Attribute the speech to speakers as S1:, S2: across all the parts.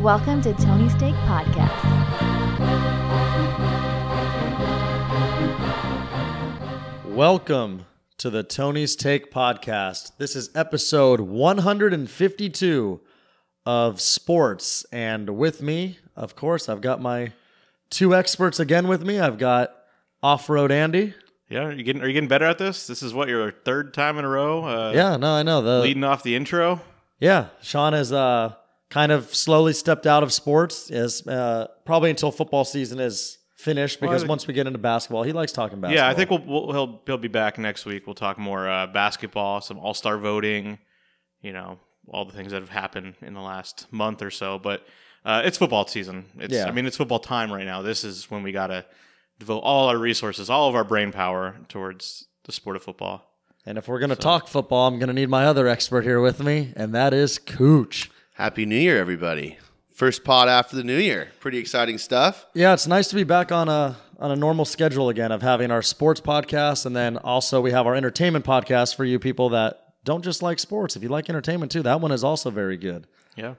S1: Welcome to Tony Steak Podcast.
S2: Welcome to the Tony's Take podcast. This is episode 152 of sports. And with me, of course, I've got my two experts again with me. I've got Off Road Andy.
S3: Yeah, are you getting are you getting better at this? This is what your third time in a row. Uh,
S2: Yeah, no, I know. The,
S3: leading off the intro.
S2: Yeah, Sean has uh, kind of slowly stepped out of sports, as, uh, probably until football season is finished, because
S3: I-
S2: once we get into basketball, he likes talking basketball.
S3: Yeah, I think we'll, we'll he'll he'll be back next week. We'll talk more uh, basketball, some All Star voting, you know, all the things that have happened in the last month or so. But uh, it's football season. It's
S2: Yeah.
S3: I mean, it's football time right now. This is when we gotta devote all our resources, all of our brain power towards the sport of football.
S2: And if we're going to talk football, I'm going to need my other expert here with me, and that is Cooch.
S4: Happy New Year, everybody. First pod after the New Year. Pretty exciting stuff.
S2: Yeah, it's nice to be back on a on a normal schedule again of having our sports podcast, and then also we have our entertainment podcast for you people that don't just like sports. If you like entertainment too, that one is also very good.
S3: Yeah.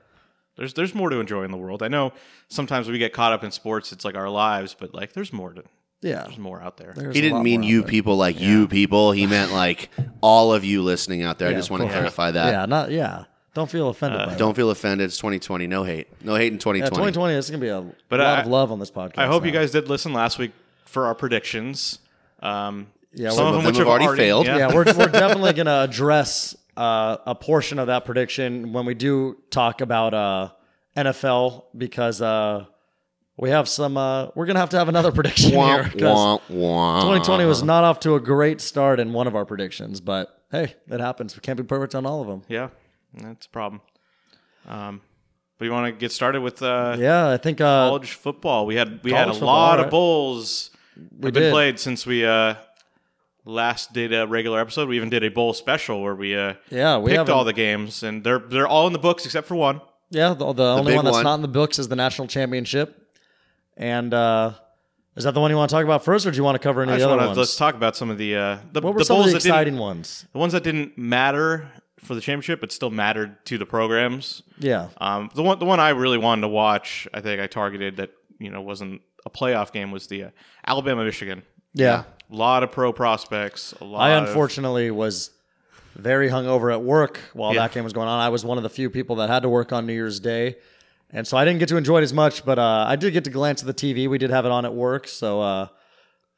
S3: There's there's more to enjoy in the world. I know sometimes we get caught up in sports, it's like our lives, but like there's more to
S2: Yeah,
S3: there's more out there.
S2: there's
S4: He
S2: a lot
S4: didn't mean
S2: more
S4: you
S2: out there.
S4: people like you people. He meant like all of you listening out there. I
S2: Yeah,
S4: just
S2: of
S4: want to
S2: course.
S4: clarify that.
S2: Yeah, not yeah. Don't feel offended. by
S4: Don't feel offended. It's 2020. No hate. No hate in
S2: that. Yeah,
S4: 2020.
S2: 2020 is going to be a
S3: But
S2: lot
S3: I-
S2: of love on this podcast.
S3: I hope
S2: now.
S3: you guys did listen last week for our predictions. Um,
S2: Yeah,
S3: some
S2: we-
S3: of them,
S4: Some of
S3: which
S4: them have already failed.
S2: Yeah, we're, we're definitely going to address uh, a portion of that prediction when we do talk about uh, NFL because uh, we have some. Uh, we're going to have to have another prediction here
S4: Womp,
S2: 'cause
S4: womp, womp.
S2: 2020
S3: Uh-huh.
S2: was not off to a great start in one of our predictions, but hey, it happens. We can't be perfect on all of them.
S3: yeah, that's a problem. Um, but you want to get started with uh,
S2: Yeah, I think uh,
S3: college football? We had we
S2: College
S3: had a
S2: football,
S3: lot
S2: right.
S3: of bowls.
S2: we
S3: have been
S2: did.
S3: played since we uh, last did a regular episode. We even did a bowl special where we uh,
S2: Yeah, we
S3: picked
S2: haven't-
S3: all the games, and they're they're all in the books except for one.
S2: Yeah, the, the, only
S4: big
S2: one that's
S4: one.
S2: not in the books is the national championship. And uh, is that the one you want to talk about first, or do you want to cover any
S3: I
S2: of
S3: just
S2: the other
S3: want
S2: ones?
S3: to let's talk about some of the uh, the,
S2: what were
S3: the
S2: some of
S3: bowls
S2: the
S3: that didn't
S2: exciting ones?
S3: The ones that didn't matter for the championship, but still mattered to the programs.
S2: Yeah.
S3: Um, the one, the one I really wanted to watch, I think I targeted that you know wasn't a playoff game was the uh, Alabama Michigan.
S2: Yeah.
S3: A lot of pro prospects. A lot.
S2: I
S3: of-
S2: unfortunately was very hungover at work while
S3: Yeah.
S2: that game was going on. I was one of the few people that had to work on New Year's Day. And so I didn't get to enjoy it as much, but uh, I did get to glance at the TV. We did have it on at work. So, uh,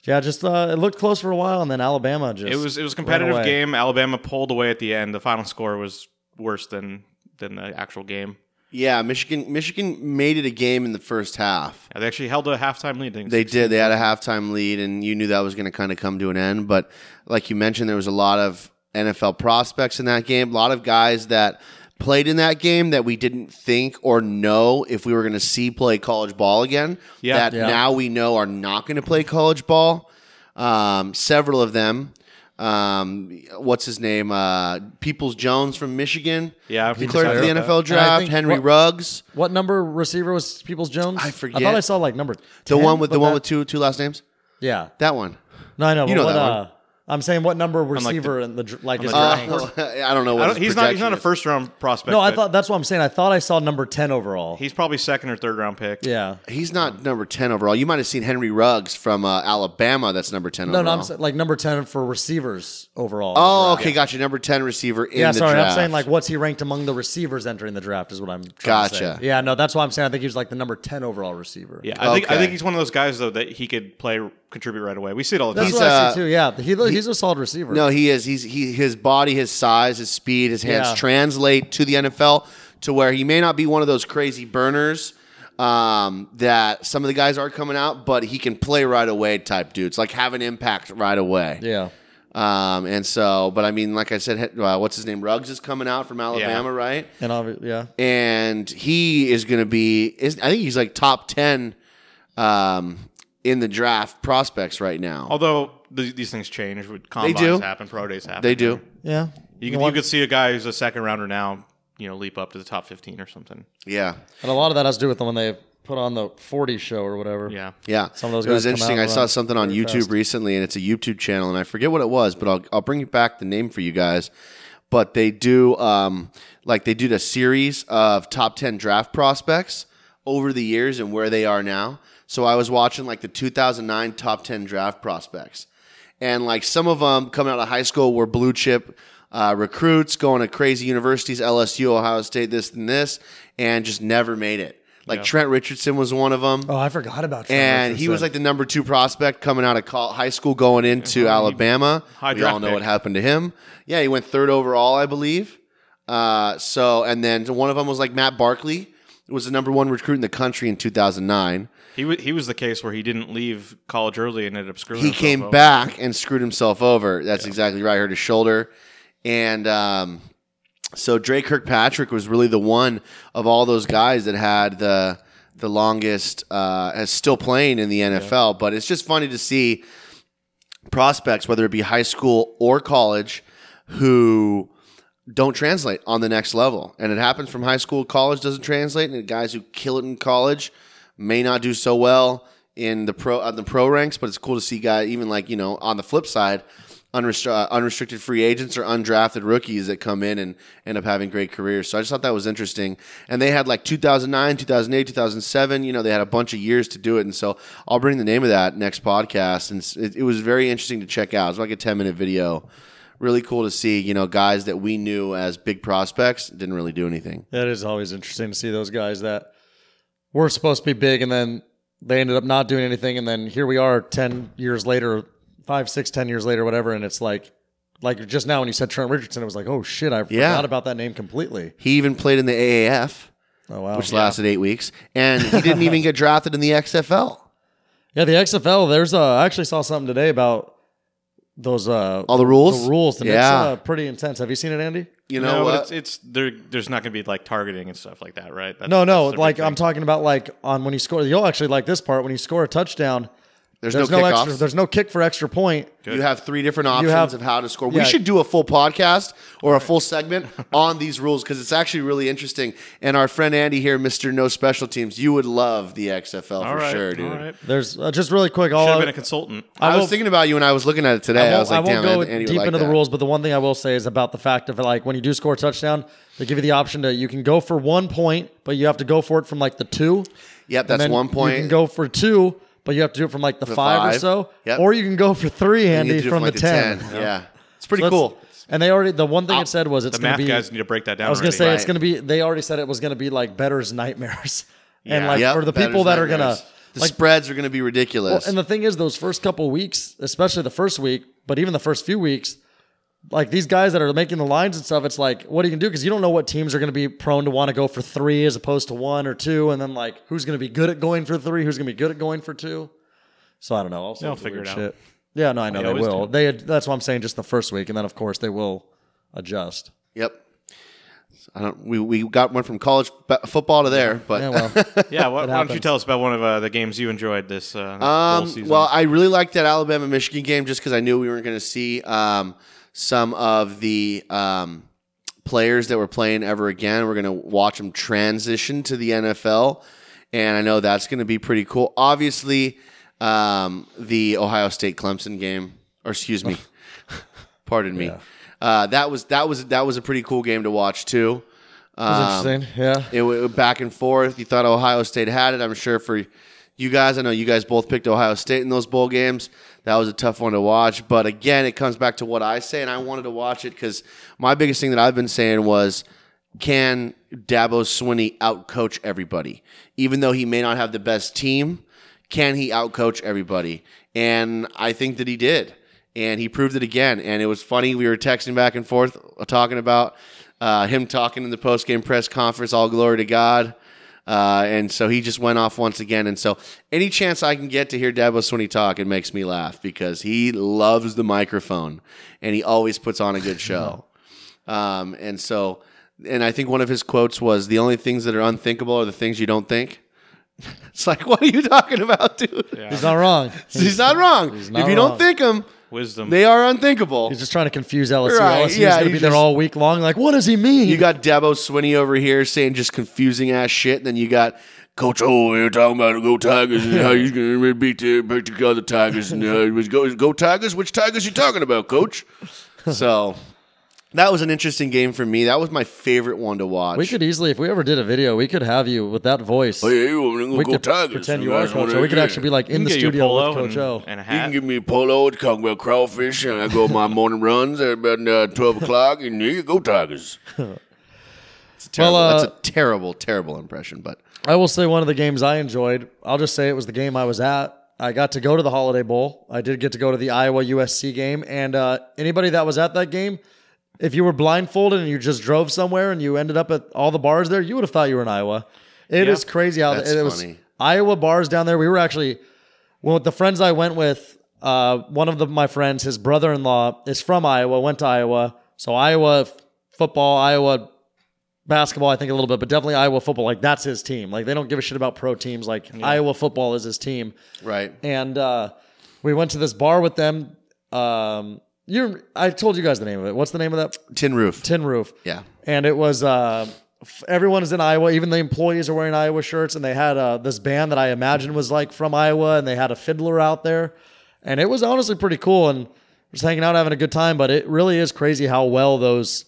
S2: yeah, just uh, it looked close for a while, and then Alabama just.
S3: it was it was a competitive
S2: away.
S3: game. Alabama pulled away at the end. The final score was worse than than the actual game.
S4: Yeah, Michigan. Michigan made it a game in the first half.
S3: Yeah, they actually held a halftime lead. I think.
S4: They did. They had a halftime lead, and you knew that was going to kind of come to an end. But like you mentioned, there was a lot of NFL prospects in that game. A lot of guys that played in that game that we didn't think or know if we were going to see play college ball again.
S3: Yeah.
S4: that
S2: Yeah.
S4: now we know are not going to play college ball. Um, several of them. Um, what's his name? Uh, Peoples Jones from Michigan.
S3: Yeah, I'm
S4: declared for the
S3: excited about
S4: NFL
S2: that. And I
S4: draft.
S2: think
S4: Henry
S2: what-
S4: Ruggs,
S2: What number receiver was Peoples Jones?
S4: I
S2: I
S4: forget.
S2: thought I saw like number.
S4: the
S2: 10,
S4: one with the
S2: but
S4: one
S2: that-
S4: with two two last names.
S2: Yeah.
S4: That one.
S2: No, I know. but
S4: You know
S2: what,
S4: that one.
S2: uh, I'm saying what number
S3: the-
S2: receiver in the dr- like is
S4: Uh,
S2: ranked.
S4: I don't know what
S3: I don't-
S4: his
S3: he's not. He's
S4: projection
S3: not a
S4: is.
S3: first round prospect.
S2: No, I
S3: but
S2: thought that's what I'm saying. I thought I saw number ten overall.
S3: he's probably second or third round pick.
S2: yeah.
S4: He's not number ten overall. You might have seen Henry Ruggs from uh, Alabama. That's number ten
S2: No,
S4: overall.
S2: no, I'm sa- like number ten for receivers overall.
S4: oh, okay, gotcha. Number ten receiver in
S2: yeah,
S4: the
S2: sorry.
S4: draft.
S2: I'm saying like what's he ranked among the receivers entering the draft is what I'm. Trying To
S4: Gotcha.
S2: say. Yeah, no, that's why I'm saying I think he was like the number ten overall receiver.
S3: Yeah, I think I
S4: Okay.
S3: think he's one of those guys though that he could play contribute right away. We see it all the
S2: that's
S3: time.
S4: He's,
S2: what I
S4: uh,
S2: see too. Yeah, he, lo- he's a solid receiver.
S4: no, he is. He's he his body, his size, his speed, his hands
S2: Yeah.
S4: translate to the NFL to where he may not be one of those crazy burners um, that some of the guys are coming out, but he can play right away type dudes, like have an impact right away.
S2: Yeah.
S4: Um, and so, but I mean, like I said, he- uh, what's his name? Ruggs is coming out from Alabama, right?
S2: And obviously, yeah.
S4: and he is going to be is I think he's like top 10 um in the draft prospects right now.
S3: Although th- these things change, with combines
S4: do.
S3: happen, pro days happen.
S4: they do.
S2: Yeah.
S3: You could, you could see a guy who's a second rounder now, you know, leap up to the top fifteen or something.
S4: Yeah.
S2: And a lot of that has to do with when they put on the 40 show or whatever.
S3: Yeah,
S4: Yeah.
S2: Some of those
S4: it was
S2: guys come
S4: interesting.
S2: out
S4: I
S2: and
S4: saw
S2: run
S4: something on
S2: very
S4: YouTube
S2: fast.
S4: recently and it's a YouTube channel and I forget what it was, but I'll I'll bring back the name for you guys. But they do um like they did a series of top 10 draft prospects over the years and where they are now. So I was watching like the 2009 top 10 draft prospects. And like some of them coming out of high school were blue chip uh, recruits going to crazy universities, LSU, Ohio State, this and this, and just never made it. Like
S3: Yeah.
S4: Trent Richardson was one of them.
S2: Oh, I forgot about Trent
S4: and he was
S2: Richardson.
S4: like the number two prospect coming out of col- high school going into Alabama.
S3: high
S4: we
S3: draft
S4: all know
S3: pick.
S4: what happened to him. Yeah, he went third overall, I believe. Uh, so, and then one of them was like Matt Barkley, was the number one recruit in the country in 2009.
S3: He was he was the case where he didn't leave college early and ended up screwing.
S4: he
S3: himself
S4: came
S3: over.
S4: back and screwed himself over. That's exactly right. Hurt his shoulder, and um, so Drake Kirkpatrick was really the one of all those guys that had the the longest. Uh, is still playing in the NFL, but it's just funny to see prospects, whether it be high school or college, who don't translate on the next level. And it happens from high school, college doesn't translate, and the guys who kill it in college may not do so well in the pro on the pro ranks. But it's cool to see guys, even like you know, on the flip side, unrestri- uh, unrestricted free agents or undrafted rookies that come in and end up having great careers. So I just thought that was interesting. And they had like 2009, 2008, 2007. You know, they had a bunch of years to do it. And so I'll bring the name of that next podcast. And it's- it, it was very interesting to check out. It's like a 10 minute video really cool to see, you know, guys that we knew as big prospects didn't really do anything.
S2: That is always interesting to see those guys that were supposed to be big and then they ended up not doing anything. And then here we are 10 years later, five, six, 10 years later, whatever. And it's like, like just now when you said Trent Richardson, it was like, oh shit, I
S4: Yeah.
S2: forgot about that name completely.
S4: He even played in the AAF,
S2: Oh, wow.
S4: which lasted eight weeks, and he didn't even get drafted in the XFL.
S2: yeah, the XFL, there's uh, I actually saw something today about those, uh,
S4: All the rules?
S2: The rules. And
S4: Yeah.
S2: It's uh, pretty intense. Have you seen it, Andy?
S4: You
S3: no,
S4: know
S3: but
S4: what?
S3: it's, it's there. There's not going to be like targeting and stuff like that, right? That's,
S2: No, no.
S3: that's the big
S2: Like
S3: thing.
S2: I'm talking about like on when you score, you'll actually like this part when you score a touchdown.
S4: there's,
S2: There's
S4: no,
S2: no
S4: kickoffs.
S2: extra. There's no kick for extra point.
S4: you have three different options
S2: have-
S4: of how to score.
S2: yeah.
S4: We should do a full podcast or a full segment on these rules because it's actually really interesting. And our friend Andy here, Mr. No Special Teams, you would love the XFL
S3: All
S4: for
S3: right,
S4: sure, dude.
S3: All right. Should
S2: There's uh, just really quick. All
S3: have
S2: I-
S3: been a consultant.
S4: I,
S2: will-
S4: was thinking about you and I was looking at it today. I, was like, damn,
S2: go
S4: Andy would
S2: deep
S4: like
S2: into the
S4: that.
S2: rules, but the one thing I will say is about the fact of like when you do score a touchdown, they give you the option to you can go for one point, but you have to go for it from like the two.
S4: Yep,
S2: And
S4: that's
S2: then
S4: one point.
S2: You can go for two, but you have to do it from like the, five, or
S4: five.
S2: so,
S4: Yep.
S2: or you can go for three,
S4: You
S2: Andy,
S4: get to do it
S2: from the
S4: like
S2: ten.
S4: Yeah, it's pretty
S2: So that's-
S4: cool.
S2: And they already the one thing it said was it's
S3: Ah, The
S2: going
S3: math
S2: to be
S3: guys need to break that down.
S2: I was gonna
S3: already.
S2: say it's
S4: Right.
S2: gonna be. They already said it was gonna be like better's nightmares, and
S3: Yeah.
S2: like
S4: Yep,
S2: for the
S4: batter's
S2: people that are gonna
S4: nightmares. the
S2: like.
S4: spreads are gonna be ridiculous.
S2: And the thing is, those first couple weeks, especially the first week, but even the first few weeks, like these guys that are making the lines and stuff, it's like, what are you gonna do? Because you don't know what teams are gonna be prone to want to go for three as opposed to one or two, and then like who's gonna be good at going for three, who's gonna be good at going for two. So I don't know. I'll
S3: They'll figure it out.
S2: Shit. Yeah, no, I know
S3: They
S2: they,
S3: always
S2: will.
S3: do.
S2: They that's why I'm saying just the first week, and then of course they will adjust.
S4: yep. I don't. We, we got one from college b- football to there, but
S2: Yeah, well.
S3: Yeah, why, why don't you
S2: happens.
S3: tell us about one of uh, the games you enjoyed this uh, bowl
S4: Um,
S3: season?
S4: well, I really liked that Alabama Michigan game just because I knew we weren't going to see um, some of the um, players that were playing ever again. We're going to watch them transition to the NFL, and I know that's going to be pretty cool. Obviously, um, the Ohio State Clemson game, or excuse me, pardon me, uh, that was that was that was a pretty cool game to watch too.
S2: That's
S4: Um,
S2: interesting. Yeah.
S4: it went back and forth. You thought Ohio State had it. I'm sure for you guys, I know you guys both picked Ohio State in those bowl games. That was a tough one to watch. But again, it comes back to what I say, and I wanted to watch it because my biggest thing that I've been saying was can Dabo Swinney outcoach everybody? Even though he may not have the best team, can he outcoach everybody? And I think that he did. And he proved it again. And it was funny. We were texting back and forth, talking about uh, him talking in the post-game press conference, all glory to God. Uh, and so he just went off once again. And so any chance I can get to hear Dabo Swinney talk, it makes me laugh because he loves the microphone and he always puts on a good show. Um, and so, and I think one of his quotes was, "The only things that are unthinkable are the things you don't think." it's like, what are you talking about, dude?
S2: He's not wrong.
S4: He's not wrong.
S2: not
S4: if you
S2: wrong.
S4: don't think them,
S3: Wisdom.
S4: they are unthinkable.
S2: He's just trying to confuse LSU.
S4: Right,
S2: LSU's
S4: yeah,
S2: going to
S4: you
S2: be there
S4: just-
S2: all week long. Like, what does he mean?
S4: You got Dabo Swinney over here saying just confusing ass shit, and then you got Coach O here talking about go Tigers and how he's going to beat the, beat the other Tigers and uh, it was go go Tigers. Which Tigers you talking about, Coach? So That was an interesting game for me. That was my favorite one to watch. Oh,
S2: We could easily, if we ever did a video, we could have you with that voice.
S4: Hey, we're gonna
S2: we
S4: go
S2: could
S4: Tigers.
S2: pretend you
S4: guys
S2: are Coach
S4: wanna
S2: O. We could
S4: hear.
S2: actually be like in
S3: You
S2: the
S3: can get you a
S2: studio with
S3: polo
S2: Coach
S3: and,
S2: O.
S3: and a
S4: You can
S3: hat.
S4: give me a polo, talk about crawfish, and I go my morning runs at about uh, 12 o'clock, and you go Tigers. It's terrible.
S2: Well, uh,
S4: That's a terrible, terrible impression, but
S2: I will say one of the games I enjoyed. I'll just say it was the game I was at. I got to go to the Holiday Bowl. I did get to go to the Iowa USC game. And uh, anybody that was at that game, if you were blindfolded and you just drove somewhere and you ended up at all the bars there, you would have thought you were in Iowa. It is
S3: Yeah.
S2: crazy how
S4: That's
S2: it was
S4: funny.
S2: Iowa bars down there. We were actually well, with the friends I went with, uh, one of the, my friends, his brother in law, is from Iowa, went to Iowa. So Iowa f- football, Iowa basketball, I think a little bit, but definitely Iowa football. Like that's his team. Like they don't give a shit about pro teams. Like Iowa football is his team.
S4: right.
S2: And uh, we went to this bar with them. Um, you, I told you guys the name of it. What's the name of that
S4: Tin roof.
S2: tin roof?
S4: yeah.
S2: and it was uh, f- everyone is in Iowa. Even the employees are wearing Iowa shirts, and they had uh, this band that I imagine was like from Iowa, and they had a fiddler out there, and it was honestly pretty cool. And just hanging out, having a good time. But it really is crazy how well those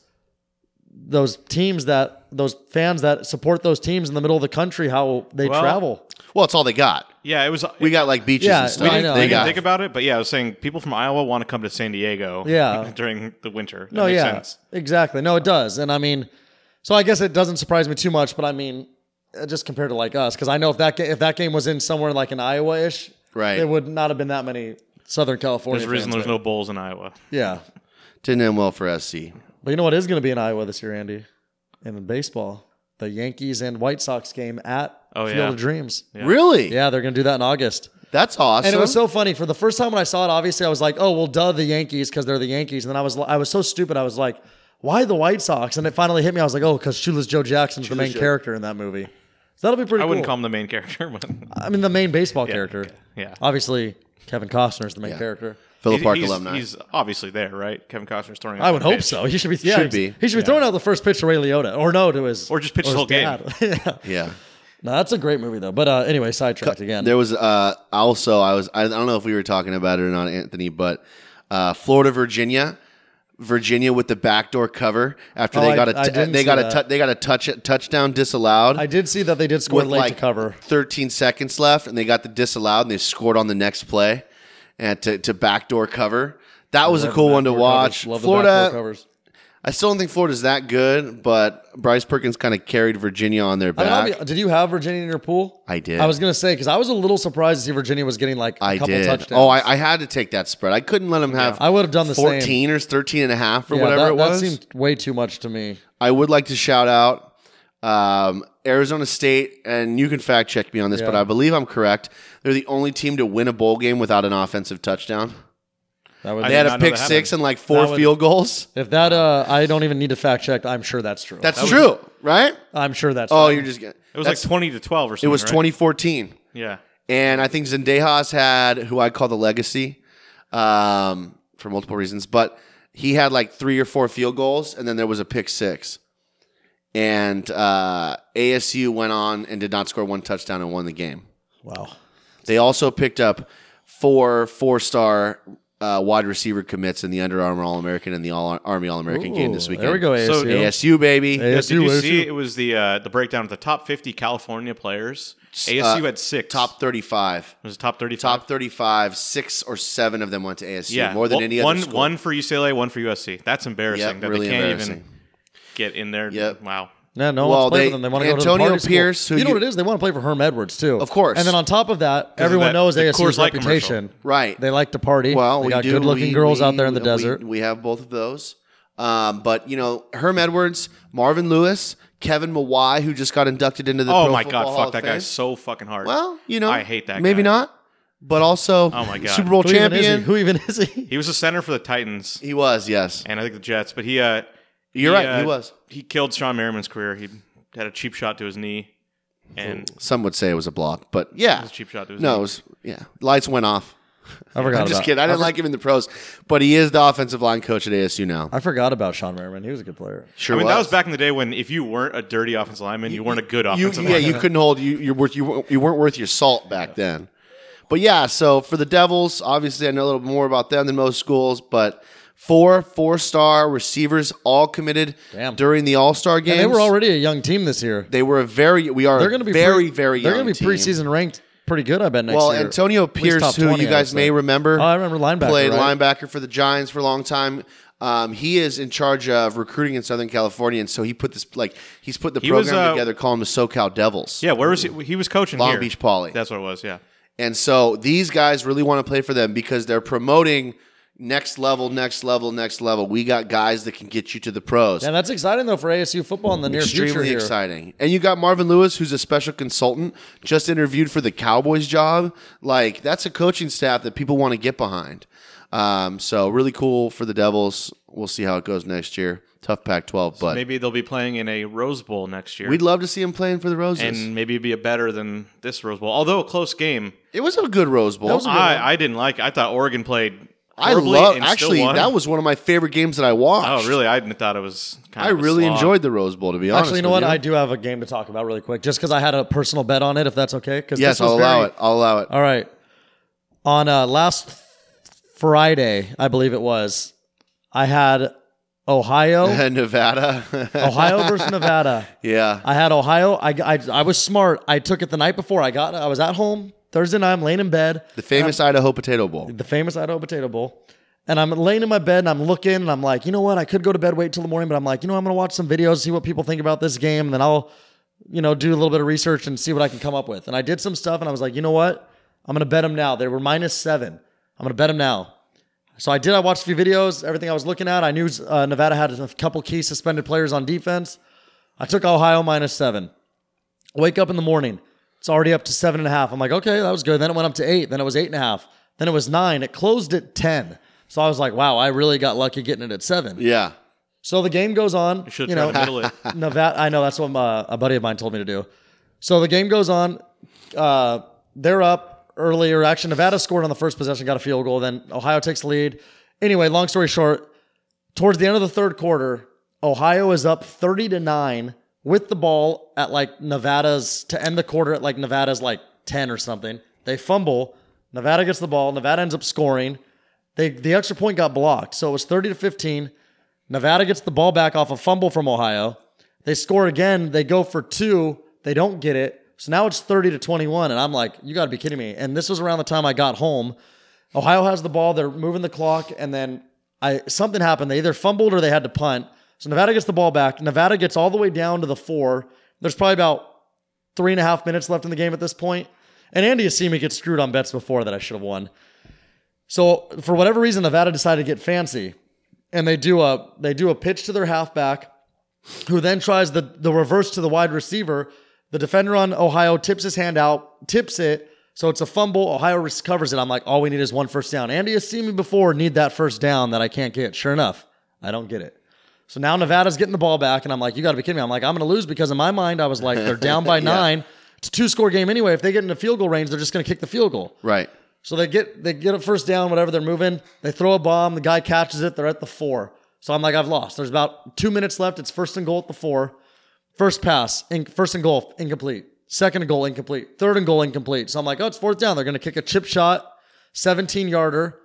S2: those teams that those fans that support those teams in the middle of the country how they
S3: Well,
S2: travel.
S4: Well, it's all they got.
S3: Yeah, it was.
S4: We got like beaches
S2: Yeah,
S4: and
S2: we
S4: stuff.
S2: I
S3: I
S2: know,
S4: They
S2: I
S3: didn't
S4: got
S3: think about it, but yeah, I was saying people from Iowa want to come to San Diego.
S2: Yeah.
S3: during the winter. That
S2: No,
S3: makes
S2: yeah,
S3: sense.
S2: exactly. No, it does, and I mean, so I guess it doesn't surprise me too much. But I mean, uh, just compared to like us, because I know if that ga- if that game was in somewhere like in Iowa ish,
S4: Right.
S2: there would not have been that many Southern California.
S3: There's a reason
S2: fans
S3: there's
S2: there.
S3: no bowls in Iowa.
S2: Yeah,
S4: didn't end well for SC.
S2: but you know what is going to be in Iowa this year, Andy, and in baseball, the Yankees and White Sox game at
S3: Oh,
S2: Field
S3: yeah.
S2: of Dreams. Yeah,
S4: Really?
S2: they're going to do that in August.
S4: That's awesome.
S2: And it was so funny. For the first time when I saw it, obviously I was like, "Oh, well, duh, the Yankees because they're the Yankees." And then I was I was so stupid. I was like, "Why the White Sox?" And it finally hit me. I was like, "Oh, because Shoeless Joe Jackson's the main
S4: Joe.
S2: character in that movie." So that'll be pretty.
S3: I
S2: cool.
S3: wouldn't call him the main character, but
S2: I mean, the main baseball character.
S3: yeah.
S2: Obviously, Kevin Costner's the main character.
S4: Philip
S3: He-
S4: Uh, Park
S3: he's,
S4: alumni.
S3: He's obviously there, right? Kevin Costner's throwing. out
S2: I would
S3: that
S2: hope
S3: pitch.
S2: so. He should be. Yeah,
S4: Should
S2: he's-
S4: be.
S2: He should be throwing out the first pitch to Ray Liotta, or no, to his,
S3: Or just pitch his whole game.
S2: game.
S4: yeah.
S2: no, that's a great movie though. But uh, anyway, sidetracked again.
S4: There was uh, also I was I don't know if we were talking about it or not, Anthony, but uh, Florida, Virginia, Virginia with the backdoor cover after
S2: Oh,
S4: they
S2: I-
S4: got a
S2: I
S4: t-
S2: didn't
S4: they
S2: see
S4: got a
S2: that.
S4: tou- they got a touch touchdown disallowed.
S2: I did see that they did score
S4: with
S2: late
S4: like
S2: to cover.
S4: 13 seconds left, and they got the disallowed, and they scored on the next play, and to, to backdoor cover. That was a
S2: Love
S4: cool
S2: the
S4: one to
S2: backdoor covers.
S4: watch.
S2: Love the backdoor
S4: Florida,
S2: covers.
S4: I still don't think Florida's that good, but Bryce Perkins kind of carried Virginia on their
S2: I mean, I'll
S4: back.
S2: be- did you have Virginia in your pool?
S4: I did.
S2: I was gonna say because I was a little surprised to see Virginia was getting like a
S4: I
S2: couple
S4: did.
S2: touchdowns.
S4: Oh, I, I had to take that spread. I couldn't let him have.
S2: I would have done the same.
S4: 14 or 13 and a half or
S2: Yeah,
S4: whatever
S2: that,
S4: it was.
S2: That seemed way too much to me.
S4: I would like to shout out um, Arizona State, and you can fact check me on this, but
S2: Yeah.
S4: I believe I'm correct. They're the only team to win a bowl game without an offensive touchdown.
S2: That would.
S3: I
S4: They had
S3: did
S4: a
S3: not know
S4: pick
S3: that
S4: six
S3: happened.
S4: and like four
S2: That would-
S4: field goals.
S2: if that, uh, I don't even need to fact check. I'm sure that's true.
S4: That's true, right?
S2: I'm sure that's.
S4: Oh,
S2: true.
S4: you're just. It
S3: It was like twenty to twelve or something.
S4: It was
S3: right?
S4: 2014,
S3: Yeah.
S4: and I think Zendejas had who I call the legacy, um, for multiple reasons, but he had like three or four field goals, and then there was a pick six. And uh, ASU went on and did not score one touchdown and won the game.
S2: wow.
S4: They also picked up four four star uh, wide receiver commits in the Under Armour All American and the All Army All American game this
S2: Ooh,
S4: weekend.
S2: There we go. ASU.
S3: So,
S4: ASU baby.
S2: Yeah,
S3: Yes, did
S2: ASU,
S3: you see
S2: ASU.
S3: it was the uh, the breakdown of the top fifty California players? ASU had six.
S4: uh, Top thirty five.
S3: it was top thirty.
S4: Top thirty five. Six or seven of them went to ASU.
S3: Yeah,
S4: more than
S3: one-
S4: any other
S3: one.
S4: school.
S3: One for UCLA, one for USC. That's embarrassing.
S4: Yep,
S3: that
S4: really
S3: they can't
S4: embarrassing.
S3: even get in there.
S4: Yep.
S3: Wow.
S2: Yeah, no
S4: Well,
S2: one's playing
S4: they-
S2: for them. They want to go to the
S4: Antonio
S2: party school.
S4: Pierce, who
S2: you know
S4: you-
S2: what it is? They want to play for Herm Edwards too.
S4: Of course.
S2: And then on top of that, everyone
S3: that-
S2: knows
S3: the
S2: ASU's
S3: Coors Light
S2: reputation.
S4: Right.
S2: They like to party.
S4: Well,
S2: they
S4: we
S2: got
S4: do-
S2: good-looking
S4: we-
S2: girls
S4: we-
S2: out there in the
S4: we-
S2: desert.
S4: We have both of those. Um, but you know, Herm Edwards, Marvin Lewis, Kevin Mawai, who just got inducted into the
S3: Oh
S4: Pro
S3: my
S4: Football
S3: God!
S4: Hall
S3: Fuck
S4: of
S3: that
S4: Fame.
S3: guy's so fucking hard.
S4: Well, you know,
S3: I hate that
S4: Maybe
S3: guy.
S4: not, but also,
S3: Oh my God.
S4: Super Bowl
S2: Who even is he?
S4: champion.
S2: Who even is he?
S3: he was a center for the Titans
S4: He was, yes.
S3: and I think the Jets, but he uh
S4: You're right.
S3: uh,
S4: he was.
S3: He killed Sean Merriman's career. He had a cheap shot to his knee, and
S4: Some would say it was a block, but yeah.
S3: it was a cheap shot to his
S4: No, it
S3: knee.
S4: was. Yeah, lights went off.
S2: I forgot.
S4: I'm just
S2: about-
S4: kidding. I didn't like him in the pros, but he is the offensive line coach at ASU now.
S2: I forgot about Sean Merriman. He was a good player.
S4: Sure
S3: I mean,
S4: was.
S3: that was back in the day when if you weren't a dirty offensive lineman, you, weren't a good
S4: You,
S3: offensive
S4: yeah,
S3: lineman.
S4: you couldn't hold. You you worth you, weren't- you weren't worth your salt back then. But yeah, so for the Devils, obviously I know a little more about them than most schools, but Four four star receivers all committed
S2: Damn.
S4: during the All Star game.
S2: And they were already a young team this year.
S4: They were a very. We are.
S2: They're
S4: They're
S2: going
S4: going
S2: to be
S4: very
S2: pre-
S4: very.
S2: They're
S4: going
S2: to
S4: to
S2: be preseason ranked pretty good. I bet next
S4: well,
S2: year.
S4: Antonio
S2: At least top
S4: Pierce, who
S2: 20,
S4: you
S2: I
S4: guys
S2: would
S4: may
S2: say.
S4: remember,
S2: Oh, I remember linebacker.
S4: played
S2: right?
S4: linebacker for the Giants for a long time. Um, he is in charge of recruiting in Southern California, and so he put this like he's put the
S3: He was,
S4: program
S3: uh,
S4: together, calling the SoCal Devils.
S3: Yeah, where was he? He was coaching
S4: Long
S3: here.
S4: Beach Poly.
S3: That's what it was. Yeah.
S4: And so these guys really want to play for them because they're promoting next level, next level, next level. We got guys that can get you to the pros.
S2: Yeah, that's exciting though for ASU football in the near future
S4: Extremely
S2: here.
S4: exciting. And you got Marvin Lewis, who's a special consultant, just interviewed for the Cowboys job. Like, that's a coaching staff that people want to get behind. Um, so, really cool for the Devils. We'll see how it goes next year. Tough Pac 12, but
S3: Maybe they'll be playing in a Rose Bowl next year.
S4: we'd love to see him playing for the Roses.
S3: and maybe it'd be a better than this Rose Bowl. Although a close game,
S4: it was a good Rose Bowl.
S3: I, I didn't like. it. I thought Oregon played.
S4: I
S3: horribly
S4: love,
S3: and still
S4: actually,
S3: won.
S4: that was one of my favorite games that I watched.
S3: Oh, really? I didn't- thought it was. Kind
S4: I
S3: of a
S4: really
S3: slog.
S4: enjoyed the Rose Bowl, to be honest.
S2: Actually, you know
S4: with
S2: what? I do have a game to talk about really quick, just because I had a personal bet on it. If that's okay, because
S4: yes, I'll allow it. I'll allow it.
S2: All right. On uh, last Friday, I believe it was, I had Ohio,
S4: Nevada.
S2: Ohio versus Nevada.
S4: yeah.
S2: Oh. I had Ohio. I, I, I was smart. I took it the night before. I got. I was at home Thursday night. I'm laying in bed.
S4: The famous Idaho Potato Bowl.
S2: the famous Idaho Potato Bowl. And I'm laying in my bed and I'm looking and I'm like, you know what? I could go to bed, wait till the morning, but I'm like, you know, I'm going to watch some videos, see what people think about this game, and then I'll, you know, do a little bit of research and see what I can come up with. And I did some stuff and I was like, you know what? I'm going to bet them now. They were minus seven. I'm going to bet them now. So I did. I watched a few videos, everything I was looking at. I knew uh, Nevada had a couple key suspended players on defense. I took Ohio minus seven. Wake up in the morning. It's already up to seven and a half. I'm like, okay, that was good. Then it went up to eight. Then it was eight and a half. Then it was nine. It closed at 10. So I was like, wow, I really got lucky getting it at seven.
S4: Yeah.
S2: So the game goes on.
S3: You should
S2: you
S3: try
S2: know,
S3: to middle it.
S2: Nevada. I know that's what uh, a buddy of mine told me to do. So the game goes on. Uh, they're up earlier. Actually, Nevada scored on the first possession, got a field goal. Then Ohio takes the lead. Anyway, long story short, towards the end of the third quarter, Ohio is up thirty to nine with the ball at like Nevada's to end the quarter at like Nevada's like ten or something. They fumble. Nevada gets the ball. Nevada ends up scoring. They the extra point got blocked, so it was thirty to fifteen. Nevada gets the ball back off a fumble from Ohio. They score again. They go for two. They don't get it. So now it's 30 to 21. And I'm like, you got to be kidding me. And this was around the time I got home. Ohio has the ball. They're moving the clock. And then I something happened. They either fumbled or they had to punt. So Nevada gets the ball back. Nevada gets all the way down to the four. There's probably about three and a half minutes left in the game at this point. And Andy Asimi gets screwed on bets before that I should have won. So for whatever reason, Nevada decided to get fancy and they do a they do a pitch to their halfback, who then tries the the reverse to the wide receiver. The defender on Ohio tips his hand out, tips it, so it's a fumble. Ohio recovers it. I'm like, all we need is one first down. Andy has seen me before need that first down that I can't get. Sure enough, I don't get it. So now Nevada's getting the ball back, and I'm like, you got to be kidding me. I'm like, I'm going to lose because in my mind I was like, they're down by nine. It's a two score game anyway. If they get into field goal range, they're just going to kick the field goal.
S4: Right.
S2: So they get they get a first down, whatever they're moving. They throw a bomb. The guy catches it. They're at the four. So I'm like, I've lost. There's about two minutes left. It's first and goal at the four. First pass, in, first and goal, incomplete. Second and goal, incomplete. Third and goal, incomplete. So I'm like, oh, it's fourth down. They're gonna kick a chip shot, 17 yarder,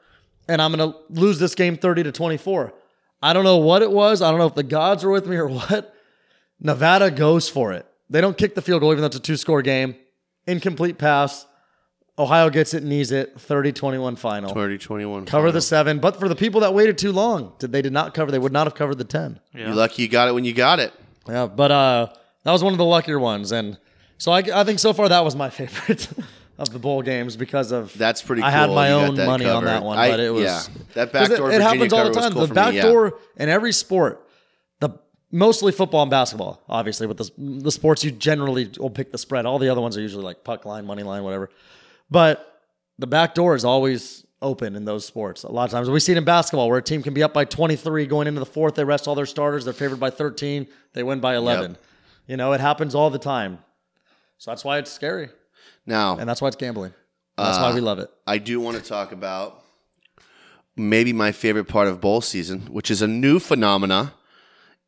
S2: and I'm gonna lose this game 30 to 24. I don't know what it was. I don't know if the gods were with me or what. Nevada goes for it. They don't kick the field goal, even though it's a two score game. Incomplete pass. Ohio gets it, knees it, 30 21 final.
S4: 30 21.
S2: Cover the seven. But for the people that waited too long, did they did not cover, they would not have covered the 10.
S4: You're lucky you got it when you got it.
S2: Yeah, but uh, that was one of the luckier ones. And so I, I think so far that was my favorite of the bowl games because of
S4: That's pretty
S2: I had
S4: cool.
S2: my
S4: You got
S2: own
S4: that
S2: money on
S4: covered.
S2: that one,
S4: I-
S2: but it was
S4: yeah. That
S2: 'cause
S4: backdoor
S2: It, it
S4: Virginia
S2: happens all the
S4: cover was
S2: time.
S4: cool
S2: the
S4: for me, yeah.
S2: backdoor in every sport, the mostly football and basketball, obviously, with the, the sports you generally will pick the spread. All the other ones are usually like puck line, money line, whatever. But the back door is always open in those sports. A lot of times we see it in basketball where a team can be up by 23 going into the fourth. They rest all their starters. They're favored by 13. They win by 11. You know, it happens all the time. So that's why it's scary.
S4: Now,
S2: And that's why it's gambling. And that's
S4: Uh,
S2: why we love it.
S4: I do want to talk about maybe my favorite part of bowl season, which is a new phenomena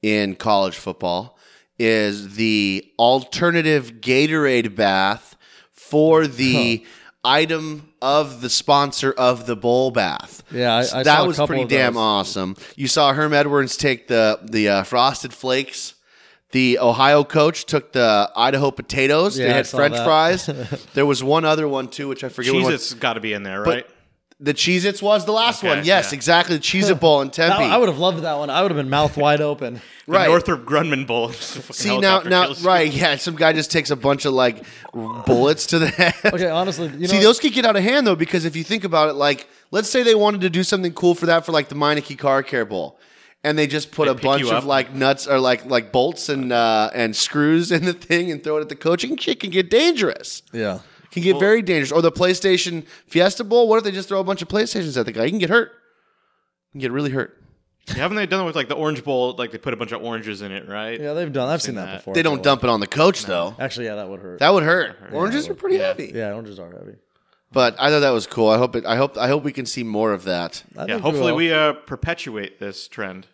S4: in college football, is the alternative Gatorade bath for the item of the sponsor of the bowl bath.
S2: Yeah, I- I
S4: So
S2: saw
S4: that
S2: a
S4: was
S2: couple
S4: pretty
S2: of
S4: damn
S2: those.
S4: awesome. You saw Herm Edwards take the the uh, frosted flakes. The Ohio coach took the Idaho potatoes.
S2: Yeah,
S4: they
S2: I
S4: had
S2: saw
S4: French
S2: that.
S4: fries. There was one other one too, which I forget. what it was.
S3: Cheez-Its got to be in there, right?
S4: The Cheez Its was the last
S3: Okay,
S4: one. Yes,
S3: yeah.
S4: exactly. The Cheez It Bowl in Tempe.
S2: I would have loved that one. I would have been mouth wide open.
S3: The
S4: right.
S3: Northrop Grumman Bowl. See
S4: See now, now, right? Yeah, some guy just takes a bunch of like bullets to the head.
S2: Okay, honestly, you know,
S4: See, those could get out of hand though, because if you think about it, like let's say they wanted to do something cool for that for like the Meineke Car Care Bowl, and they just put
S3: They
S4: a
S3: pick
S4: bunch
S3: you
S4: of
S3: up.
S4: like nuts or like like bolts and uh, and screws in the thing and throw it at the coach, and it can get dangerous.
S2: yeah,
S4: Can get very dangerous. Or the PlayStation Fiesta Bowl. What if they just throw a bunch of PlayStations at the guy? He can get hurt. He can get really hurt.
S3: Haven't they done it with like the Orange Bowl? Like they put a bunch of oranges in it, right?
S2: yeah, they've done. I've seen that,
S3: that.
S2: before.
S4: They don't dump it on the coach though.
S2: Actually, yeah, that would hurt.
S4: That would hurt. Oranges are pretty
S3: Yeah.
S4: heavy.
S2: yeah, oranges are heavy.
S4: But I thought that was cool. I hope it. I hope. I hope we can see more of that.
S2: I
S3: Yeah,
S2: think
S3: hopefully
S2: will.
S3: we uh, perpetuate this trend.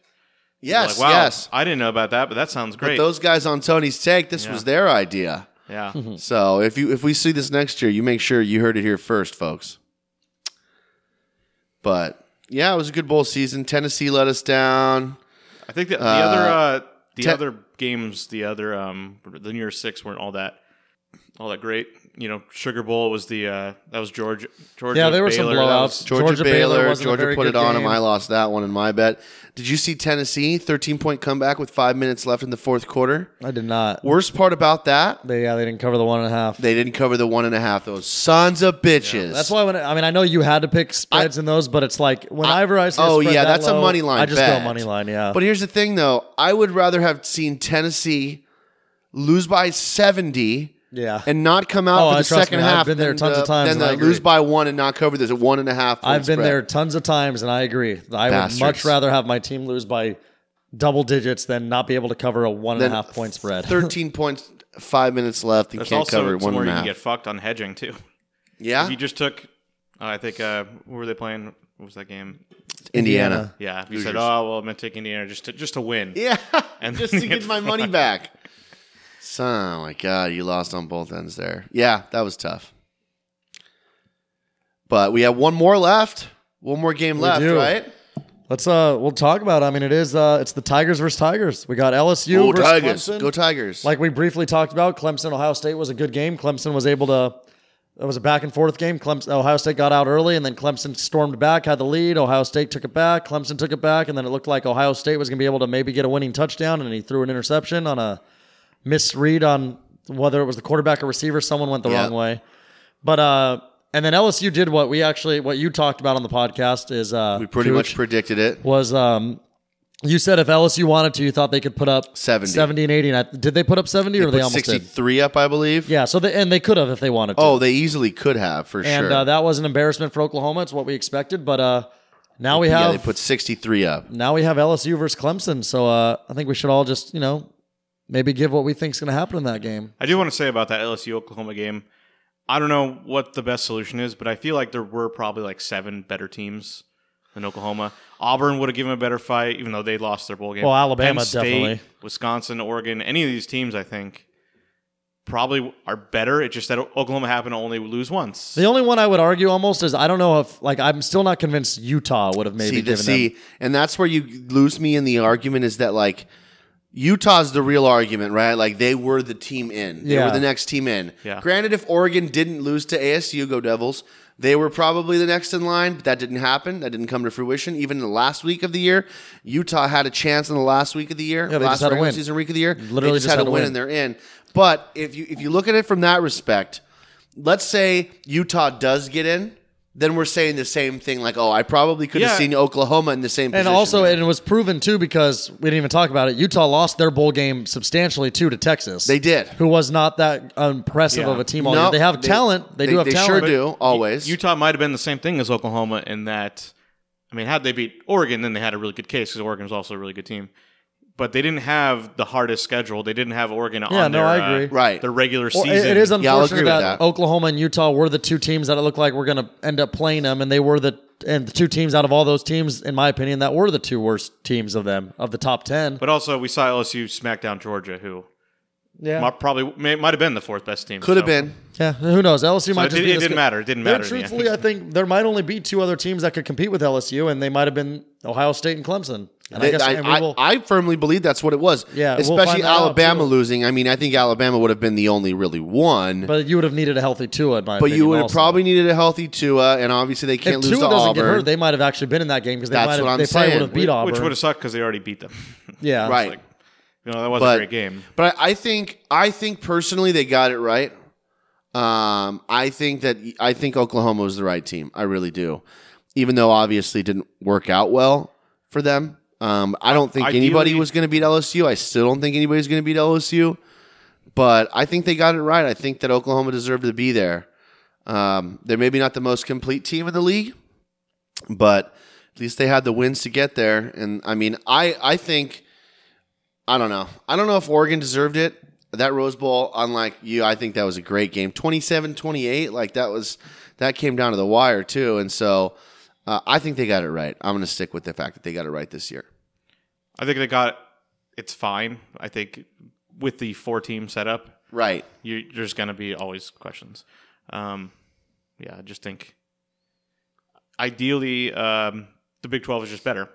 S4: Yes.
S3: like, wow,
S4: Yes.
S3: I didn't know about that, but that sounds
S4: But
S3: great.
S4: those guys on Tony's take, this was their idea.
S3: yeah.
S4: So if you if we see this next year, you make sure you heard it here first, folks. But yeah, it was a good bowl season. Tennessee let us down.
S3: I think that the
S4: Uh,
S3: other uh, the
S4: te-
S3: other games, the other um, the New Year Six weren't all that all that great. You know, Sugar Bowl was the uh, that was Georgia. Georgia
S2: Yeah, there were some
S3: Baylor, that was-
S2: blowouts.
S4: Georgia,
S2: Georgia Baylor
S4: Baylor,
S2: wasn't a
S4: Georgia
S2: very
S4: put
S2: good
S4: it on him.
S2: game.
S4: I lost that one in my bet. Did you see Tennessee? Thirteen point comeback with five minutes left in the fourth quarter.
S2: I did not.
S4: Worst part about that,
S2: They yeah, they didn't cover the one and a half.
S4: they didn't cover the one and a half. Those sons of bitches.
S2: That's why when I, I mean I know you had to pick spreads in those, but it's like whenever I, see a
S4: oh,
S2: spread
S4: yeah,
S2: that
S4: that's a
S2: low,
S4: money line
S2: I just
S4: bet.
S2: go money line. Yeah,
S4: But here's the thing, though. I would rather have seen Tennessee lose by 70
S2: yeah.
S4: and not come out
S2: Oh,
S4: for
S2: I-
S4: the
S2: trust
S4: second
S2: me, I've
S4: half
S2: been there
S4: than
S2: tons
S4: to-
S2: of times
S4: than
S2: and I
S4: to uh, lose
S2: agree.
S4: by one and not cover. There's a one and a half. point
S2: I've been
S4: spread.
S2: there tons of times, and I agree. I
S4: Bastards.
S2: would much rather have my team lose by double digits than not be able to cover a one and a
S4: Then
S2: half point spread.
S4: 13 points, five minutes left, and
S3: That's
S4: can't
S3: also
S4: cover
S3: some
S4: one
S3: where
S4: and
S3: you
S4: a
S3: can get
S4: half.
S3: fucked on hedging too.
S4: yeah,
S3: If you just took, uh, I think, uh, who were they playing? What was that game?
S4: Indiana.
S3: Yeah, if you said, "Oh, well, I'm gonna take Indiana just to just to win."
S4: Yeah,
S3: And
S4: just
S3: then
S4: to
S3: you
S4: get my money back. So, oh my God, you lost on both ends there. Yeah, that was tough. But we have one more left. One more game left,
S2: do.
S4: right?
S2: Let's uh, we'll talk about. It. I mean, it is uh, it's the Tigers versus Tigers. We got LSU
S4: Go
S2: versus
S4: Oh, Tigers.
S2: Clemson.
S4: Go Tigers.
S2: like we briefly talked about, Clemson Ohio State was a good game. Clemson was able to. It was a back and forth game. Clemson, Ohio State got out early, and then Clemson stormed back, had the lead. Ohio State took it back. Clemson took it back, and then it looked like Ohio State was going to be able to maybe get a winning touchdown, and he threw an interception on a misread on whether it was the quarterback or receiver. Someone went the
S4: Yeah.
S2: wrong way, but uh, and then LSU did what we actually what you talked about on the podcast is uh,
S4: we pretty
S2: Cooch
S4: much predicted it.
S2: was um. You said if LSU wanted to, you thought they could put up
S4: 70.
S2: 70 and 80. And I, did they put up 70 or
S4: Put
S2: they almost did?
S4: 63 up, I believe.
S2: Yeah, so they, and they could have if they wanted to.
S4: Oh, they easily could have for
S2: and
S4: sure.
S2: uh, that was an embarrassment for Oklahoma. It's what we expected, but uh, now we
S4: yeah,
S2: have
S4: they put 63 up.
S2: now we have LSU versus Clemson. So uh, I think we should all just you know maybe give what we think's going to happen in that game.
S3: I do want to say about that LSU Oklahoma game. I don't know what the best solution is, but I feel like there were probably like seven better teams than Oklahoma. Auburn would have given a better fight, even though they lost their bowl game.
S2: Well, Alabama
S3: Penn State,
S2: definitely.
S3: Wisconsin, Oregon, any of these teams, I think, probably are better. It's just that Oklahoma happened to only lose once.
S2: The only one I would argue almost is I don't know if like I'm still not convinced Utah would have maybe
S4: see, the,
S2: given
S4: see,
S2: them.
S4: and that's where you lose me in the argument is that like Utah's the real argument, right? Like they were the team in, they
S2: Yeah.
S4: were the next team in.
S3: Yeah.
S4: Granted, if Oregon didn't lose to ASU, go Devils. They were probably the next in line, but that didn't happen. That didn't come to fruition. Even in the last week of the year, Utah had a chance in the last week of the year,
S2: Yeah, they
S4: last
S2: just had to
S4: regular
S2: win.
S4: season week of the year.
S2: Literally
S4: they just, had, to win, and they're in. But if you if you look at it from that respect, let's say Utah does get in, then we're saying the same thing. Like, oh, I probably could
S3: Yeah.
S4: have seen Oklahoma in the same
S2: And
S4: position.
S2: also, and it was proven too because we didn't even talk about it. Utah lost their bowl game substantially too to Texas.
S4: They did.
S2: Who was not that impressive
S3: Yeah.
S2: of a team all
S4: No,
S2: year. They have
S4: they-
S2: talent. They,
S4: they-
S2: do have
S4: they sure
S2: talent.
S4: do. always.
S3: Utah might have been the same thing as Oklahoma in that, I mean, had they beat Oregon, then they had a really good case because Oregon was also a really good team. But they didn't have the hardest schedule. They didn't have Oregon
S2: Yeah,
S3: on
S2: no,
S3: their
S2: I agree.
S3: uh,
S4: Right.
S3: their regular
S2: Well,
S3: season.
S2: it- it is
S4: Yeah, I'll
S2: unfortunate
S4: agree with
S2: that,
S4: that.
S2: Oklahoma and Utah were the two teams that it looked like we're going to end up playing them, and they were the and the two teams out of all those teams, in my opinion, that were the two worst teams of them of the top ten.
S3: But also, we saw LSU smack down Georgia, who
S2: Yeah.
S3: Might- Probably may, might have been the fourth best team.
S4: Could have
S3: so-
S4: been.
S2: yeah. Who knows? LSU
S3: So
S2: might
S3: it,
S2: just
S3: did,
S2: be
S3: it
S2: this
S3: didn't
S2: good.
S3: matter. It didn't
S2: There,
S3: matter. in the end.
S2: truthfully, I think there might only be two other teams that could compete with LSU, and they might have been Ohio State and Clemson. And I
S4: They-
S2: guess
S4: I,
S2: and we
S4: I-
S2: will,
S4: I firmly believe that's what it was.
S2: Yeah, we'll
S4: especially
S2: find that out,
S4: Alabama
S2: too.
S4: losing. I mean, I think Alabama would have been the only really one. But,
S2: but you would have needed a healthy Tua, in my opinion.
S4: you would have
S2: also.
S4: probably needed a healthy Tua, and obviously they can't
S2: if
S4: lose
S2: Tua
S4: to
S2: doesn't
S4: Auburn.
S2: get hurt, they might have actually been in that game because they
S4: That's
S2: might have,
S4: what I'm
S2: they probably
S4: saying.
S2: would have beat Auburn.
S3: which would have sucked because they already beat them.
S2: yeah,
S4: right.
S3: like, you know, that was
S4: But-
S3: a great game.
S4: But I I think I think personally they got it right. Um, I think that I think Oklahoma was the right team. I really do, even though obviously it didn't work out well for them. Um, I don't think anybody
S3: Ideally-
S4: was going to beat LSU. I still don't think anybody's going to beat LSU. But I think they got it right. I think that Oklahoma deserved to be there. Um, they're maybe not the most complete team in the league, but at least they had the wins to get there. And I mean, I I think I don't know. I don't know if Oregon deserved it. That Rose Bowl, unlike you, I think that was a great game. 27-28, like that was that came down to the wire too. And so uh, I think they got it right. I'm going to stick with the fact that they got it right this year.
S3: I think they got it's fine. I think with the four team setup,
S4: Right.
S3: you, there's going to be always questions. Um, yeah, I just think ideally um, the Big 12 is just better,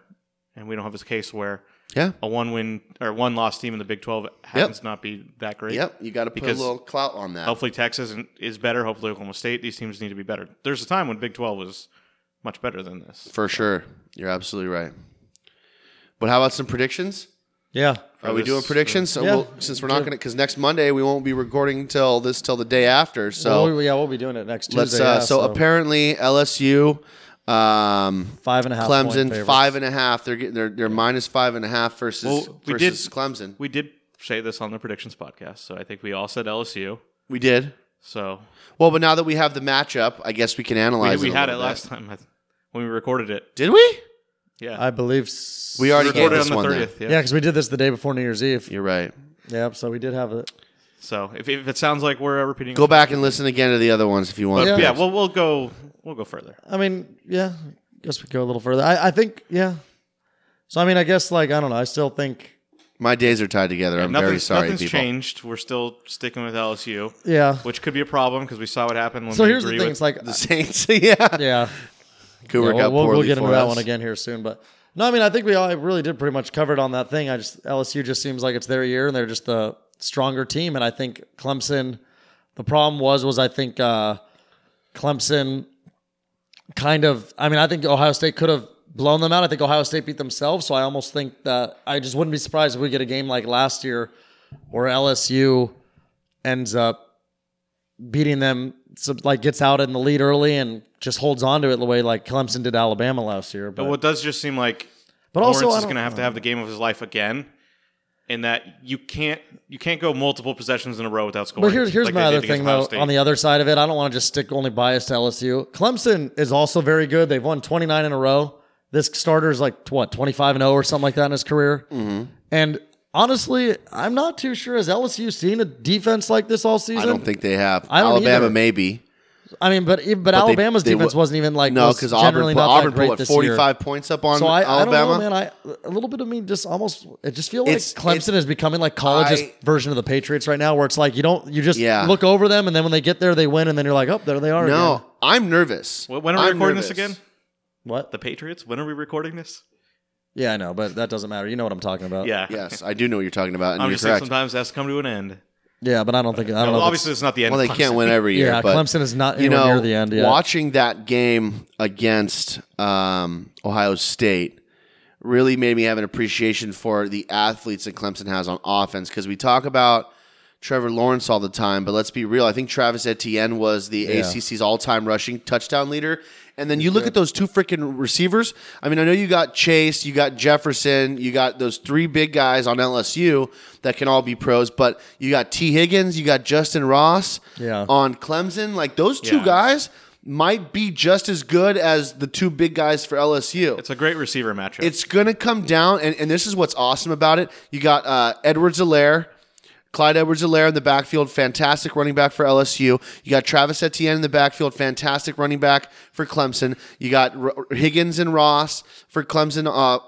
S3: and we don't have this case where
S4: Yeah.
S3: a one win or one loss team in the Big 12 happens to not be that great.
S4: Yep. You got to put
S3: Because-
S4: a little clout on that.
S3: Hopefully Texas and- is better. Hopefully Oklahoma State. These teams need to be better. There's a time when Big 12 was much better than this.
S4: For sure. You're absolutely right. But how about some predictions?
S2: yeah.
S4: Are we
S3: this-
S4: doing predictions? So
S2: Uh, Yeah.
S4: we'll, since we're not going to, because next Monday we won't be recording till this till the day after. So
S2: Well, we- yeah, we'll be doing it next Tuesday.
S4: let's. Uh,
S2: yeah,
S4: so, apparently LSU, um,
S2: five and a half. point
S4: Clemson
S2: favorites.
S4: five and a half. They're getting they're they're minus five and a half versus
S3: Well, we
S4: versus
S3: did-
S4: Clemson.
S3: We did say this on the predictions podcast, so I think we all said LSU.
S4: We did
S3: So
S4: well, but now that we have the matchup, I guess we can
S3: we,
S4: analyze.
S3: we
S4: it a
S3: had it
S4: little bit.
S3: last time I th- when we recorded it.
S4: Did we?
S3: Yeah,
S2: I believe s-
S4: We already gave
S3: recorded
S4: this
S3: on the
S4: one. then.
S3: thirtieth. Yeah.
S2: yeah, because we did this the day before New Year's Eve.
S4: You're right.
S2: Yep. So we did have it.
S3: So if, if it sounds like we're repeating,
S4: Go back and listen again to the other ones if you want.
S3: But yeah,
S2: Yeah.
S3: we'll we'll go we'll go further.
S2: I mean, yeah. I guess we go a little further. I, I think, yeah. So I mean, I guess like I don't know. I still think,
S4: My days are tied together. I'm very
S3: nothing's
S4: sorry,
S3: nothing's
S4: people.
S3: changed. We're still sticking with LSU,
S2: yeah.
S3: which could be a problem because we saw what happened when
S2: So
S3: we
S2: here's the
S3: agree
S2: thing.
S3: with
S2: It's like
S4: The Saints, yeah,
S2: yeah.
S4: could
S2: Yeah,
S4: work
S2: we'll,
S4: out
S2: we'll-
S4: poorly
S2: we'll get into
S4: for
S2: that
S4: us.
S2: one again here soon, but no, I mean, I think we all I really did pretty much cover it on that thing. I just LSU just seems like it's their year, and they're just the stronger team. And I think Clemson. The problem was was I think uh, Clemson kind of. I mean, I think Ohio State could have blown them out. I think Ohio State beat themselves, so I almost think that I just wouldn't be surprised if we get a game like last year where LSU ends up beating them so, like gets out in the lead early and just holds on to it the way like Clemson did Alabama last year. But,
S3: But what does just seem like
S2: but
S3: Lawrence
S2: also I
S3: is
S2: don't
S3: going to have to
S2: know.
S3: have the game of his life again, in that you can't you can't go multiple possessions in a row without scoring.
S2: But here's here's
S3: like they
S2: my
S3: did
S2: other
S3: against
S2: thing
S3: Ohio
S2: though.
S3: State.
S2: On the other side of it, I don't want to just stick only bias to LSU. Clemson is also very good. They've won 29 in a row. This starter is like what 25 and 0 or something like that in his career.
S4: Mm-hmm.
S2: And honestly, I'm not too sure. Has LSU seen a defense like this all season?
S4: I don't think they have.
S2: I don't
S4: Alabama
S2: either.
S4: maybe.
S2: I mean, but even, but,
S4: They-
S2: Alabama's
S4: they
S2: defense
S4: wa-
S2: wasn't even like
S4: no
S2: was
S4: because
S2: generally
S4: Auburn put,
S2: not
S4: Auburn
S2: that great
S4: put what
S2: this year.
S4: 45 points up on
S2: So I, I don't
S4: Alabama.
S2: know, man. I a little bit of me just almost it just feels like
S4: It's-
S2: Clemson is becoming like college's
S4: I-
S2: version of the Patriots right now, where it's like you don't you just
S4: Yeah.
S2: look over them and then when they get there they win and then you're like, oh, there they are.
S4: no,
S2: again.
S4: I'm nervous.
S3: Wh- when are we
S4: I'm
S3: recording this
S4: nervous.
S3: again?
S2: what?
S3: The Patriots. When are we recording this?
S2: yeah, I know, but that doesn't matter. You know what I'm talking about.
S3: Yeah.
S4: Yes, I do know what you're talking about, and
S3: I'm
S4: you're
S3: just saying
S4: correct.
S3: sometimes it has to come to an end.
S2: yeah, but I don't think I don't know.
S3: Well,
S2: if
S3: obviously, it's not the end.
S4: well, they
S3: of
S4: can't
S3: Clemson.
S4: win every year.
S2: Yeah,
S4: but,
S2: Clemson is not
S4: you
S2: anywhere
S4: know,
S2: near the end yet.
S4: Watching that game against um, Ohio State really made me have an appreciation for the athletes that Clemson has on offense because we talk about Trevor Lawrence all the time, but let's be real. I think Travis Etienne was the ACC's all-time rushing touchdown leader. And then you look at those two freaking receivers. I mean, I know you got Chase, you got Jefferson, you got those three big guys on LSU that can all be pros, but you got T. Higgins, you got Justin Ross
S2: Yeah.
S4: on Clemson. Like those two
S3: Yeah.
S4: guys might be just as good as the two big guys for LSU.
S3: It's a great receiver matchup.
S4: It's gonna come down, and, and this is what's awesome about it. You got uh, Edwards Alaire, Clyde Edwards Alaire in the backfield, fantastic running back for LSU. You got Travis Etienne in the backfield, fantastic running back for Clemson. You got R- Higgins and Ross for Clemson. Uh,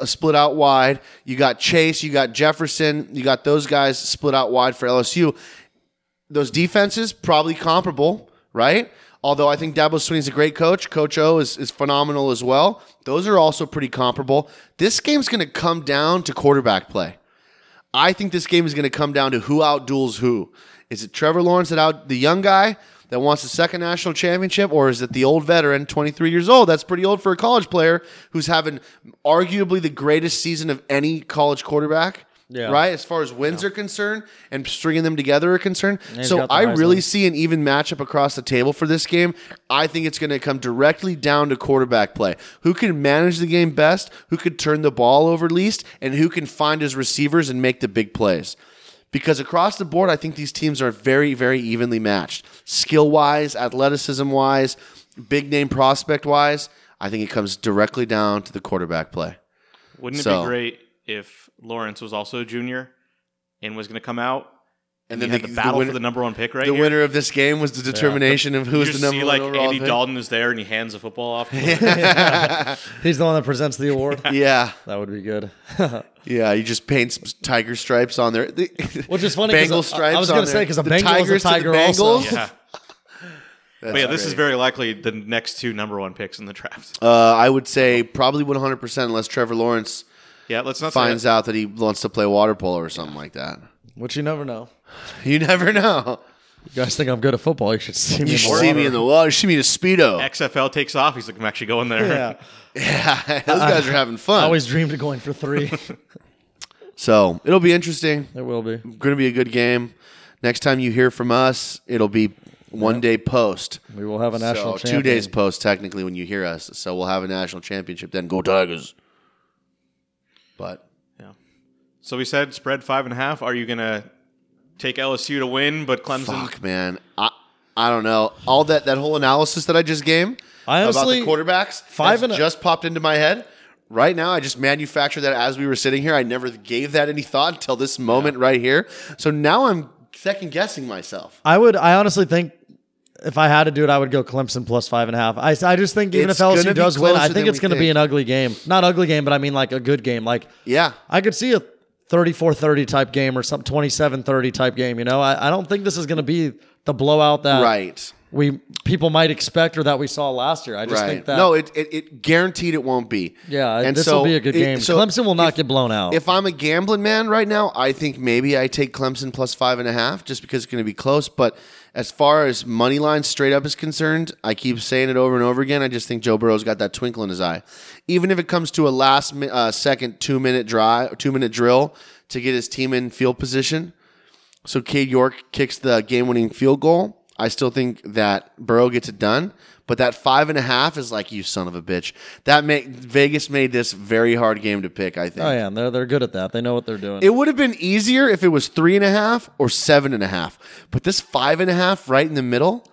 S4: a split out wide. You got Chase, you got Jefferson, you got those guys split out wide for LSU. Those defenses probably comparable, right? Although I think Dabo Sweeney's a great coach, Coach O is, is phenomenal as well. Those are also pretty comparable. This game's going to come down to quarterback play. I think this game is going to come down to who outduels who. Is it Trevor Lawrence that out the young guy that wants the second national championship, or is it the old veteran, 23 years old? That's pretty old for a college player who's having arguably the greatest season of any college quarterback.
S2: Yeah.
S4: Right, as far as wins are concerned and stringing them together are concerned.
S2: he's
S4: So
S2: got the
S4: I
S2: highs
S4: really
S2: on.
S4: see an even matchup across the table for this game. I think it's going to come directly down to quarterback play. Who can manage the game best, who could turn the ball over least, and who can find his receivers and make the big plays. Because across the board, I think these teams are very, very evenly matched. Skill wise, athleticism wise, big name prospect wise, I think it comes directly down to the quarterback play.
S3: Wouldn't it
S4: So-
S3: be great if Lawrence was also a junior and was going to come out and
S4: And
S3: then
S4: then
S3: had
S4: the-
S3: the,
S4: the
S3: battle
S4: winner-
S3: for the number one pick right
S4: the
S3: here?
S4: winner of this game was the determination of who
S3: You
S4: is the
S3: just
S4: number
S3: see
S4: one
S3: like
S4: overall
S3: Andy
S4: pick.
S3: Dalton is there and he hands the football off. to him.
S2: He's the one that presents the award.
S4: Yeah.
S2: that would be good.
S4: Yeah, you just paint some tiger stripes on there.
S2: Which is funny 'cause
S4: Bengal
S2: I- I
S4: stripes.
S2: was
S4: going
S2: gonna
S4: to
S2: say, 'cause a Bengal is a tiger also.
S3: yeah. But yeah, this is very likely the next two number one picks in the draft.
S4: Uh, I would say probably 100 percent unless Trevor Lawrence
S3: Yeah, let's not say
S4: finds
S3: that.
S4: out that he wants to play water polo or something like that.
S2: Which you never know.
S4: You never know.
S2: You guys think I'm good at football? You should see me.
S4: You
S2: in
S4: should
S2: the
S4: see
S2: water.
S4: me in the water. You should meet a speedo.
S3: XFL takes off. He's like, I'm actually going there.
S2: Yeah,
S4: Those guys are having fun.
S2: Uh, I always dreamed of going for three.
S4: So it'll be interesting.
S2: it will be.
S4: Going to be a good game. Next time you hear from us, it'll be one day post.
S2: We will have a national.
S4: so two
S2: champion.
S4: days post technically when you hear us. So we'll have a national championship then. Go Tigers! But
S3: So we said spread five and a half. Are you gonna take LSU to win, but Clemson?
S4: fuck, man, I I don't know. All that that whole analysis that I just gave
S2: I honestly-
S4: about the quarterbacks
S2: five
S4: has
S2: and a-
S4: just popped into my head. Right now, I just manufactured that as we were sitting here. I never gave that any thought until this moment right here. So now I'm second guessing myself.
S2: I would. I honestly think if I had to do it, I would go Clemson plus five and a half. I, I just think even
S4: It's
S2: if
S4: gonna
S2: LSU
S4: be
S2: does win, I
S4: closer
S2: think
S4: than
S2: it's
S4: we
S2: going to be
S4: think.
S2: an ugly game. Not ugly game, but I mean like a good game. Like
S4: Yeah,
S2: I could see a 34-30 type game or some 27-30 type game. You know, I, I don't think this is going to be the blowout that
S4: right.
S2: we people might expect or that we saw last year. I just
S4: Right.
S2: think that
S4: no, it, it it guaranteed it won't be.
S2: yeah, this will
S4: so
S2: be a good
S4: it-
S2: game.
S4: so
S2: Clemson will not
S4: if-
S2: get blown out.
S4: If I'm a gambling man right now, I think maybe I take Clemson plus five and a half just because it's going to be close. But as far as money line straight up is concerned, I keep saying it over and over again. I just think Joe Burrow's got that twinkle in his eye. Even if it comes to a last mi- uh, second two minute drive, two minute drill to get his team in field position, so Cade York kicks the game winning field goal. I still think that Burrow gets it done, but that five and a half is like you son of a bitch. That make Vegas made this very hard game to pick. I think.
S2: oh yeah, and they're they're good at that. They know what they're doing.
S4: It would have been easier if it was three and a half or seven and a half, but this five and a half right in the middle,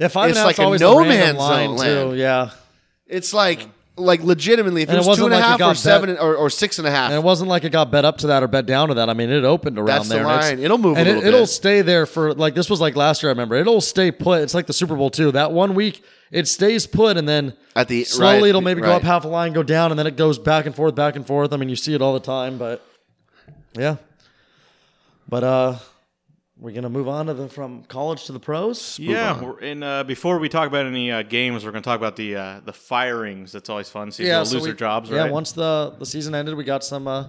S2: yeah, five and
S4: it's
S2: a half's
S4: like a
S2: always
S4: no
S2: the random
S4: man's
S2: line
S4: zone
S2: too.
S4: land.
S2: Yeah,
S4: it's like like legitimately if
S2: And
S4: it
S2: it
S4: was two
S2: wasn't
S4: and a
S2: like it
S4: half
S2: got
S4: or
S2: bet-
S4: seven and- or, or six and a half.
S2: And it wasn't like it got bet up to that or bet down to that. I mean, it opened around
S4: That's the
S2: there. and it's-
S4: line. It'll move a
S2: and
S4: little
S2: it, will
S4: bit.
S2: stay there for like this was like last year. I remember it'll stay put. It's like the Super Bowl too. That one week it stays put, and then
S4: At the-
S2: slowly
S4: right,
S2: it'll maybe go
S4: right.
S2: up half a line, go down, and then it goes back and forth, back and forth. I mean, you see it all the time, but yeah. But uh, we're gonna move on to the from college to the pros.
S3: Yeah, we're- and uh, before we talk about any uh, games, we're going to talk about the uh, the firings. That's always fun. See yeah,
S2: so
S3: loser
S2: we-
S3: jobs,
S2: Yeah,
S3: right?
S2: once the the season ended, we got some uh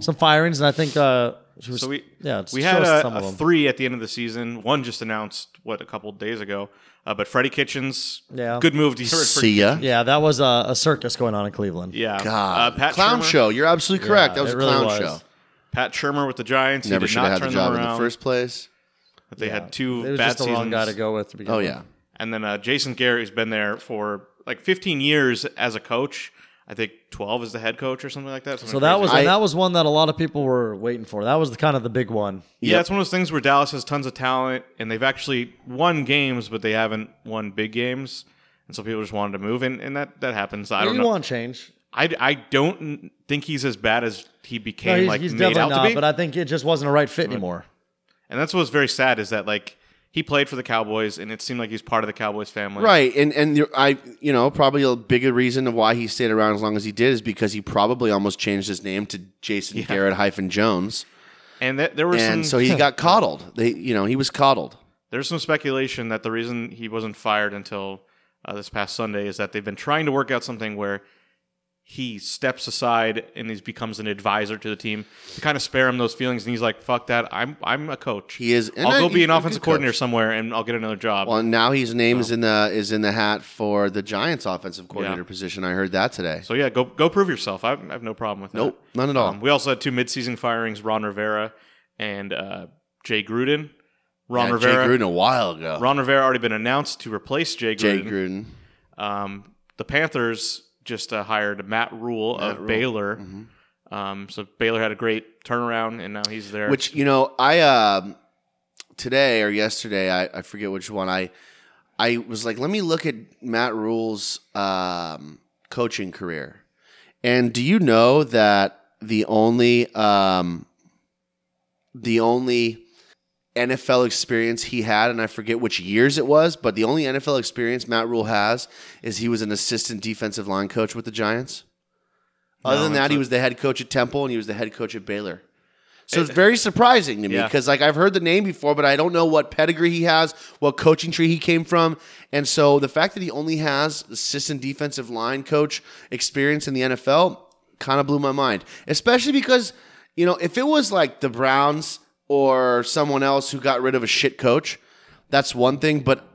S2: some firings, and I think uh, she was,
S3: so we
S2: yeah, it's
S3: we had
S2: just
S3: a,
S2: some of
S3: a
S2: them.
S3: three at the end of the season. One just announced what a couple days ago. Uh, but Freddie Kitchens,
S2: Yeah.
S3: good move to hear it.
S4: See ya.
S2: Yeah, that was a, a circus going on in Cleveland.
S3: yeah,
S4: God,
S3: Uh, Pat
S4: Ah, clown
S3: Shermer-
S4: show. You're absolutely correct.
S2: Yeah,
S4: that was
S2: it
S4: a
S2: really
S4: clown
S2: was.
S4: show.
S3: Pat Shermer with the Giants.
S4: Never
S3: he did
S4: should
S3: not
S4: have had
S3: turn
S4: the job
S3: them
S4: in
S3: around.
S4: the first place.
S3: They had two
S2: It was
S3: bad
S2: just the
S3: seasons.
S2: wrong guy to go with. To begin
S4: Oh
S2: with.
S4: yeah,
S3: And then uh, Jason Garrett has been there for like 15 years as a coach. I think 12 as the head coach or something like that.
S2: So that was
S4: I-
S2: that was one that a lot of people were waiting for. That was the kind of the big one.
S3: yeah, it's one of those things where Dallas has tons of talent and they've actually won games, but they haven't won big games. And so people just wanted to move, and, and that, that happens. I don't
S2: you
S3: know.
S2: want change?
S3: I, I don't n- think he's as bad as he
S2: No,
S3: became,
S2: he's,
S3: like
S2: he's
S3: made
S2: definitely
S3: out to
S2: not.
S3: be.
S2: But I think it just wasn't a right fit anymore.
S3: and that's what's very sad is that like he played for the Cowboys, and it seemed like he's part of the Cowboys family.
S4: Right, and and you're- I, you know, probably a bigger reason of why he stayed around as long as he did is because he probably almost changed his name to Jason Garrett hyphen Jones,
S3: And that there was
S4: and
S3: some
S4: so he got coddled. They, you know, he was coddled.
S3: There's some speculation that the reason he wasn't fired until uh, this past Sunday is that they've been trying to work out something where he steps aside and he becomes an advisor to the team to kind of spare him those feelings. And he's like, "Fuck that! I'm I'm a coach.
S4: He is. and
S3: I'll
S4: I-
S3: go be
S4: he's
S3: an
S4: a
S3: offensive
S4: good
S3: coordinator
S4: coach.
S3: somewhere and I'll get another job."
S4: Well, and now his name is in the is in the hat for the Giants' offensive coordinator
S3: Yeah.
S4: position. I heard that today.
S3: so yeah, go go prove yourself. I have, I have no problem with
S4: nope,
S3: that.
S4: none at all.
S3: Um, we also had two midseason firings: Ron Rivera and uh, Jay Gruden. Ron
S4: Yeah,
S3: Rivera.
S4: Jay Gruden a while ago.
S3: Ron Rivera already been announced to replace Jay Gruden.
S4: Jay Gruden.
S3: Um, the Panthers just uh, hired Matt Rule
S4: Matt
S3: of
S4: Rhule.
S3: Baylor.
S4: Mhm.
S3: Um, so Baylor had a great turnaround, and now he's there.
S4: Which you know, I um today or yesterday, I, I forget which one. I I was like, let me look at Matt Rule's um, coaching career. And do you know that the only um, the only NFL experience he had, and I forget which years it was, but the only NFL experience Matt Rule has is he was an assistant defensive line coach with the Giants.
S3: No,
S4: Other than that,
S3: that's
S4: he
S3: a-
S4: was the head coach at Temple and he was the head coach at Baylor. So it's very surprising to me
S3: Yeah.
S4: because like I've heard the name before, but I don't know what pedigree he has, what coaching tree he came from, and so the fact that he only has assistant defensive line coach experience in the NFL kind of blew my mind, especially because you know if it was like the Browns or someone else who got rid of a shit coach, that's one thing, but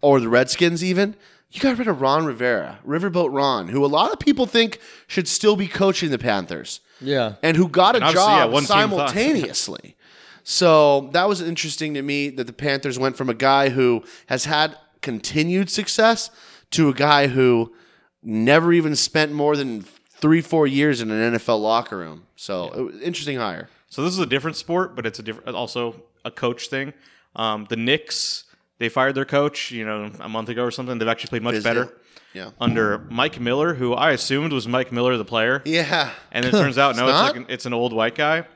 S4: or the Redskins even. You got rid of Ron Rivera, Riverboat Ron, who a lot of people think should still be coaching the Panthers
S2: Yeah.
S4: and who got a
S3: And obviously, yeah,
S4: job
S3: one team thought.
S4: simultaneously. so that was interesting to me that the Panthers went from a guy who has had continued success to a guy who never even spent more than three, four years in an NFL locker room. So it was interesting hire.
S3: so this is a different sport, but it's a different, also a coach thing. Um, the Knicks they fired their coach, you know, a month ago or something. They've actually played much
S4: Fizdale.
S3: better
S4: Yeah.
S3: under Mike Miller, who I assumed was Mike Miller the player,
S4: Yeah.
S3: and it turns out no, it's,
S4: not?
S3: like an, it's an old white guy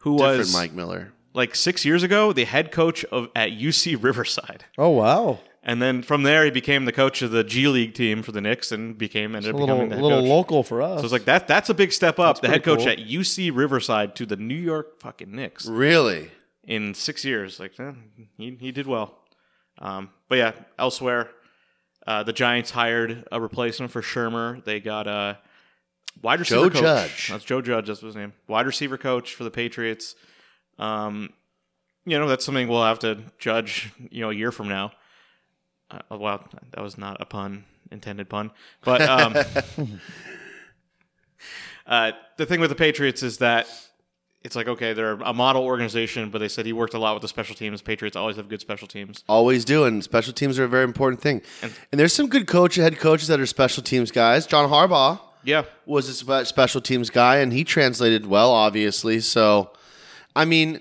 S3: who
S4: Different
S3: was
S4: Mike Miller.
S3: like six years ago the head coach of at UC Riverside.
S2: Oh wow.
S3: And then from there, he became the coach of the G League team for the Knicks, and became ended
S2: A
S3: up
S2: little
S3: becoming the head
S2: little
S3: coach.
S2: local for us.
S3: So it's like that. That's a big step up.
S2: That's
S3: the head coach
S2: pretty
S3: at UC Riverside to the New York fucking Knicks
S4: Really?
S3: in six years. Like eh, he he did well. Um, but yeah, elsewhere, uh, the Giants hired a replacement for Shermer. They got a wide receiver
S4: Joe
S3: coach.
S4: Judge.
S3: That's Joe Judge. That's his name. Wide receiver coach for the Patriots. Um, you know that's something we'll have to judge. You know, a year from now. Uh, well, that was not a pun, intended pun, but um, uh, the thing with the Patriots is that it's like okay, they're a model organization, but they said he worked a lot with the special teams. Patriots always have good special teams.
S4: Always do, and special teams are a very important thing. And, there's some good coach head coaches that are special teams guys. John Harbaugh
S3: Yeah,
S4: was a spe- special teams guy, and he translated well, obviously. So, I mean,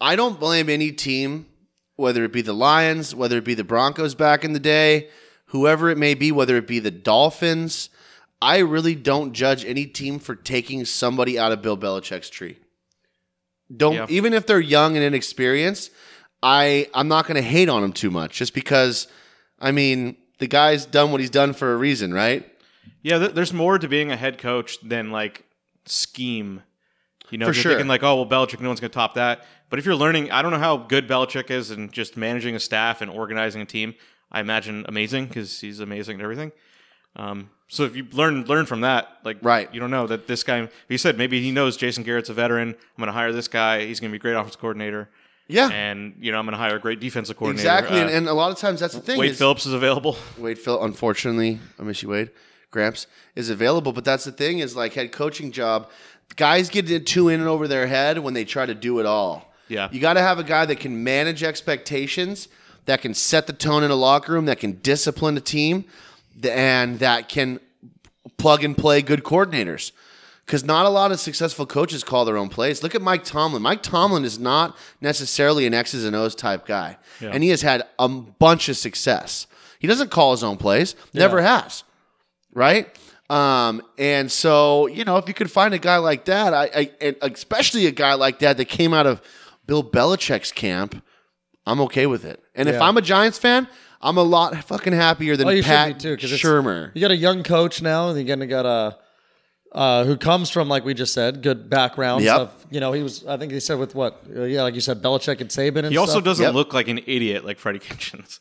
S4: I don't blame any team, whether it be the Lions, whether it be the Broncos back in the day, whoever it may be, whether it be the Dolphins. I really don't judge any team for taking somebody out of Bill Belichick's tree. Don't
S3: Yeah.
S4: even if they're young and inexperienced. I I'm not going to hate on him too much just because. I mean, the guy's done what he's done for a reason, right?
S3: yeah. Th- there's more to being a head coach than like scheme. You know,
S4: For
S3: if you're
S4: sure.
S3: thinking like, oh well, Belichick, no one's gonna top that. But if you're learning, I don't know how good Belichick is in just managing a staff and organizing a team. I imagine amazing because he's amazing at everything. Um, so if you learn learn from that, like
S4: Right.
S3: you don't know that this guy. He said maybe he knows Jason Garrett's a veteran. I'm gonna hire this guy. He's gonna be a great offensive coordinator.
S4: Yeah.
S3: and you know I'm going to hire a great defensive coordinator.
S4: Exactly,
S3: Uh,
S4: and, and a lot of times that's the thing.
S3: Wade
S4: is,
S3: Phillips is available.
S4: Wade Phil, unfortunately, I miss you, Wade. Gramps is available, but that's the thing is like head coaching job. Guys get it too in and over their head when they try to do it all.
S3: Yeah.
S4: you got to have a guy that can manage expectations, that can set the tone in a locker room, that can discipline a team, th- and that can plug and play good coordinators. Because not a lot of successful coaches call their own plays. Look at Mike Tomlin. Mike Tomlin is not necessarily an X's and O's type guy, and he has had a bunch of success. He doesn't call his own plays, never has, right? Um, and so you know, if you could find a guy like that, I, I and especially a guy like that that came out of Bill Belichick's camp, I'm okay with it. And if
S2: Yeah.
S4: I'm a Giants fan, I'm a lot fucking happier than
S2: Oh, you should
S4: Pat
S2: be too. Because
S4: Shermer.
S2: you got a young coach now, and you kind of got a uh, who comes from like we just said, good backgrounds.
S4: Yep.
S2: Of, you know, he was. I think he said with what? uh, Yeah, like you said, Belichick and Saban. And
S3: He also
S2: stuff.
S3: doesn't
S4: Yep.
S3: look like an idiot like Freddie Kitchens.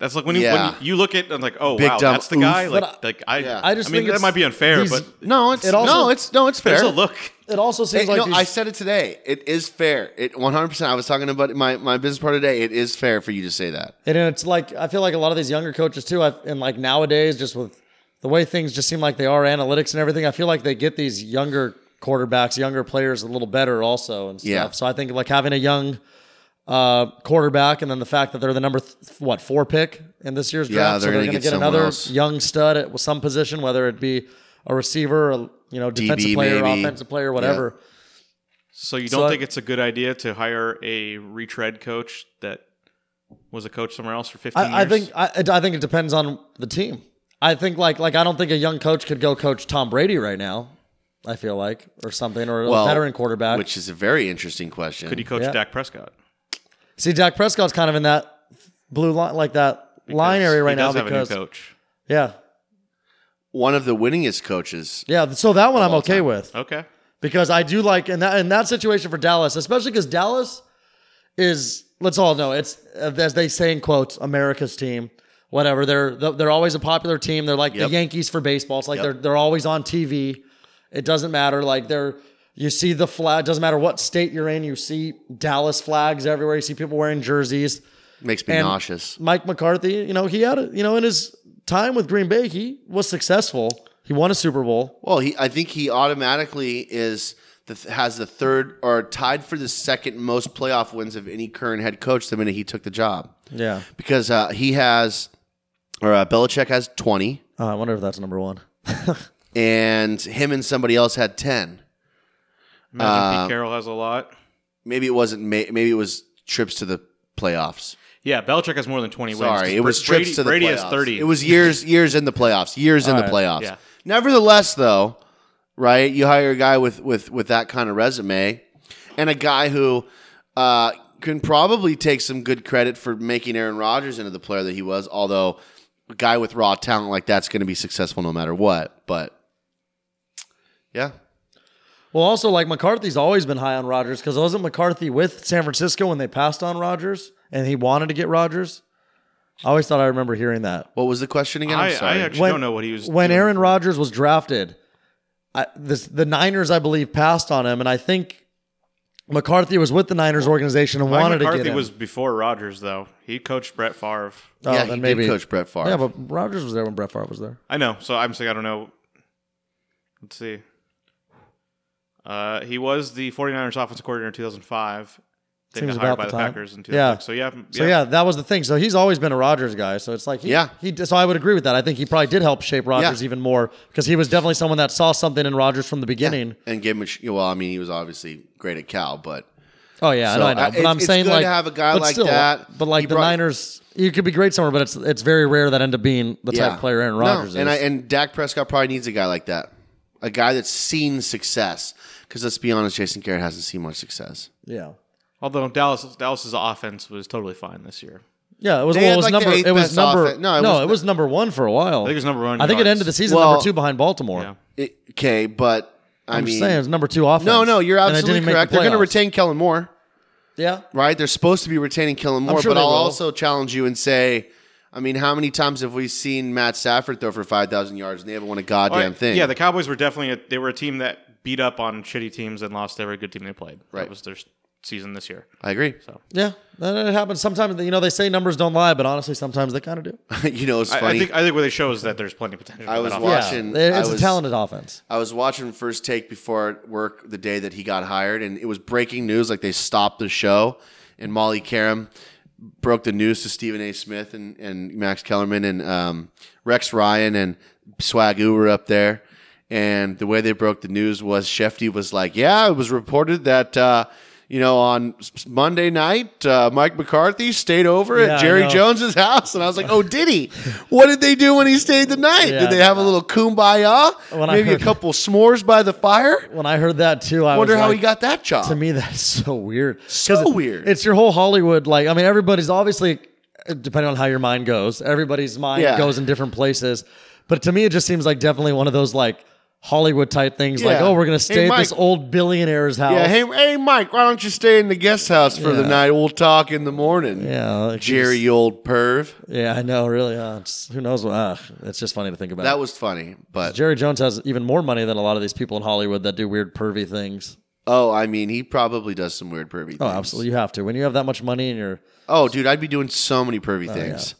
S3: That's like when you
S4: Yeah.
S3: when you look at I'm like, oh
S4: Big
S3: wow,
S4: dumb
S3: that's the
S4: oof.
S3: guy. Like,
S2: But I-
S3: like I,
S2: I
S3: I
S2: just
S3: just I mean
S2: think
S3: that
S2: it's-
S3: might be unfair,
S2: he's-
S3: but
S4: No, it's
S2: It also-
S4: no, it's no, it's fair.
S3: there's a look.
S2: It also seems
S4: Hey,
S2: like
S4: no,
S2: he's-
S4: I said it today. It is fair. It 100%. I was talking about my, my business part today. It is fair for you to say that.
S2: And it's like I feel like a lot of these younger coaches too. I've, and like nowadays, just with the way things just seem like they are analytics and everything, I feel like they get these younger quarterbacks, younger players a little better also and stuff.
S4: Yeah.
S2: So I think like having a young uh, quarterback, and then the fact that they're the number th- what four pick in this year's
S4: Yeah,
S2: draft, so
S4: they're
S2: they're
S4: gonna
S2: going to
S4: get
S2: get,
S4: someone
S2: another
S4: else.
S2: young stud at some position, whether it be a receiver, a you know defensive
S4: DB
S2: player,
S4: maybe.
S2: offensive player, whatever.
S3: So you don't
S2: So I-
S3: think it's a good idea to hire a retread coach that was a coach somewhere else for 15 years?
S2: I, I think I, it- I think it depends on the team. I think like like I don't think a young coach could go coach Tom Brady right now. I feel like or something or
S4: Well,
S2: a veteran quarterback.
S4: Which is a very interesting question.
S3: could he coach
S2: Yeah.
S3: Dak Prescott?
S2: See, Dak Prescott's kind of in that blue line, like that line area right
S3: he does
S2: now
S3: have
S2: because
S3: a new coach.
S2: yeah,
S4: One of the winningest coaches.
S2: yeah. So that one I'm okay with
S3: Okay.
S2: because I do like in that in that situation for Dallas, especially because Dallas is let's all know it's uh, as they say in quotes America's team. Whatever they're they're always a popular team. They're like
S4: Yep.
S2: the Yankees for baseball. It's like they're they're always on TV. It doesn't matter. Like they're you see the flag. Doesn't matter what state you're in. You see Dallas flags everywhere. You see people wearing jerseys.
S4: Makes me
S2: And
S4: nauseous.
S2: Mike McCarthy, you know, he had a, you know in his time with Green Bay, he was successful. He won a Super Bowl.
S4: Well, he I think he automatically is the, th- has the third or tied for the second most playoff wins of any current head coach the minute he took the job
S2: Yeah.
S4: because uh, he has or uh, Belichick has twenty
S2: Uh, I wonder if that's number one.
S4: and him and somebody else had ten.
S3: Imagine
S4: Uh,
S3: Pete Carroll has a lot.
S4: Maybe it wasn't. May, maybe it was trips to the playoffs.
S3: Yeah, Belichick has more than 20 wins.
S4: Sorry, it
S3: Bra-
S4: was
S3: Brady,
S4: trips to the
S3: Brady
S4: playoffs.
S3: has 30.
S4: It was years, years in the playoffs, years in the
S2: Alright,
S4: playoffs.
S3: yeah.
S4: Nevertheless, though, right? You hire a guy with with with that kind of resume, and a guy who uh, can probably take some good credit for making Aaron Rodgers into the player that he was. Although, a guy with raw talent like that's going to be successful no matter what. But yeah,
S2: Well, also like McCarthy's always been high on Rodgers because wasn't McCarthy with San Francisco when they passed on Rodgers and he wanted to get Rodgers? I always thought I remember hearing that
S4: what was the question again?
S3: I,
S4: I'm
S3: I
S4: sorry.
S3: actually
S2: When-
S3: don't know what he was
S2: when
S3: doing
S2: Aaron
S3: before.
S2: Rodgers was drafted. I, this, the Niners, I believe, passed on him, and I think McCarthy was with the Niners organization and
S3: Mike
S2: wanted to
S3: McCarthy
S2: get him.
S3: was before Rodgers, though. He coached Brett Favre.
S2: Oh,
S4: yeah,
S2: then
S4: he
S2: maybe-
S4: did coach Brett Favre.
S2: yeah, but Rodgers was there when Brett Favre was there.
S3: I know. So I'm saying I don't know. Let's see. Uh, he was the 49ers offensive coordinator in 2005. Then
S2: Seems
S3: got hired
S2: about
S3: by
S2: the
S3: the,
S2: time.
S3: Packers in
S2: Yeah.
S3: 2006. So yeah, yeah.
S2: So yeah. that was the thing. So he's always been a Rodgers guy. So it's like he,
S4: Yeah.
S2: he. So I would agree with that. I think he probably did help shape Rodgers even more because he was definitely someone that saw something in Rodgers from the beginning.
S4: and gave him. A, sh- well, I mean, he was obviously great at Cal, but.
S2: Oh yeah, I know,
S4: So,
S2: I know.
S4: uh,
S2: But
S4: it's-
S2: I'm
S4: it's
S2: saying
S4: good to
S2: like
S4: have a guy
S2: but
S4: like that.
S2: But like
S4: He
S2: the
S4: brought-
S2: Niners, you could be great somewhere, but it's it's very rare that end up being the type of player Aaron Rodgers
S4: no, and
S2: is.
S4: I, and Dak Prescott probably needs a guy like that, a guy that's seen success. Because let's be honest, Jason Garrett hasn't seen much success.
S2: yeah,
S3: Although Dallas Dallas's offense was totally fine this year.
S2: yeah. It was
S4: They
S2: well,
S4: had,
S2: it was
S4: like, the
S2: number
S4: eighth
S2: it was
S4: best
S2: number
S4: offense. No,
S2: no,
S4: it
S2: it
S4: was
S2: was, number one for a while.
S3: I think it was number one.
S2: I think it
S3: yards.
S2: ended the season
S4: Well-
S2: number two behind Baltimore.
S3: Yeah.
S4: It- okay, but I
S2: I'm
S4: mean,
S2: saying it's number two offense.
S4: no, no, you're
S2: And it
S4: absolutely
S2: didn't make
S4: correct.
S2: the
S4: They're going to
S2: playoffs.
S4: retain Kellen Moore,
S2: Yeah,
S4: right? They're supposed to be retaining Kellen Moore,
S2: sure
S4: but
S2: they
S4: I'll
S2: will.
S4: also challenge you and say. I mean, how many times have we seen Matt Stafford throw for five thousand yards and they haven't won a
S3: All
S4: goddamn
S3: right.
S4: thing?
S3: Yeah, the Cowboys were definitely a, they were a team that beat up on shitty teams and lost every good team they played.
S4: Right.
S3: That was their s- season this year.
S4: I agree.
S2: yeah. And it happens sometimes. You know, they say numbers don't lie, but honestly, sometimes they kind of do.
S4: you know, it's
S3: I,
S4: funny.
S3: I think I think what they show is that there's plenty of potential.
S4: I
S3: for
S4: was
S3: that
S4: watching-
S3: offense.
S4: Washington,
S2: Yeah, it's
S4: I
S2: a
S4: was-
S2: talented offense.
S4: I was watching First Take before work the day that he got hired, and it was breaking news. Like they stopped the show, and Molly Karam broke the news to Stephen A. Smith and, and Max Kellerman and um, Rex Ryan and Swagoo were up there. And the way they broke the news was Shefty was like, "Yeah, it was reported that uh, you know, on s- Monday night, uh, Mike McCarthy stayed over
S2: Yeah, I
S4: at Jerry
S2: know.
S4: Jones's house, and I was like, "Oh, did he? What did they do when he stayed the night?
S2: Yeah.
S4: Did they have a little kumbaya?
S2: When I
S4: Maybe a
S2: heard-
S4: couple s'mores by the fire?
S2: When I heard that too, I
S4: Wonder
S2: was
S4: how
S2: like,
S4: he got that job."
S2: To me, that's so weird. 'Cause
S4: So
S2: it-
S4: weird.
S2: It's your whole Hollywood. Like, I mean, everybody's obviously, depending on how your mind goes, everybody's mind
S4: Yeah.
S2: goes in different places. But to me, it just seems like definitely one of those like Hollywood type things. Like,
S4: Yeah.
S2: oh, we're gonna
S4: Hey,
S2: stay at this
S4: Mike.
S2: old billionaire's house.
S4: yeah, hey, hey, Mike, why don't you stay in the guest house for the
S2: Yeah.
S4: night? We'll talk in the morning.
S2: Yeah, like,
S4: Jerry, you old perv.
S2: Yeah, I know. Really, uh, it's- who knows? What, uh, it's just funny to think about.
S4: That was funny, but
S2: Jerry Jones has even more money than a lot of these people in Hollywood that do weird pervy things.
S4: oh, I mean, he probably does some weird pervy.
S2: Oh,
S4: things.
S2: absolutely. You have to. When you have that much money and you're
S4: Oh, dude, I'd be doing so many pervy things.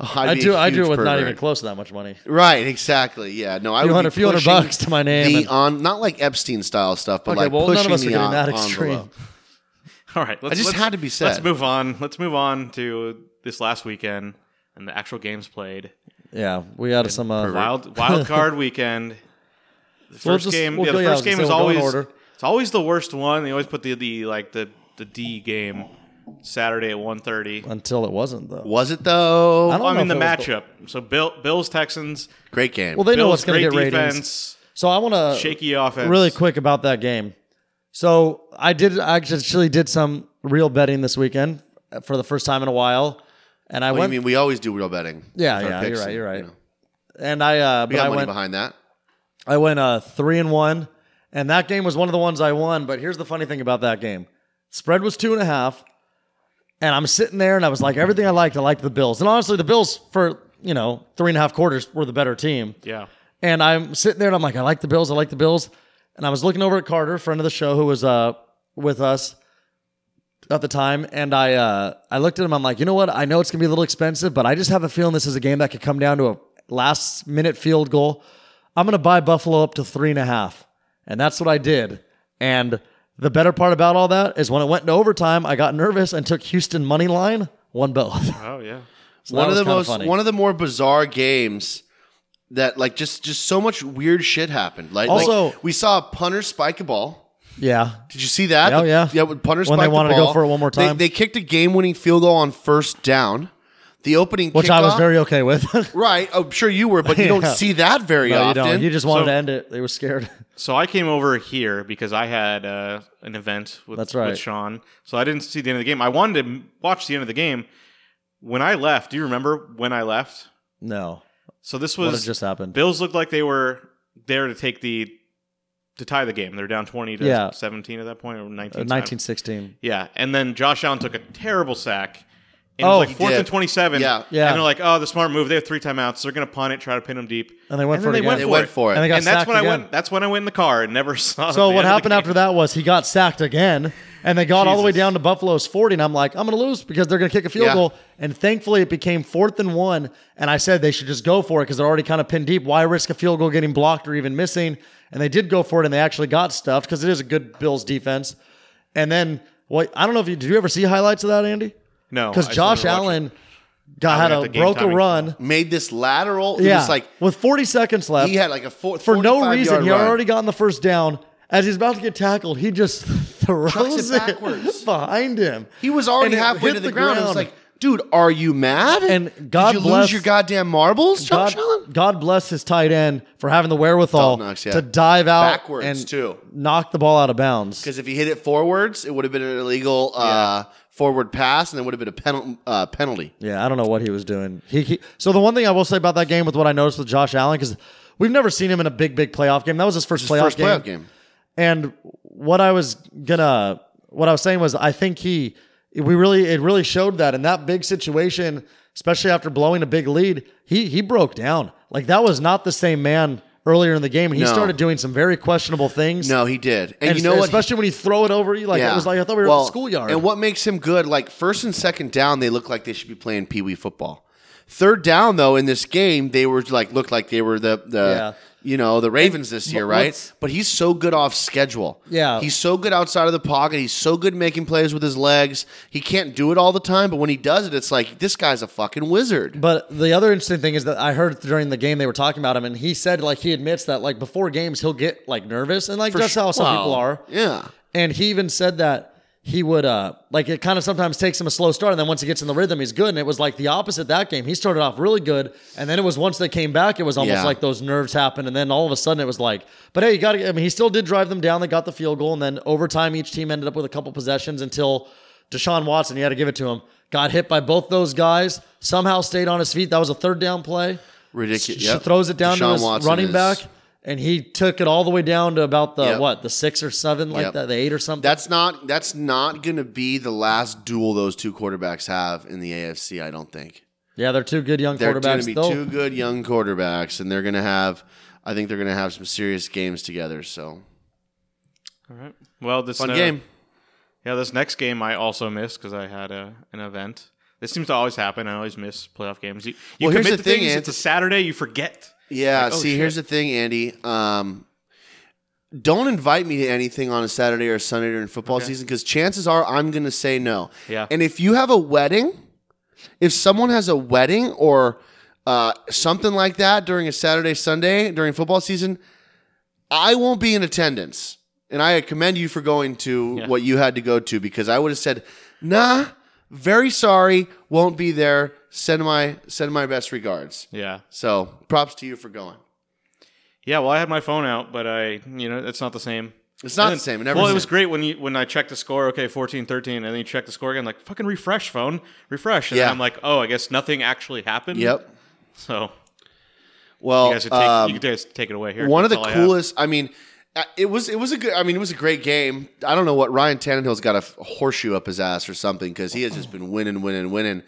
S4: Oh, I'd
S2: I
S4: be a
S2: do I do
S4: huge
S2: it with not
S4: pervert.
S2: even close to that much money.
S4: Right, exactly. Yeah, no, I
S2: Few
S4: would
S2: hundred-
S4: be
S2: few hundred
S4: pushing
S2: bucks to my name
S4: the
S2: and-
S4: on, not like Epstein style stuff, but
S2: Okay,
S4: like
S2: well
S4: pushing
S2: none of us are
S4: the
S2: getting
S4: on,
S2: that extreme.
S4: envelope.
S3: All right, let's,
S4: just
S3: let's-
S4: had to be said.
S3: Let's move on. Let's move on to this last weekend and the actual games played.
S2: Yeah, we had some uh,
S3: Wild wild card weekend. The 1st
S2: just-
S3: game,
S2: we'll
S3: yeah, the
S2: go- yeah, I was
S3: first
S2: gonna
S3: game
S2: say
S3: is
S2: we'll go in
S3: always
S2: order.
S3: it's always the worst one. They always put the, the like the the D game Saturday at 1.30.
S2: until it wasn't though.
S4: Was it though?
S2: I don't-
S3: Well, I mean the
S2: know if it
S3: matchup. So Bill, Bills Texans.
S4: Great game.
S2: Well, they know
S3: Bills
S2: what's going to
S3: great
S2: get ratings.
S3: defense,
S2: So I want to
S3: shaky offense.
S2: really quick about that game. So I did I actually did some real betting this weekend for the first time in a while, and I
S4: Well, you
S2: went
S4: mean we always do real betting?
S2: Yeah,
S4: with our
S2: yeah,
S4: picks
S2: you're right,
S4: and,
S2: you're right.
S4: you know,
S2: and I uh,
S4: we
S2: but
S4: got
S2: I
S4: money
S2: went
S4: behind that.
S2: I went uh, three and one, and that game was one of the ones I won. But here's the funny thing about that game: spread was two and a half, and I'm sitting there and I was like, everything I liked, I liked the Bills, and honestly, the Bills for you know three and a half quarters were the better team.
S3: Yeah.
S2: And I'm sitting there and I'm like, I like the Bills, I like the Bills, and I was looking over at Carter, friend of the show, who was uh with us at the time, and I uh I looked at him. I'm like, you know what? I know it's gonna be a little expensive, but I just have a feeling this is a game that could come down to a last minute field goal. I'm gonna buy Buffalo up to three and a half, and that's what I did. And the better part about all that is when it went into overtime, I got nervous and took Houston money line, won both.
S3: Oh yeah.
S2: So
S4: one
S2: that
S4: of
S2: was
S4: the
S2: kinda
S4: most
S2: funny.
S4: one of the more bizarre games that like just just so much weird shit happened. Like like,
S2: Also-
S4: we saw a punter spike a ball.
S2: yeah,
S4: Did you see that?
S2: Oh, yeah.
S4: yeah. When punter
S2: When
S4: spiked
S2: they wanted
S4: the
S2: to go
S4: ball,
S2: for it one more
S4: they-
S2: time.
S4: they, kicked a game-winning field goal on first down. The opening,
S2: which I was
S4: kickoff-
S2: very okay with.
S4: right. I'm sure you were, but you don't
S2: Yeah.
S4: see that very
S2: No, you
S4: often.
S2: don't. You just wanted
S3: So-
S2: to end it. They were scared.
S3: So I came over here because I had uh, an event with,
S2: That's right.
S3: with Sean. So I didn't see the end of the game. I wanted to m- watch the end of the game. When I left, do you remember when I left?
S2: No.
S3: So this
S2: What had
S3: was
S2: just happened?
S3: Bills looked like they were there to take the to tie the game. They're down twenty to
S2: Yeah. Uh,
S3: seventeen at that point or nineteen.
S2: Nineteen sixteen.
S3: Yeah, and then Josh Allen took a terrible sack. And
S2: Oh,
S3: it was
S2: he
S3: like fourth
S4: did.
S3: and twenty-seven.
S4: Yeah.
S2: Yeah.
S3: And they're like, "Oh, the smart move. They have three timeouts. They're going to punt it, try to pin them deep."
S2: And they went
S3: And
S2: for it
S3: then
S2: again.
S4: they went for it.
S2: And they got
S3: and that's
S2: sacked
S3: when I
S2: again.
S3: went. That's when I went in the car and never saw.
S2: So what happened after that was he got sacked again, and they got all the way down to Buffalo's forty, and I'm like, I'm gonna lose because they're gonna kick a field
S4: Yeah.
S2: goal. And thankfully, it became fourth and one, and I said they should just go for it because they're already kind of pinned deep. Why risk a field goal getting blocked or even missing? And they did go for it, and they actually got stuffed because it is a good Bills defense. And then what? I don't know if you did you ever see highlights of that, Andy?
S3: No,
S2: Because
S3: I still
S2: Josh
S3: remember watching
S2: Allen got had
S3: at
S2: a
S3: the game
S2: broke a
S3: timing.
S2: run.
S4: Made this lateral. It
S2: yeah,
S4: was like
S2: with 40 seconds left.
S4: he had like a four,
S2: for no reason, he had
S4: run.
S2: already gotten the first down. As he's about to get tackled, he just throws it,
S4: backwards.
S2: behind him.
S4: He was
S2: And
S4: already
S2: it
S4: halfway
S2: hit
S4: to the, ground. It was like, dude, are you mad?
S2: And
S4: Did
S2: God
S4: you
S2: bless-
S4: lose your goddamn marbles, Josh
S2: God,
S4: Allen.
S2: God bless his tight end for having the wherewithal
S4: Dalton Knox, yeah.
S2: to dive out
S4: Backwards,
S2: and
S4: too.
S2: knock the ball out of bounds.
S4: Because if he hit it forwards, it would have been an illegal uh, forward pass, and it would have been a penal- uh, penalty.
S2: Yeah, I don't know what he was doing. He, he so the one thing I will say about that game with what I noticed with Josh Allen because we've never seen him in a big big playoff game. That was his first, playoff,
S4: First
S2: game.
S4: playoff game.
S2: And what I was gonna, what I was saying was, I think he, we really, it really showed that in that big situation, especially after blowing a big lead, he he broke down. Like that was not the same man earlier in the game, and he
S4: No.
S2: started doing some very questionable things.
S4: No, he did. And,
S2: and
S4: you know what?
S2: especially when you throw it over you, like it was like I thought we were at
S4: Well,
S2: the schoolyard.
S4: And what makes him good? Like first and second down, they look like they should be playing pee wee football. Third down, though, in this game, they were like looked like they were the the
S2: Yeah.
S4: you know the Ravens this year,
S2: what's-
S4: right? But he's so good off schedule.
S2: Yeah.
S4: he's so good outside of the pocket. He's so good making plays with his legs. He can't do it all the time, but when he does it, it's like this guy's a fucking wizard.
S2: But the other interesting thing is that I heard during the game they were talking about him, and he said like he admits that like before games he'll get like nervous and like that's
S4: sure.
S2: how some
S4: Well,
S2: people are.
S4: Yeah,
S2: And he even said that he would uh like it kind of sometimes takes him a slow start and then once he gets in the rhythm he's good and it was like the opposite that game he started off really good and then it was once they came back it was almost
S4: Yeah.
S2: like those nerves happened and then all of a sudden it was like but hey you got to I mean he still did drive them down they got the field goal and then over time each team ended up with a couple possessions until Deshaun Watson you had to give it to him got hit by both those guys somehow stayed on his feet that was a third down play
S4: Ridicu-
S2: she
S4: yep.
S2: throws it down to
S4: Deshaun
S2: his
S4: Watson
S2: running
S4: is-
S2: back and he took it all the way down to about the
S4: Yep.
S2: what the 6 or 7 like
S4: Yep.
S2: that the 8 or something
S4: That's not that's not going to be the last duel those two quarterbacks have in the AFC. I don't think
S2: Yeah, they're two good young
S4: they're going
S2: quarterbacks.
S4: to be
S2: They'll-
S4: two good young quarterbacks, and they're going to have. I think they're going to have some serious games together. So
S3: All right. Well, this
S4: fun
S3: uh,
S4: game.
S3: Yeah, this next game I also missed because I had a, an event. This seems to always happen. I always miss playoff games. You, you
S4: Well, here's
S3: commit
S4: the
S3: to
S4: thing,
S3: things.
S4: Ant-
S3: It's a Saturday. You forget.
S4: Yeah.
S3: Like, oh,
S4: see, here's the thing, Andy. Um, don't invite me to anything on a Saturday or Sunday during football
S3: Okay.
S4: season because chances are I'm going to say no.
S3: Yeah.
S4: And if you have a wedding, if someone has a wedding or uh, something like that during a Saturday, Sunday during football season, I won't be in attendance. And I commend you for going to
S3: Yeah.
S4: what you had to go to because I would have said, nah, very sorry, won't be there. Send my send my best regards.
S3: Yeah.
S4: So props to you for going.
S3: Yeah. Well, I had my phone out, but I, you know, it's not the same.
S4: It's not
S3: And then-
S4: the same. It never
S3: well,
S4: is.
S3: it was great when you when I checked the score. Okay, 14, 13, and then you check the score again. Like fucking refresh phone, refresh. And
S4: Yeah.
S3: I'm like, oh, I guess nothing actually happened.
S4: Yep.
S3: So
S4: Well,
S3: you guys could take
S4: um,
S3: you guys take it away here.
S4: one of
S3: That's all
S4: the
S3: I have.
S4: coolest. I, mean, uh, it was it was a good. I mean, it was a great game. I don't know what Ryan Tannehill's got a f- horseshoe up his ass or something because he has just been winning, winning, winning.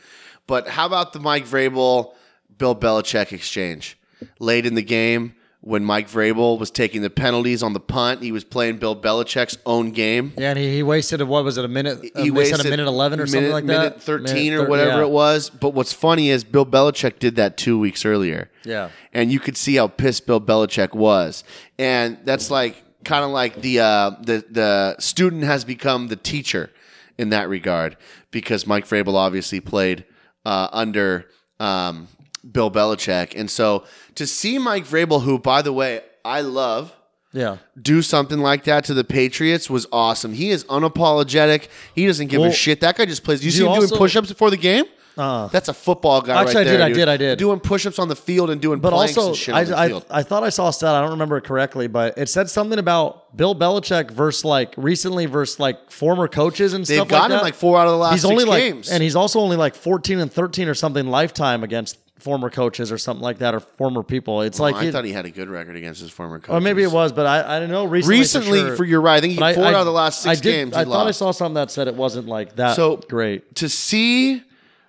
S4: But how about the Mike Vrabel, Bill Belichick exchange late in the game when Mike Vrabel was taking the penalties on the punt? He was playing Bill Belichick's own game.
S2: yeah, and he, he wasted a- what was it a minute? He wasted Um, a minute eleven or something
S4: minute-
S2: like that.
S4: Minute thirteen
S2: Minute
S4: or
S2: thir-
S4: whatever
S2: yeah.
S4: it was. But what's funny is Bill Belichick did that two weeks earlier.
S2: Yeah.
S4: and you could see how pissed Bill Belichick was, and that's like kind of like the uh, the the student has become the teacher in that regard because Mike Vrabel obviously played uh, under um, Bill Belichick, and so to see Mike Vrabel, who by the way I love
S2: Yeah,
S4: do something like that to the Patriots was awesome. He is unapologetic. He doesn't give
S2: Well,
S4: a shit. That guy just plays. You,
S2: do
S4: see
S2: you
S4: him
S2: also-
S4: doing push-ups before the game?
S2: Uh-uh.
S4: That's a football guy.
S2: Actually, I
S4: right
S2: did,
S4: there,
S2: I
S4: dude.
S2: did, I did.
S4: Doing push-ups on the field and doing
S2: but
S4: planks
S2: also
S4: and shit on the
S2: I, I
S4: field.
S2: I thought I saw a stat. I don't remember it correctly, but it said something about Bill Belichick versus like recently versus like former coaches and
S4: They've
S2: stuff like
S4: gotten
S2: that.
S4: him like four out of the last
S2: he's
S4: six
S2: only like,
S4: games.
S2: and he's also only like fourteen and thirteen or something lifetime against former coaches or something like that or former people. It's like
S4: Oh, I
S2: it-
S4: thought he had a good record against his former coach.
S2: or maybe it was, but I I don't know recently.
S4: recently
S2: for,
S4: for,
S2: sure.
S4: your right. I think he
S2: But I-
S4: four
S2: I-
S4: out of the last six
S2: I did-
S4: games. He
S2: I thought I
S4: lost.
S2: saw something that said it wasn't like that.
S4: So-
S2: great.
S4: to see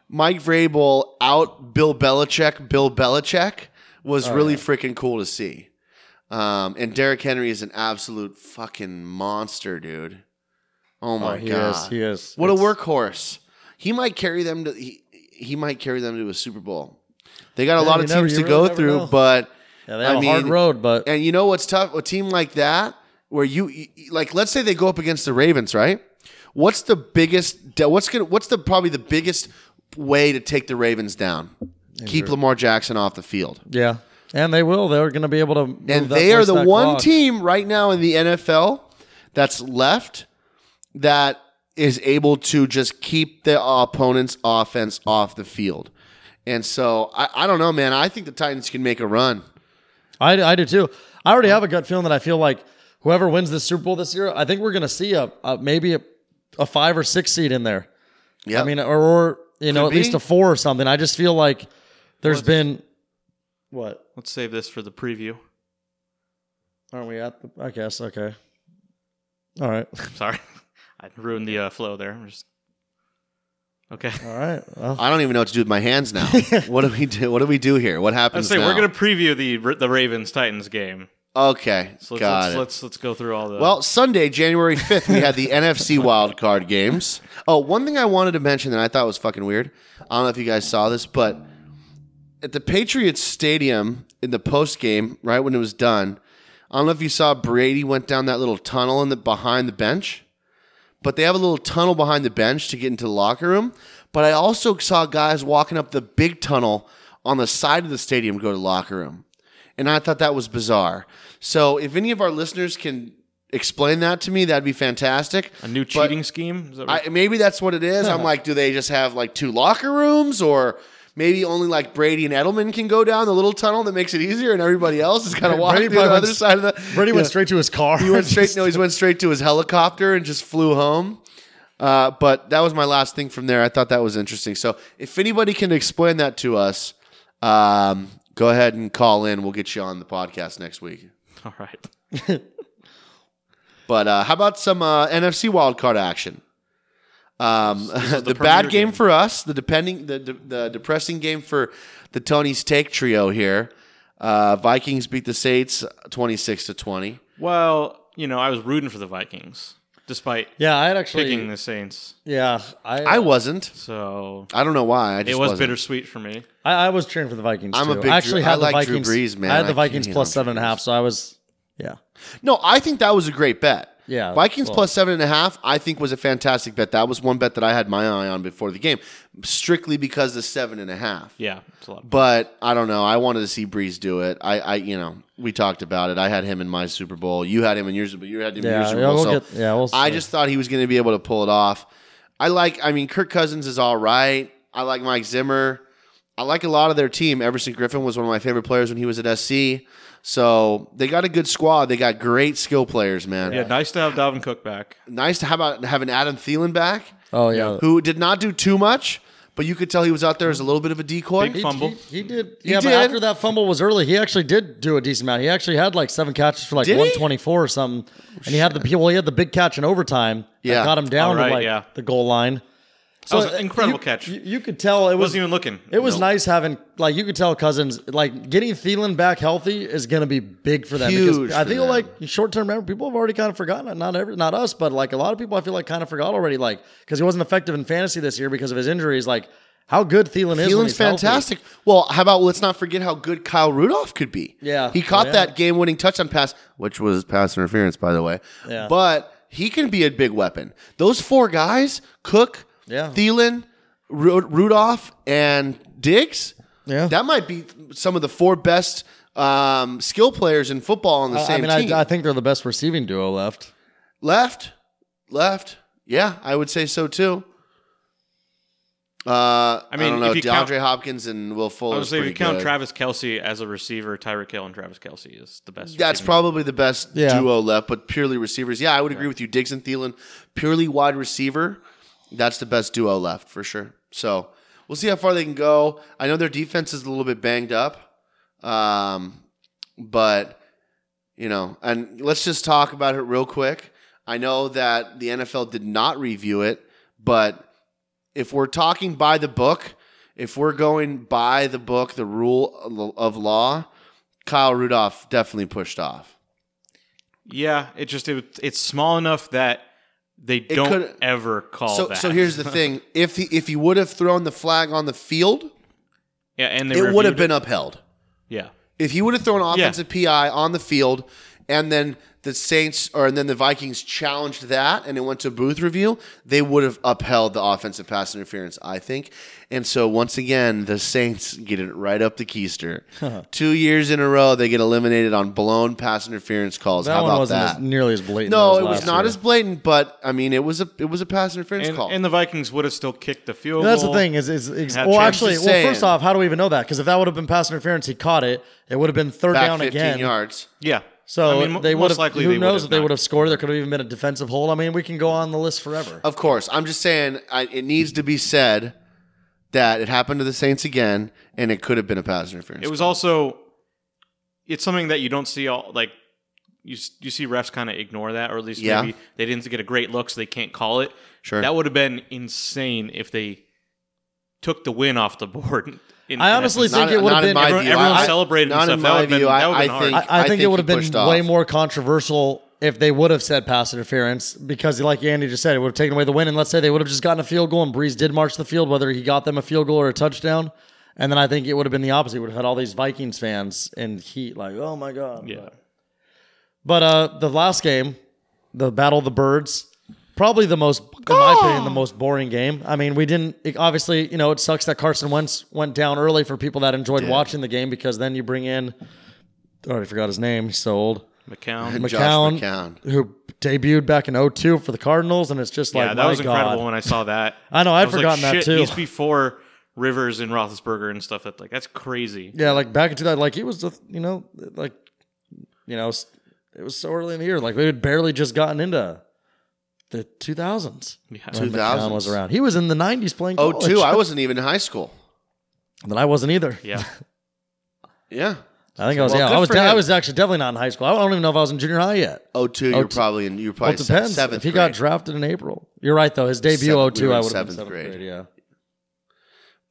S4: Mike Vrabel out Bill Belichick, Bill Belichick was
S2: Oh,
S4: really freaking cool to see. Um, and Derrick Henry is an absolute fucking monster, dude. Oh my
S2: he
S4: god,
S2: is, he is.
S4: What
S2: It's-
S4: a workhorse! He might carry them to he, he might carry them to a Super Bowl. They got a
S2: Yeah,
S4: lot
S2: you
S4: of
S2: never-
S4: teams
S2: you
S4: to
S2: really
S4: go
S2: never
S4: through,
S2: know.
S4: but
S2: Yeah, they have
S4: I
S2: a
S4: mean,
S2: hard road, but
S4: and you know what's tough? A team like that, where you you- like, let's say they go up against the Ravens, right? What's the biggest? What's gonna? What's the probably the biggest way to take the Ravens down? Keep Lamar Jackson off the field.
S2: yeah, and they will. They're going to be able to. move that-
S4: And they are
S2: place
S4: the
S2: that
S4: one
S2: clock.
S4: team right now in the NFL that's left that is able to just keep the opponent's offense off the field. And so I, I don't know, man. I think the Titans can make a run.
S2: I, I do too. I already have a gut feeling that I feel like whoever wins the Super Bowl this year, I think we're going to see a, a maybe a, a five or six seed in there.
S4: Yeah,
S2: I mean, or, or you know,
S4: Could
S2: at least
S4: be.
S2: a four or something. I just feel like there's been what
S3: Let's save this for the preview.
S2: aren't we at? The, I guess okay. All right,
S3: Sorry, I ruined the uh, flow there. I'm just okay.
S2: all right. Well,
S4: I don't even know what to do with my hands now. what do we do? What do we do here? What
S3: I'd
S4: happens?
S3: say
S4: now?
S3: we're gonna preview the the Ravens Titans game.
S4: Okay,
S3: So let's,
S4: got
S3: let's, uh,
S4: it.
S3: let's let's go through all the
S4: well, Sunday, January fifth, we had the NFC wild card games. Oh, one thing I wanted to mention that I thought was fucking weird. I don't know if you guys saw this, but at the Patriots Stadium in the post game, right when it was done, I don't know if you saw Brady went down that little tunnel in the behind the bench. But they have a little tunnel behind the bench to get into the locker room. But I also saw guys walking up the big tunnel on the side of the stadium to go to the locker room. And I thought that was bizarre. So if any of our listeners can explain that to me, that'd be fantastic.
S3: A new cheating scheme? Is that right?
S4: I, maybe that's what it is. I'm like, do they just have like two locker rooms or maybe only like Brady and Edelman can go down the little tunnel that makes it easier and everybody else is kind of
S2: Brady
S4: walking to the
S2: probably went
S4: other
S2: s-
S4: side of the
S2: Brady
S4: Yeah.
S2: went straight to his car.
S4: He went straight no, he went straight to his helicopter and just flew home. Uh, but that was my last thing from there. I thought that was interesting. So if anybody can explain that to us, um, go ahead and call in. We'll get you on the podcast next week.
S3: All right.
S4: But uh, how about some uh, NFC wildcard action? Um, the,
S3: is the
S4: bad
S3: premier
S4: game,
S3: game.
S4: for us, the depending, the, the the depressing game for the Tony's Take trio here. Uh, Vikings beat the Saints twenty six to twenty.
S3: Well, you know, I was rooting for the Vikings despite
S2: yeah, I had actually.
S3: picking the Saints.
S2: Yeah, I,
S4: I wasn't.
S3: So
S4: I don't know why. I just
S3: it was
S4: wasn't.
S3: bittersweet for me.
S2: I, I was cheering for the Vikings.
S4: I'm a
S2: too.
S4: big
S2: I actually
S4: Drew- I
S2: had the
S4: like Drew
S2: Vikings.
S4: Brees, man.
S2: I
S4: I
S2: had the
S4: can't
S2: Vikings
S4: hate
S2: plus
S4: on
S2: seven and a
S4: Drew
S2: half, so I was. Yeah,
S4: No, I think that was a great bet.
S2: Yeah,
S4: Vikings
S2: well-
S4: plus seven and a half, I think was a fantastic bet. That was one bet that I had my eye on before the game, strictly because the seven and a half.
S3: Yeah, it's a lot.
S4: But I don't know. I wanted to see Breeze do it. I, I, you know, we talked about it. I had him in my Super Bowl. You had him in yours, but you had him in your
S2: yeah,
S4: Super
S2: yeah,
S4: Bowl.
S2: we'll
S4: so
S2: get, yeah. We'll
S4: I
S2: see.
S4: just thought he was going to be able to pull it off. I like. I mean, Kirk Cousins is all right. I like Mike Zimmer. I like a lot of their team. Everson Griffin was one of my favorite players when he was at SC. So they got a good squad. They got great skill players, man.
S3: yeah, nice to have Dalvin Cook back.
S4: Nice to have about having Adam Thielen back,
S2: Oh yeah.
S4: who did not do too much, but you could tell he was out there as a little bit of a decoy.
S3: Big fumble.
S2: He, he did. yeah,
S4: did.
S2: but after that fumble was early, he actually did do a decent amount. He actually had like seven catches for like
S4: Did he?
S2: 124 or something. And he had the well, he had the big catch in overtime.
S4: Yeah.
S2: that got him down
S3: All Oh, right,
S2: to like
S3: yeah.
S2: the goal line.
S3: That was
S2: uh,
S3: an incredible
S2: you-
S3: catch.
S2: You, you could tell it was
S3: Wasn't even looking.
S2: It was
S3: Nope.
S2: nice having like you could tell Cousins like getting Thielen back healthy is going to be big for them
S4: Huge
S2: because I
S4: for
S2: feel
S4: them.
S2: like short term memory people have already kind of forgotten it. not every not us but like a lot of people I feel like kind of forgot already like because he wasn't effective in fantasy this year because of his injuries like how good Thielen is when
S4: Thielen's
S2: he's healthy.
S4: fantastic. Well, how about let's not forget how good Kyle Rudolph could be.
S2: Yeah. Oh,
S4: He caught
S2: Yeah.
S4: that game winning touchdown pass, which was pass interference, by the way.
S2: Yeah.
S4: But he can be a big weapon. Those four guys Cook,
S2: Yeah.
S4: Thielen, Ru- Rudolph, and Diggs.
S2: Yeah.
S4: That might be some of the four best um, skill players in football on the
S2: I-
S4: same
S2: I mean,
S4: team.
S2: I, I think they're the best receiving duo left.
S4: Left, left. Yeah, I would say so too. Uh, I mean,
S3: mean,
S4: I don't know.
S3: if you
S4: DeAndre
S3: count-
S4: Hopkins and Will Fuller.
S3: I would say if you count
S4: good.
S3: Travis Kelsey as a receiver, Tyreek Hill and Travis Kelsey is the best.
S4: That's
S3: receiving.
S4: probably the best
S2: Yeah.
S4: duo left, but purely receivers. Yeah, I would agree with you. Diggs and Thielen, purely wide receiver. That's the best duo left for sure. So we'll see how far they can go. I know their defense is a little bit banged up, um, but you know, and let's just talk about it real quick. I know that the NFL did not review it, but if we're talking by the book, if we're going by the book, the rule of law, Kyle Rudolph definitely pushed off.
S3: Yeah, it just it, it's small enough that they don't
S4: could-
S3: ever call
S4: so
S3: that.
S4: so here's the thing: if he if he would have thrown the flag on the field,
S3: yeah, and they
S4: it would have
S3: reviewed
S4: been upheld.
S3: yeah.
S4: If he would have thrown offensive PI on the field, and then the Saints or and then the Vikings challenged that, and it went to booth review, they would have upheld the offensive pass interference, I think. And so once again, the Saints get it right up the keister. Two years in a row, they get eliminated on blown pass interference calls.
S2: That
S4: How
S2: one
S4: about
S2: wasn't
S4: that?
S2: As, nearly as blatant.
S4: no,
S2: as
S4: it was
S2: last
S4: not
S2: year.
S4: as blatant, but I mean, it was a it was a pass interference
S3: And,
S4: call.
S3: and the Vikings would have still kicked the field.
S2: That's the
S3: goal.
S2: thing is, is ex-
S3: Had
S2: well,
S3: chances.
S2: actually,
S4: Just
S2: well,
S4: saying.
S2: first off, how do we even know that? Because if that would have been pass interference, he caught it. It would have been third
S4: back
S2: down
S4: 15
S2: again.
S4: yards.
S3: Yeah.
S2: So
S3: I mean, mo-
S2: they would
S3: most
S2: have.
S3: likely
S2: who
S3: they
S2: knows if they
S3: not.
S2: would have scored? There could have even been a defensive hold. I mean, we can go on the list forever.
S4: Of course, I'm just saying I, it needs to be said that it happened to the Saints again, and it could have been a pass interference.
S3: It was also it's something that you don't see all like you s- you see refs kind of ignore that or at least
S4: Yeah.
S3: maybe they didn't get a great look so they can't call it.
S4: Sure.
S3: That would have been insane if they took the win off the board. in-
S2: I
S3: in
S2: honestly
S3: essence.
S2: think it would have been.
S3: Everyone- everyone celebrated and
S4: not
S3: stuff.
S4: in
S3: That
S4: my
S3: would've been-
S4: view,
S3: that would've
S4: I,
S3: been
S4: I
S3: hard.
S4: think,
S2: I, I, think, it would have
S4: he
S2: been
S4: pushed off.
S2: way more controversial if they would have said pass interference because, like Andy just said, it would have taken away the win. And let's say they would have just gotten a field goal and Breeze did march the field, whether he got them a field goal or a touchdown. And then I think it would have been the opposite. Would have had all these Vikings fans in heat, like, oh my god.
S3: yeah.
S2: But uh, the last game, the Battle of the Birds, probably the most, in my opinion, the most boring game. I mean, we didn't it- obviously, you know, it sucks that Carson Wentz went down early for people that enjoyed watching the game because then you bring in, I already forgot his name. He's so old.
S3: McCown.
S4: And Josh
S2: McCown,
S4: McCown.
S2: who debuted back in 02 for the Cardinals, and it's just
S3: yeah,
S2: like
S3: that
S2: my
S3: was incredible
S2: God.
S3: when I saw that.
S2: I know, I'd
S3: was like,
S2: forgotten that
S3: "Shit,
S2: too."
S3: He's before Rivers and Roethlisberger and stuff. That like that's crazy.
S2: Yeah, like back into that, like he was, the- you know, like you know, s- it was so early in the year, like they had barely just gotten into the 2000s.
S3: Yeah.
S2: when
S4: 2000s.
S2: McCown was around. He was in the 90s playing.
S4: Oh,
S2: college.
S4: two. I wasn't even in high school.
S2: Then I wasn't either.
S3: Yeah.
S4: Yeah.
S2: I think I was.
S4: Well,
S2: yeah,
S4: good
S2: I was.
S4: for
S2: de- I
S4: him.
S2: was actually definitely not in high school. I don't even know if I was in junior high yet.
S4: Oh, two. You're
S2: Oh, two.
S4: probably in. You're
S2: Well,
S4: probably
S2: it depends.
S4: seventh.
S2: If he
S4: grade.
S2: got drafted in April, you're right though. His debut
S4: Seventh- we
S2: 02,
S4: were in
S2: I would have
S4: seventh
S2: been seventh
S4: grade.
S2: grade. Yeah,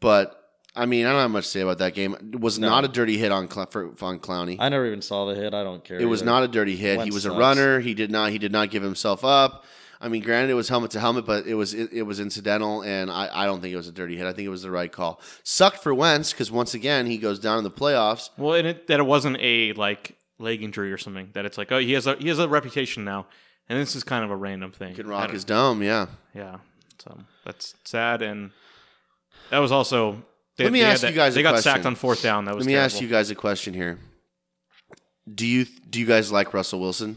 S4: but I mean, I don't have much to say about that game. It was not a dirty hit on Cl- for, on Clowney.
S2: I never even saw the hit. I don't care.
S4: it was
S2: either.
S4: not a dirty hit. he
S2: Wentz
S4: was a
S2: sucks.
S4: runner. He did not. He did not give himself up. I mean, granted, it was helmet to helmet, but it was it, it was incidental, and I, I don't think it was a dirty hit. I think it was the right call. Sucked for Wentz because once again he goes down in the playoffs.
S3: Well, and it, that it wasn't a like leg injury or something. That it's like oh he has a he has a reputation now, and this is kind of a random thing.
S4: Can
S3: I
S4: rock
S3: don't-
S4: his dome. Yeah.
S3: Yeah. So that's sad, and that was also. They,
S4: Let me
S3: they had
S4: ask you
S3: that-
S4: guys a
S3: They got
S4: question.
S3: sacked on fourth down. That was.
S4: Let me
S3: terrible.
S4: ask you guys a question here. Do you do you guys like Russell Wilson?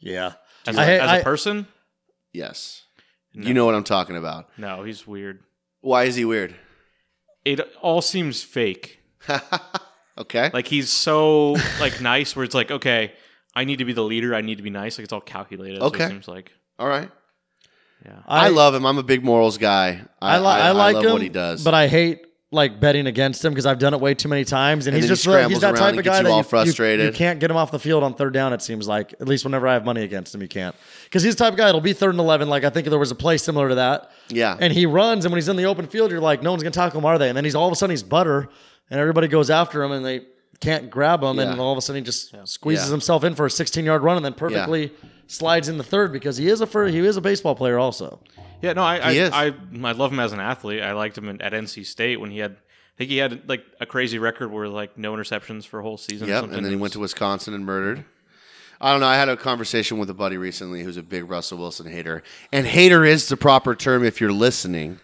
S2: Yeah.
S3: as,
S2: I
S3: a-
S2: hate-
S3: as a
S2: I-
S3: person.
S4: Yes.
S3: No.
S4: You know what I'm talking about.
S3: No, he's weird.
S4: Why is he weird?
S3: It all seems fake.
S4: okay.
S3: Like he's so like nice, where it's like, okay, I need to be the leader. I need to be nice. Like it's all calculated. is what
S4: Okay.
S3: it seems like.
S4: All right.
S3: Yeah.
S4: I, love him. I'm a big morals guy. I,
S2: I, li- I,
S4: I- I
S2: like
S4: love
S2: him,
S4: what he does.
S2: but I hate like betting against him because I've done it way too many times, and,
S4: And
S2: he's
S4: then he
S2: just like- he's
S4: scrambles
S2: that
S4: around
S2: type
S4: and
S2: of
S4: gets
S2: guy
S4: you
S2: that
S4: all
S2: you- you- You,
S4: frustrated.
S2: can't get him off the field on third down. It seems like at least whenever I have money against him, you can't because he's the type of guy. It'll be third and eleven. Like I think there was a play similar to that,
S4: yeah.
S2: and he runs, and when he's in the open field, you're like, no one's gonna tackle him, are they? And then he's all of a sudden he's butter, and everybody goes after him, and they can't grab him, and
S4: Yeah.
S2: all of a sudden he just squeezes
S4: Yeah.
S2: himself in for a 16 yard run, and then perfectly. Slides in the third because he is a fir- he is a baseball player also.
S3: Yeah. No, I I,
S4: He is.
S3: I I love him as an athlete. I liked him in, at NC State when he had. I think he had like a crazy record where like no interceptions for a whole season. or
S4: yep.
S3: something.
S4: And then he
S3: It
S4: went to
S3: was-
S4: Wisconsin and murdered. I don't know. I had a conversation with a buddy recently who's a big Russell Wilson hater. And hater is the proper term if you're listening.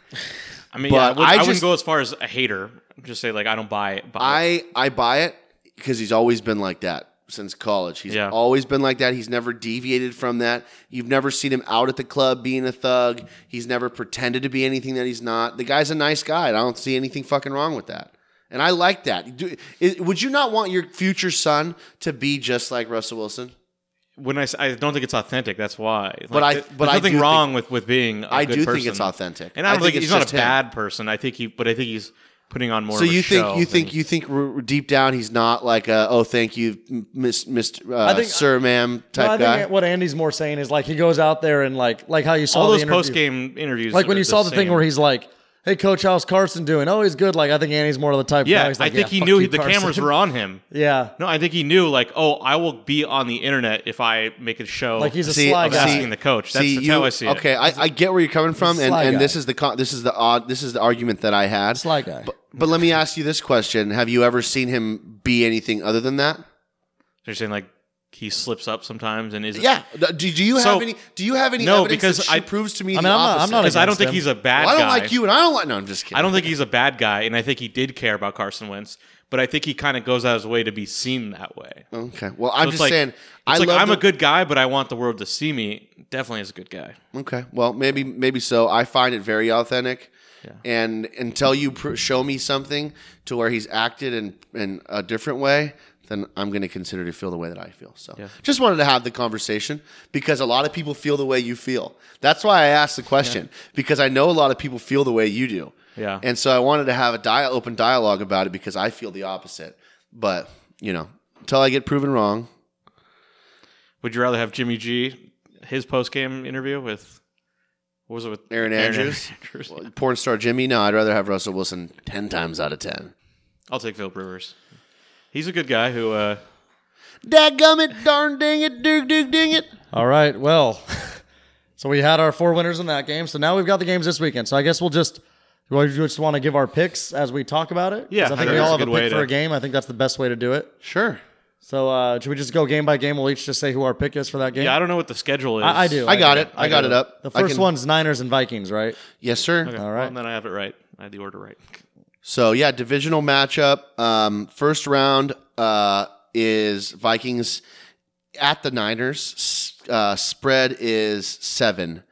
S3: I mean, yeah, I,
S4: but
S3: would,
S4: I
S3: I, wouldn't
S4: just-
S3: go as far as a hater. Just say like I don't buy it. Buy it.
S4: I I buy it because he's always been like that since college. He's
S3: Yeah.
S4: always been like that. He's never deviated from that. You've never seen him out at the club being a thug. He's never pretended to be anything that he's not. The guy's a nice guy. And I don't see anything fucking wrong with that. And I like that. Do, i- would you not want your future son to be just like Russell Wilson?
S3: when I, s- I don't think it's authentic. That's why. Like,
S4: But I-
S3: th-
S4: but
S3: there's
S4: I
S3: nothing
S4: do
S3: wrong with with being. a
S4: I
S3: good
S4: do think
S3: person.
S4: it's authentic.
S3: and I don't
S4: I think
S3: think,
S4: it's
S3: he's not a
S4: just him.
S3: bad person. I think he, but I think he's putting on more.
S4: so
S3: of a
S4: you
S3: show
S4: think you
S3: than
S4: think
S3: he-
S4: you think r- r- deep down he's not like a oh thank you Miss Miss uh,
S2: think-
S4: Sir Ma'am
S2: No,
S4: type
S2: I
S4: guy.
S2: think what Andy's more saying is like he goes out there and like like how you saw
S3: all
S2: the
S3: those
S2: interview-
S3: post game interviews?
S2: like when
S3: are
S2: you saw the thing
S3: same.
S2: where he's like, "Hey, coach, how's Carson doing? Oh, he's good." Like I think Andy's more of the type.
S3: yeah,
S2: guy. He's like,
S3: I think
S2: "Yeah,
S3: he
S2: fuck
S3: knew
S2: you,
S3: the
S2: Carson."
S3: cameras were on him.
S2: yeah,
S3: No, I think he knew like, oh, I will be on the internet if I make a show.
S2: like he's a
S4: See,
S2: sly
S4: I'm
S2: guy.
S3: asking the coach. That's- that's
S4: you-
S3: how I see it.
S4: Okay, I, I get where you're coming from,
S2: a
S4: and,
S2: sly
S4: and
S2: guy.
S4: this is the con- this is the odd this is the argument that I had.
S2: Sly guy.
S4: But, but let me ask you this question: Have you ever seen him be anything other than that?
S3: They're saying like he slips up sometimes and is
S4: Yeah. Uh, Do, do you have
S3: So-
S4: any? Do you have any?
S3: No,
S4: evidence
S3: because
S4: that she
S3: I-
S4: proves to me.
S2: I
S4: the
S2: mean, I'm not- I'm
S4: opposite?
S2: not
S3: because I don't
S2: against
S3: think
S2: him.
S3: he's a bad.
S4: Well, I don't
S3: guy.
S4: like you, and I don't like. No, I'm just kidding.
S3: I don't think he's a bad guy, and I think he did care about Carson Wentz, but I think he kind of goes out of his way to be seen that way. So
S4: Okay. Well, I'm
S3: it's
S4: just
S3: like-
S4: saying.
S3: it's
S4: I
S3: like,
S4: love
S3: I'm
S4: the-
S3: a good guy, but I want the world to see me. Definitely is a good guy.
S4: Okay. Well, maybe maybe so. I find it very authentic. And until you pr- show me something to where he's acted in in a different way, then I'm going to consider to feel the way that I feel. So, just wanted to have the conversation because a lot of people feel the way you feel. That's why I asked the question because I know a lot of people feel the way you do.
S3: Yeah.
S4: And so I wanted to have a dia- open dialogue about it because I feel the opposite. But, you know, until I get proven wrong,
S3: Would you rather have Jimmy G his post game interview with what was it with
S4: Aaron Andrews?
S3: Andrews?
S4: porn star Jimmy, no, I'd rather have Russell Wilson 10 times out of 10.
S3: I'll take Phil Rivers. He's a good guy who uh,
S4: Dadgummit, darn dang it, doog doog ding it.
S2: All right, well, so we had our four winners in that game. So now we've got the games this weekend. So I guess we'll just. We just want to give our picks as we talk about it. 'Cause
S3: Yeah,
S2: I
S3: I
S2: think
S3: think
S2: we
S3: that's
S2: all
S3: a
S2: have a
S3: good
S2: pick
S3: way
S2: for
S3: to-
S2: a game. I think that's the best way to do it.
S4: Sure.
S2: So uh, should we just go game by game? We'll each just say who our pick is for that game.
S3: yeah, I don't know what the schedule is.
S2: I, I do.
S4: I got it. I got it up.
S2: The
S4: I
S2: first
S4: can-
S2: one's Niners and Vikings, right?
S4: Yes, sir. Uh,
S3: Okay,
S2: All
S3: well,
S2: right.
S3: and then I have it right. I had the order right.
S4: So, yeah, divisional matchup. Um, first round uh, is Vikings at the Niners. s- Uh, spread is seven.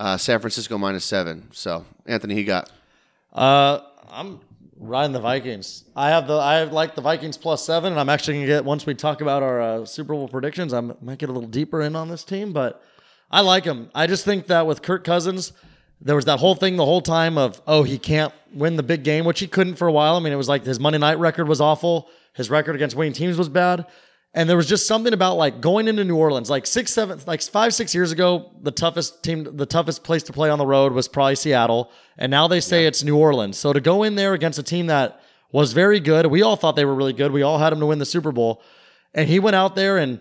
S4: Uh, San Francisco minus seven. So Anthony, he got
S2: Uh, I'm riding the Vikings. I have the I have like the Vikings plus seven, and I'm actually gonna get once we talk about our uh, Super Bowl predictions. I might get a little deeper in on this team, but I like them. I just think that with Kirk Cousins, there was that whole thing the whole time of oh he can't win the big game, which he couldn't for a while. I mean, it was like his Monday night record was awful. His record against winning teams was bad. And there was just something about like going into New Orleans, like six, seven, like five, six years ago, the toughest team, the toughest place to play on the road was probably Seattle. And now they say it's New Orleans. So to go in there against a team that was very good, we all thought they were really good. We all had them to win the Super Bowl. And he went out there and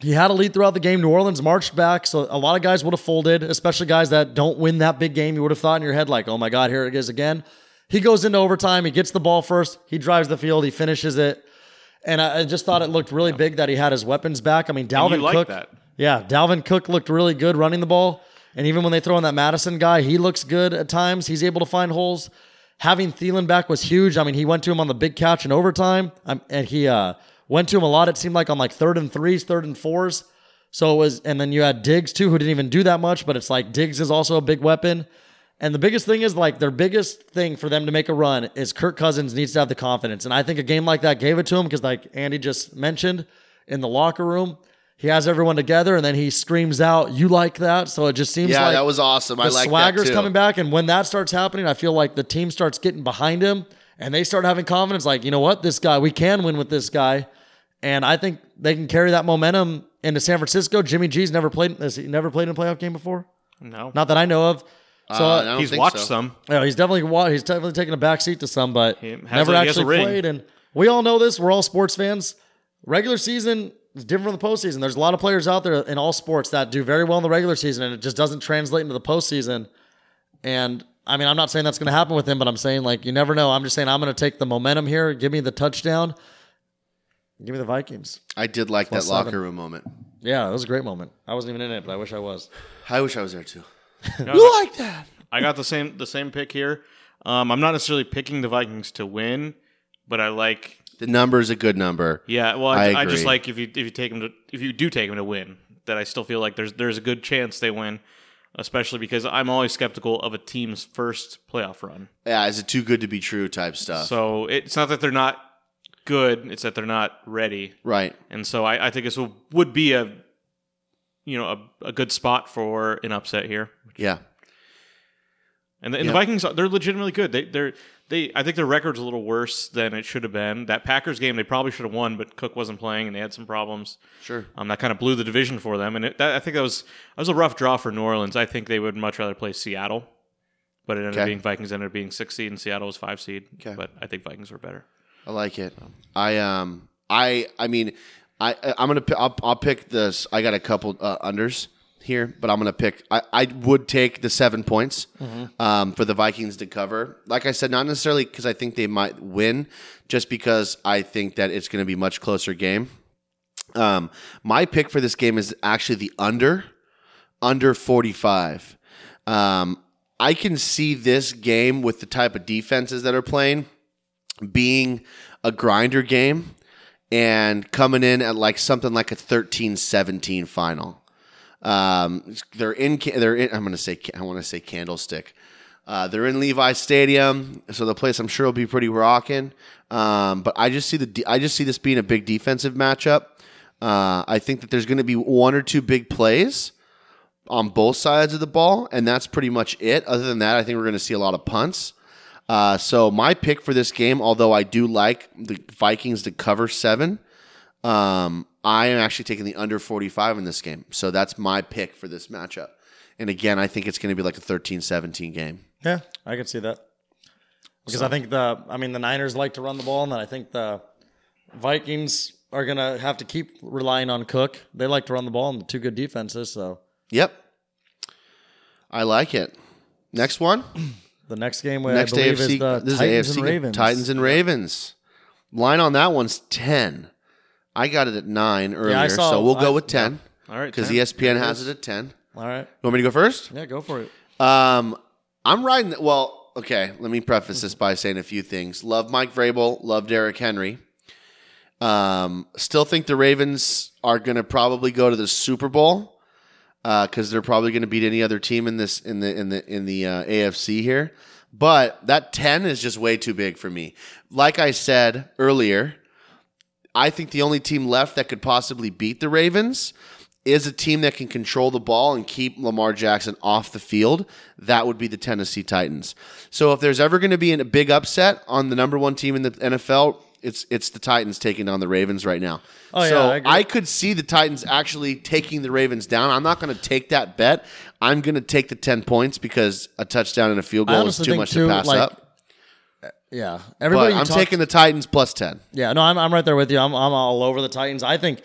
S2: he had a lead throughout the game. New Orleans marched back, so a lot of guys would have folded, especially guys that don't win that big game. You would have thought in your head, like, oh my God, here it is again. He goes into overtime. He gets the ball first. He drives the field. He finishes it. And I, I just thought it looked really big that he had his weapons back. I mean, Dalvin
S3: you like
S2: Cook.
S3: that.
S2: Yeah, Dalvin Cook looked really good running the ball. And even when they throw in that Madison guy, he looks good at times. He's able to find holes. Having Thielen back was huge. I mean, he went to him on the big catch in overtime, um, and he uh, went to him a lot. It seemed like on like third and threes, third and fours. So it was, and then you had Diggs too, who didn't even do that much. But it's like Diggs is also a big weapon. And the biggest thing is like their biggest thing for them to make a run is Kirk Cousins needs to have the confidence. And I think a game like that gave it to him because, like Andy just mentioned, in the locker room, he has everyone together and then he screams out, You like that? So it just seems
S4: yeah,
S2: like
S4: that was awesome. I
S2: the
S4: like
S2: swagger's
S4: that too.
S2: coming back. And when that starts happening, I feel like the team starts getting behind him and they start having confidence like, you know what, this guy, we can win with this guy. And I think they can carry that momentum into San Francisco. Jimmy G's never played has he never played in a playoff game before?
S3: No,
S2: Not that I know of. So
S4: Uh, I don't
S3: he's
S4: think
S3: watched
S4: so.
S3: some.
S2: yeah, he's definitely wa- he's definitely taking a back seat to some, but
S3: He has
S2: never
S3: a- he has a
S2: actually
S3: ring.
S2: played. And we all know this. We're all sports fans. Regular season is different from the postseason. There's a lot of players out there in all sports that do very well in the regular season, and it just doesn't translate into the postseason. And I mean, I'm not saying that's going to happen with him, but I'm saying like you never know. I'm just saying I'm going to take the momentum here. Give me the touchdown. Give me the Vikings.
S4: I did like that
S2: Plus seven.
S4: locker room moment.
S2: Yeah, it was a great moment. I wasn't even in it, but I wish I was.
S4: I wish I was there too.
S3: You
S4: like that?
S3: I got the same the same pick here. Um, I'm not necessarily picking the Vikings to win, but I like
S4: The number is a good number.
S3: Yeah, well, I,
S4: I
S3: I just
S4: agree.
S3: like if you if you take them to if you do take them to win, that I still feel like there's there's a good chance they win, especially because I'm always skeptical of a team's first playoff run.
S4: Yeah, is it too good to be true type stuff?
S3: So it's not that they're not good; it's that they're not ready.
S4: right.
S3: And so I, I think this will, would be a you know a, a good spot for an upset here.
S4: Yeah.
S3: And the, and
S4: Yeah.
S3: the Vikings they're legitimately good. They they're they I think their record's a little worse than it should have been. That Packers game they probably should have won, but Cook wasn't playing and they had some problems.
S4: Sure.
S3: Um, that kind of blew the division for them, and it, that, I think that was that was a rough draw for New Orleans. I think they would much rather play Seattle, but it ended up
S4: Okay.
S3: being Vikings ended up being six seed, and Seattle was five seed.
S4: Okay.
S3: But I think Vikings were better.
S4: I like it. I um I I mean I I- I'm gonna pi- I'll, I'll pick this. I got a couple uh, unders here, but I'm gonna pick. I I would take the seven points um for the Vikings to cover. Like I said, not necessarily because I think they might win, just because I think that it's gonna be much closer game. Um, my pick for this game is actually the under under 45. Um, I can see this game with the type of defenses that are playing being a grinder game and coming in at like something like a 13-17 final. Um, they're in. ca- They're in. I'm gonna say. ca- I want to say Candlestick. Uh, they're in Levi Stadium, so the place I'm sure will be pretty rocking. Um, but I just see the. de- I just see this being a big defensive matchup. Uh, I think that there's going to be one or two big plays on both sides of the ball, and that's pretty much it. Other than that, I think we're going to see a lot of punts. Uh, so my pick for this game, although I do like the Vikings to cover seven, um, I am actually taking the under 45 in this game. So that's my pick for this matchup. And again, I think it's going to be like a 13 17 game.
S2: Yeah, I could see that. Because I think the I mean the Niners like to run the ball and then I think the Vikings are going to have to keep relying on Cook. They like to run the ball and two good defenses, so
S4: Yep. I like it. Next one.
S2: the next game we
S4: Next
S2: I believe
S4: AFC.
S2: is the
S4: this
S2: Titans
S4: is AFC.
S2: and Ravens.
S4: Titans and Ravens. Line on that one's 10. I got it at nine earlier.
S2: saw-
S4: so we'll
S2: I-
S4: go with E 10
S3: All right,
S4: because
S3: 10.
S4: ESPN has it at 10. You
S2: All right.
S4: want me to go first?
S2: Yeah, go for it.
S4: Um, I'm riding. The, well, okay. Let me preface this by saying a few things. Love Mike Vrabel. Love Derrick Henry. Um, still think the Ravens are going to probably go to the Super Bowl because they're probably going to beat any other team in this in the in the in the uh, AFC here. But that ten is just way too big for me. Like I said earlier, I think the only team left that could possibly beat the Ravens is a team that can control the ball and keep Lamar Jackson off the field. That would be the Tennessee Titans. So if there's ever going to be a big upset on the number one team in the NFL, it's it's the Titans taking on the Ravens right now.
S2: Oh, yeah,
S4: so
S2: I agree.
S4: I could see the Titans actually taking the Ravens down. I'm not going to take that bet. I'm going to take the 10 points because a touchdown and a field
S2: I
S4: goal is
S2: honestly
S4: too
S2: think,
S4: much
S2: too,
S4: to pass
S2: like,
S4: up.
S2: Yeah,
S4: But
S2: everybody.
S4: I'm
S2: talks-
S4: taking the Titans plus 10.
S2: Yeah, no, I'm, I'm right there with you. I'm, I'm all over the Titans. I think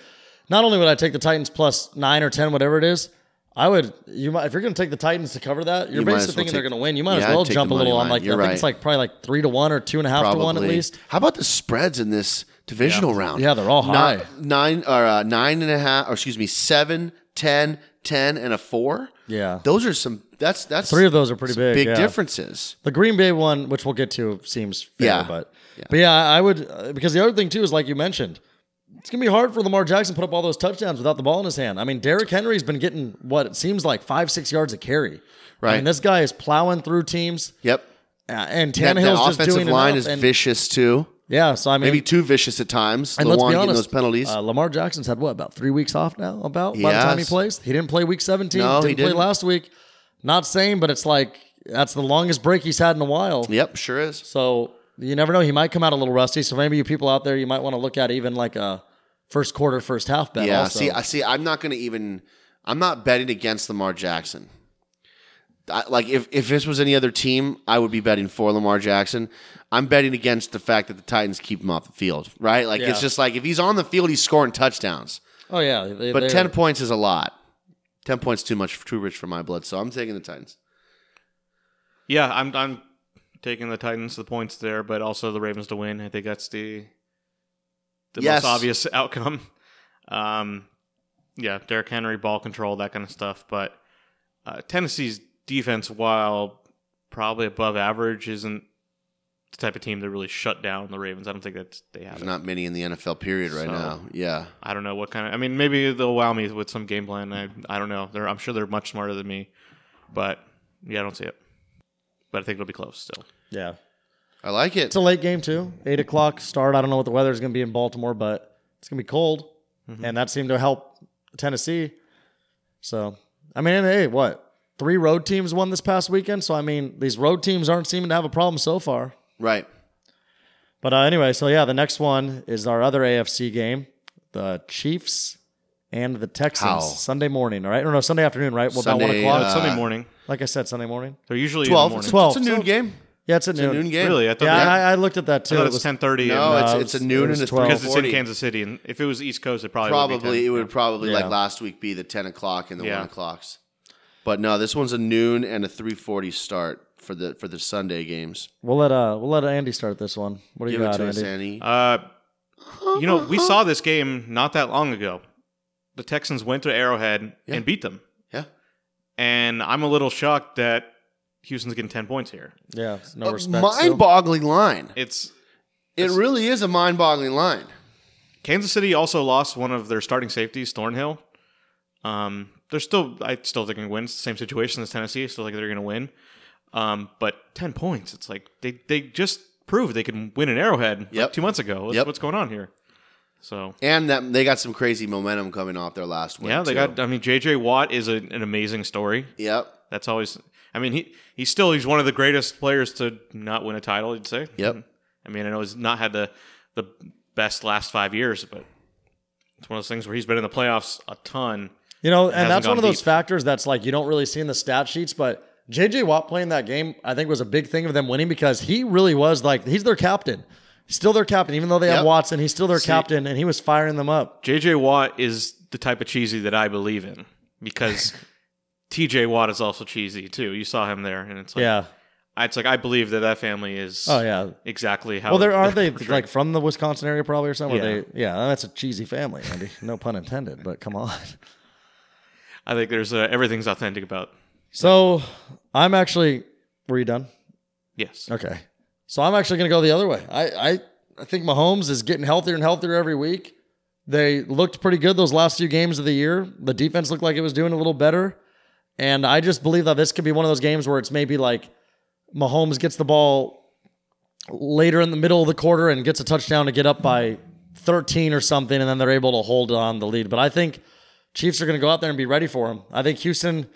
S2: not only would I take the Titans plus nine or ten, whatever it is, I would. You might if you're going to take the Titans to cover that, you're
S4: You
S2: basically
S4: might as well
S2: thinking they're
S4: take-
S2: going to win. You might
S4: Yeah,
S2: as well
S4: I'd take
S2: jump a
S4: the money
S2: little on
S4: line.
S2: like
S4: You're
S2: I think it's
S4: right.
S2: like probably like three to one or two and a half to one at least.
S4: How about the spreads in this divisional round?
S2: Yeah, they're all
S4: Nine-
S2: high.
S4: Nine, or uh, nine and a half, or excuse me, seven, ten, ten, and a four.
S2: Yeah.
S4: those are some. That's that's
S2: Three of those are pretty
S4: some
S2: big, yeah.
S4: differences.
S2: The Green Bay one, which we'll get to, seems fair,
S4: Yeah.
S2: but but yeah, I would uh, because the other thing too is like you mentioned, it's gonna be hard for Lamar Jackson to put up all those touchdowns without the ball in his hand. I mean, Derrick Henry's been getting what it seems like five six yards a carry. I mean,
S4: Right.
S2: this guy is plowing through teams,
S4: Yep.
S2: uh, and
S4: That,
S2: Tannehill's
S4: that
S2: just
S4: offensive
S2: doing
S4: line
S2: enough,
S4: is
S2: and-
S4: vicious too.
S2: Yeah, so I mean,
S4: Maybe too vicious at times.
S2: and let's be
S4: Lewan getting
S2: honest,
S4: those penalties.
S2: Uh, Lamar Jackson's had what about three weeks off now? About by the time he
S4: Yes.
S2: plays, he didn't play week seventeen.
S4: No,
S2: didn't
S4: he
S2: play
S4: didn't.
S2: last week. Not saying, but it's like that's the longest break he's had in a while.
S4: yep, sure is.
S2: So you never know. He might come out a little rusty. So maybe you people out there, you might want to look at even like a first quarter, first half bet.
S4: Yeah.
S2: also.
S4: See, I see. I'm not going to even. I'm not betting against Lamar Jackson. I, like if, if this was any other team, I would be betting for Lamar Jackson. I'm betting against the fact that the Titans keep him off the field, right? Like
S2: Yeah.
S4: it's just like if he's on the field, he's scoring touchdowns.
S2: oh yeah, they-
S4: But
S2: they're-
S4: ten points is a lot. Ten points too much, too rich for my blood. So I'm taking the Titans.
S3: Yeah, I'm I'm taking the Titans the points there, but also the Ravens to win. I think that's the the
S4: Yes.
S3: most obvious outcome. Um, yeah, Derrick Henry, ball control, that kind of stuff. But uh, Tennessee's defense, while probably above average, isn't the type of team that really shut down the Ravens. I don't think that they have.
S4: There's
S3: it.
S4: not many in the NFL period right
S3: So-
S4: now. Yeah,
S3: I don't know what kind of. I mean, maybe they'll wow me with some game plan. I I don't know. They're I'm sure they're much smarter than me, but yeah, I don't see it. But I think it'll be close still.
S2: yeah,
S4: I like it.
S2: it's a late game too. Eight o'clock start. I don't know what the weather is going to be in Baltimore, but it's going to be cold,
S4: Mm-hmm.
S2: and that seemed to help Tennessee. So I mean, hey, what three road teams won this past weekend? So I mean, these road teams aren't seeming to have a problem so far.
S4: right.
S2: But uh, anyway, so yeah, the next one is our other AFC game, the Chiefs and the Texans
S4: How?
S2: Sunday morning. All right, or no, Sunday afternoon, right? Well, about one
S4: Sunday,
S2: o'clock.
S3: Oh, It's
S4: Uh,
S3: Sunday morning.
S2: like I said, Sunday morning.
S3: They're usually
S4: Twelve.
S3: in the
S4: It's
S3: morning.
S4: a,
S2: 12.
S4: it's a noon game.
S2: Yeah, it's at
S4: It's a
S2: noon.
S4: noon game.
S3: Really? I thought,
S2: Yeah,
S3: that-
S2: I, I looked at that
S3: I
S2: too.
S3: thought
S2: It
S3: it's
S2: was,
S3: ten thirty. uh,
S4: No,
S2: No,
S4: it's
S2: it
S4: it's a
S2: was-
S4: noon
S2: it was
S4: and a
S2: 12.
S3: because it's in
S4: 12:40.
S3: Kansas City, and if it was East Coast, it probably Would be
S4: Probably
S3: 10.
S4: it would probably
S2: Yeah.
S4: like last week be the ten o'clock and the
S3: Yeah.
S4: one o'clocks. But no, this one's a noon and a three forty start for the for the Sunday games.
S2: we'll let uh, we'll let Andy start this one. What do you
S4: Give it
S2: got,
S4: to
S2: Andy?
S4: us, Andy.
S3: Uh, you know, we saw this game not that long ago. The Texans went to Arrowhead
S4: Yeah.
S3: and beat them,
S4: yeah.
S3: and I'm a little shocked that Houston's getting ten points here.
S2: Yeah, it's no
S4: A
S2: respect. still.
S4: mind-boggling line.
S3: It's
S4: It really is a mind-boggling line.
S3: Kansas City also lost one of their starting safeties, Thornhill. Um, they're still, I still think they're going to win. It's the same situation as Tennessee. I still think they're going to win. Um, but 10 points, it's like they, they just proved they can win an arrowhead like,
S4: Yep.
S3: two months ago. That's
S4: Yep.
S3: what's going on here. So,
S4: And that they got some crazy momentum coming off their last win.
S3: yeah, they
S4: too.
S3: got, I mean, JJ Watt is a, an amazing story.
S4: Yep.
S3: That's always, I mean, he, he's still, he's one of the greatest players to not win a title, you'd say.
S4: Yep.
S3: I mean, I know he's not had the, the best last five years, but it's one of those things where he's been in the playoffs a ton.
S2: You know, and
S3: hasn't
S2: that's one
S3: gone
S2: of those
S3: deep.
S2: factors that's like you don't really see in the stat sheets, but JJ Watt playing that game, I think was a big thing of them winning because he really was like he's their captain. Still their captain, even though they have
S4: Yep.
S2: Watson, he's still their captain and he was firing them up.
S3: JJ Watt is the type of cheesy that I believe in because TJ Watt is also cheesy too. You saw him there, and it's like,
S2: yeah.
S3: it's like I believe that that family is,
S2: Oh yeah.
S3: exactly how.
S2: Well, there aren't they
S3: portrayed.
S2: like from the Wisconsin area probably or somewhere.
S3: Yeah.
S2: They yeah, that's a cheesy family, Andy. No pun intended, but come on.
S3: I think there's uh everything's authentic about.
S2: So I'm actually were you done?
S3: Yes,
S2: Okay. So I'm actually gonna go the other way. I I I think Mahomes is getting healthier and healthier every week. They looked pretty good those last few games of the year. The defense looked like it was doing a little better. And I just believe that this could be one of those games where it's maybe like Mahomes gets the ball later in the middle of the quarter and gets a touchdown to get up by 13 or something, and then they're able to hold on the lead. But I think Chiefs are going to go out there and be ready for him. I think Houston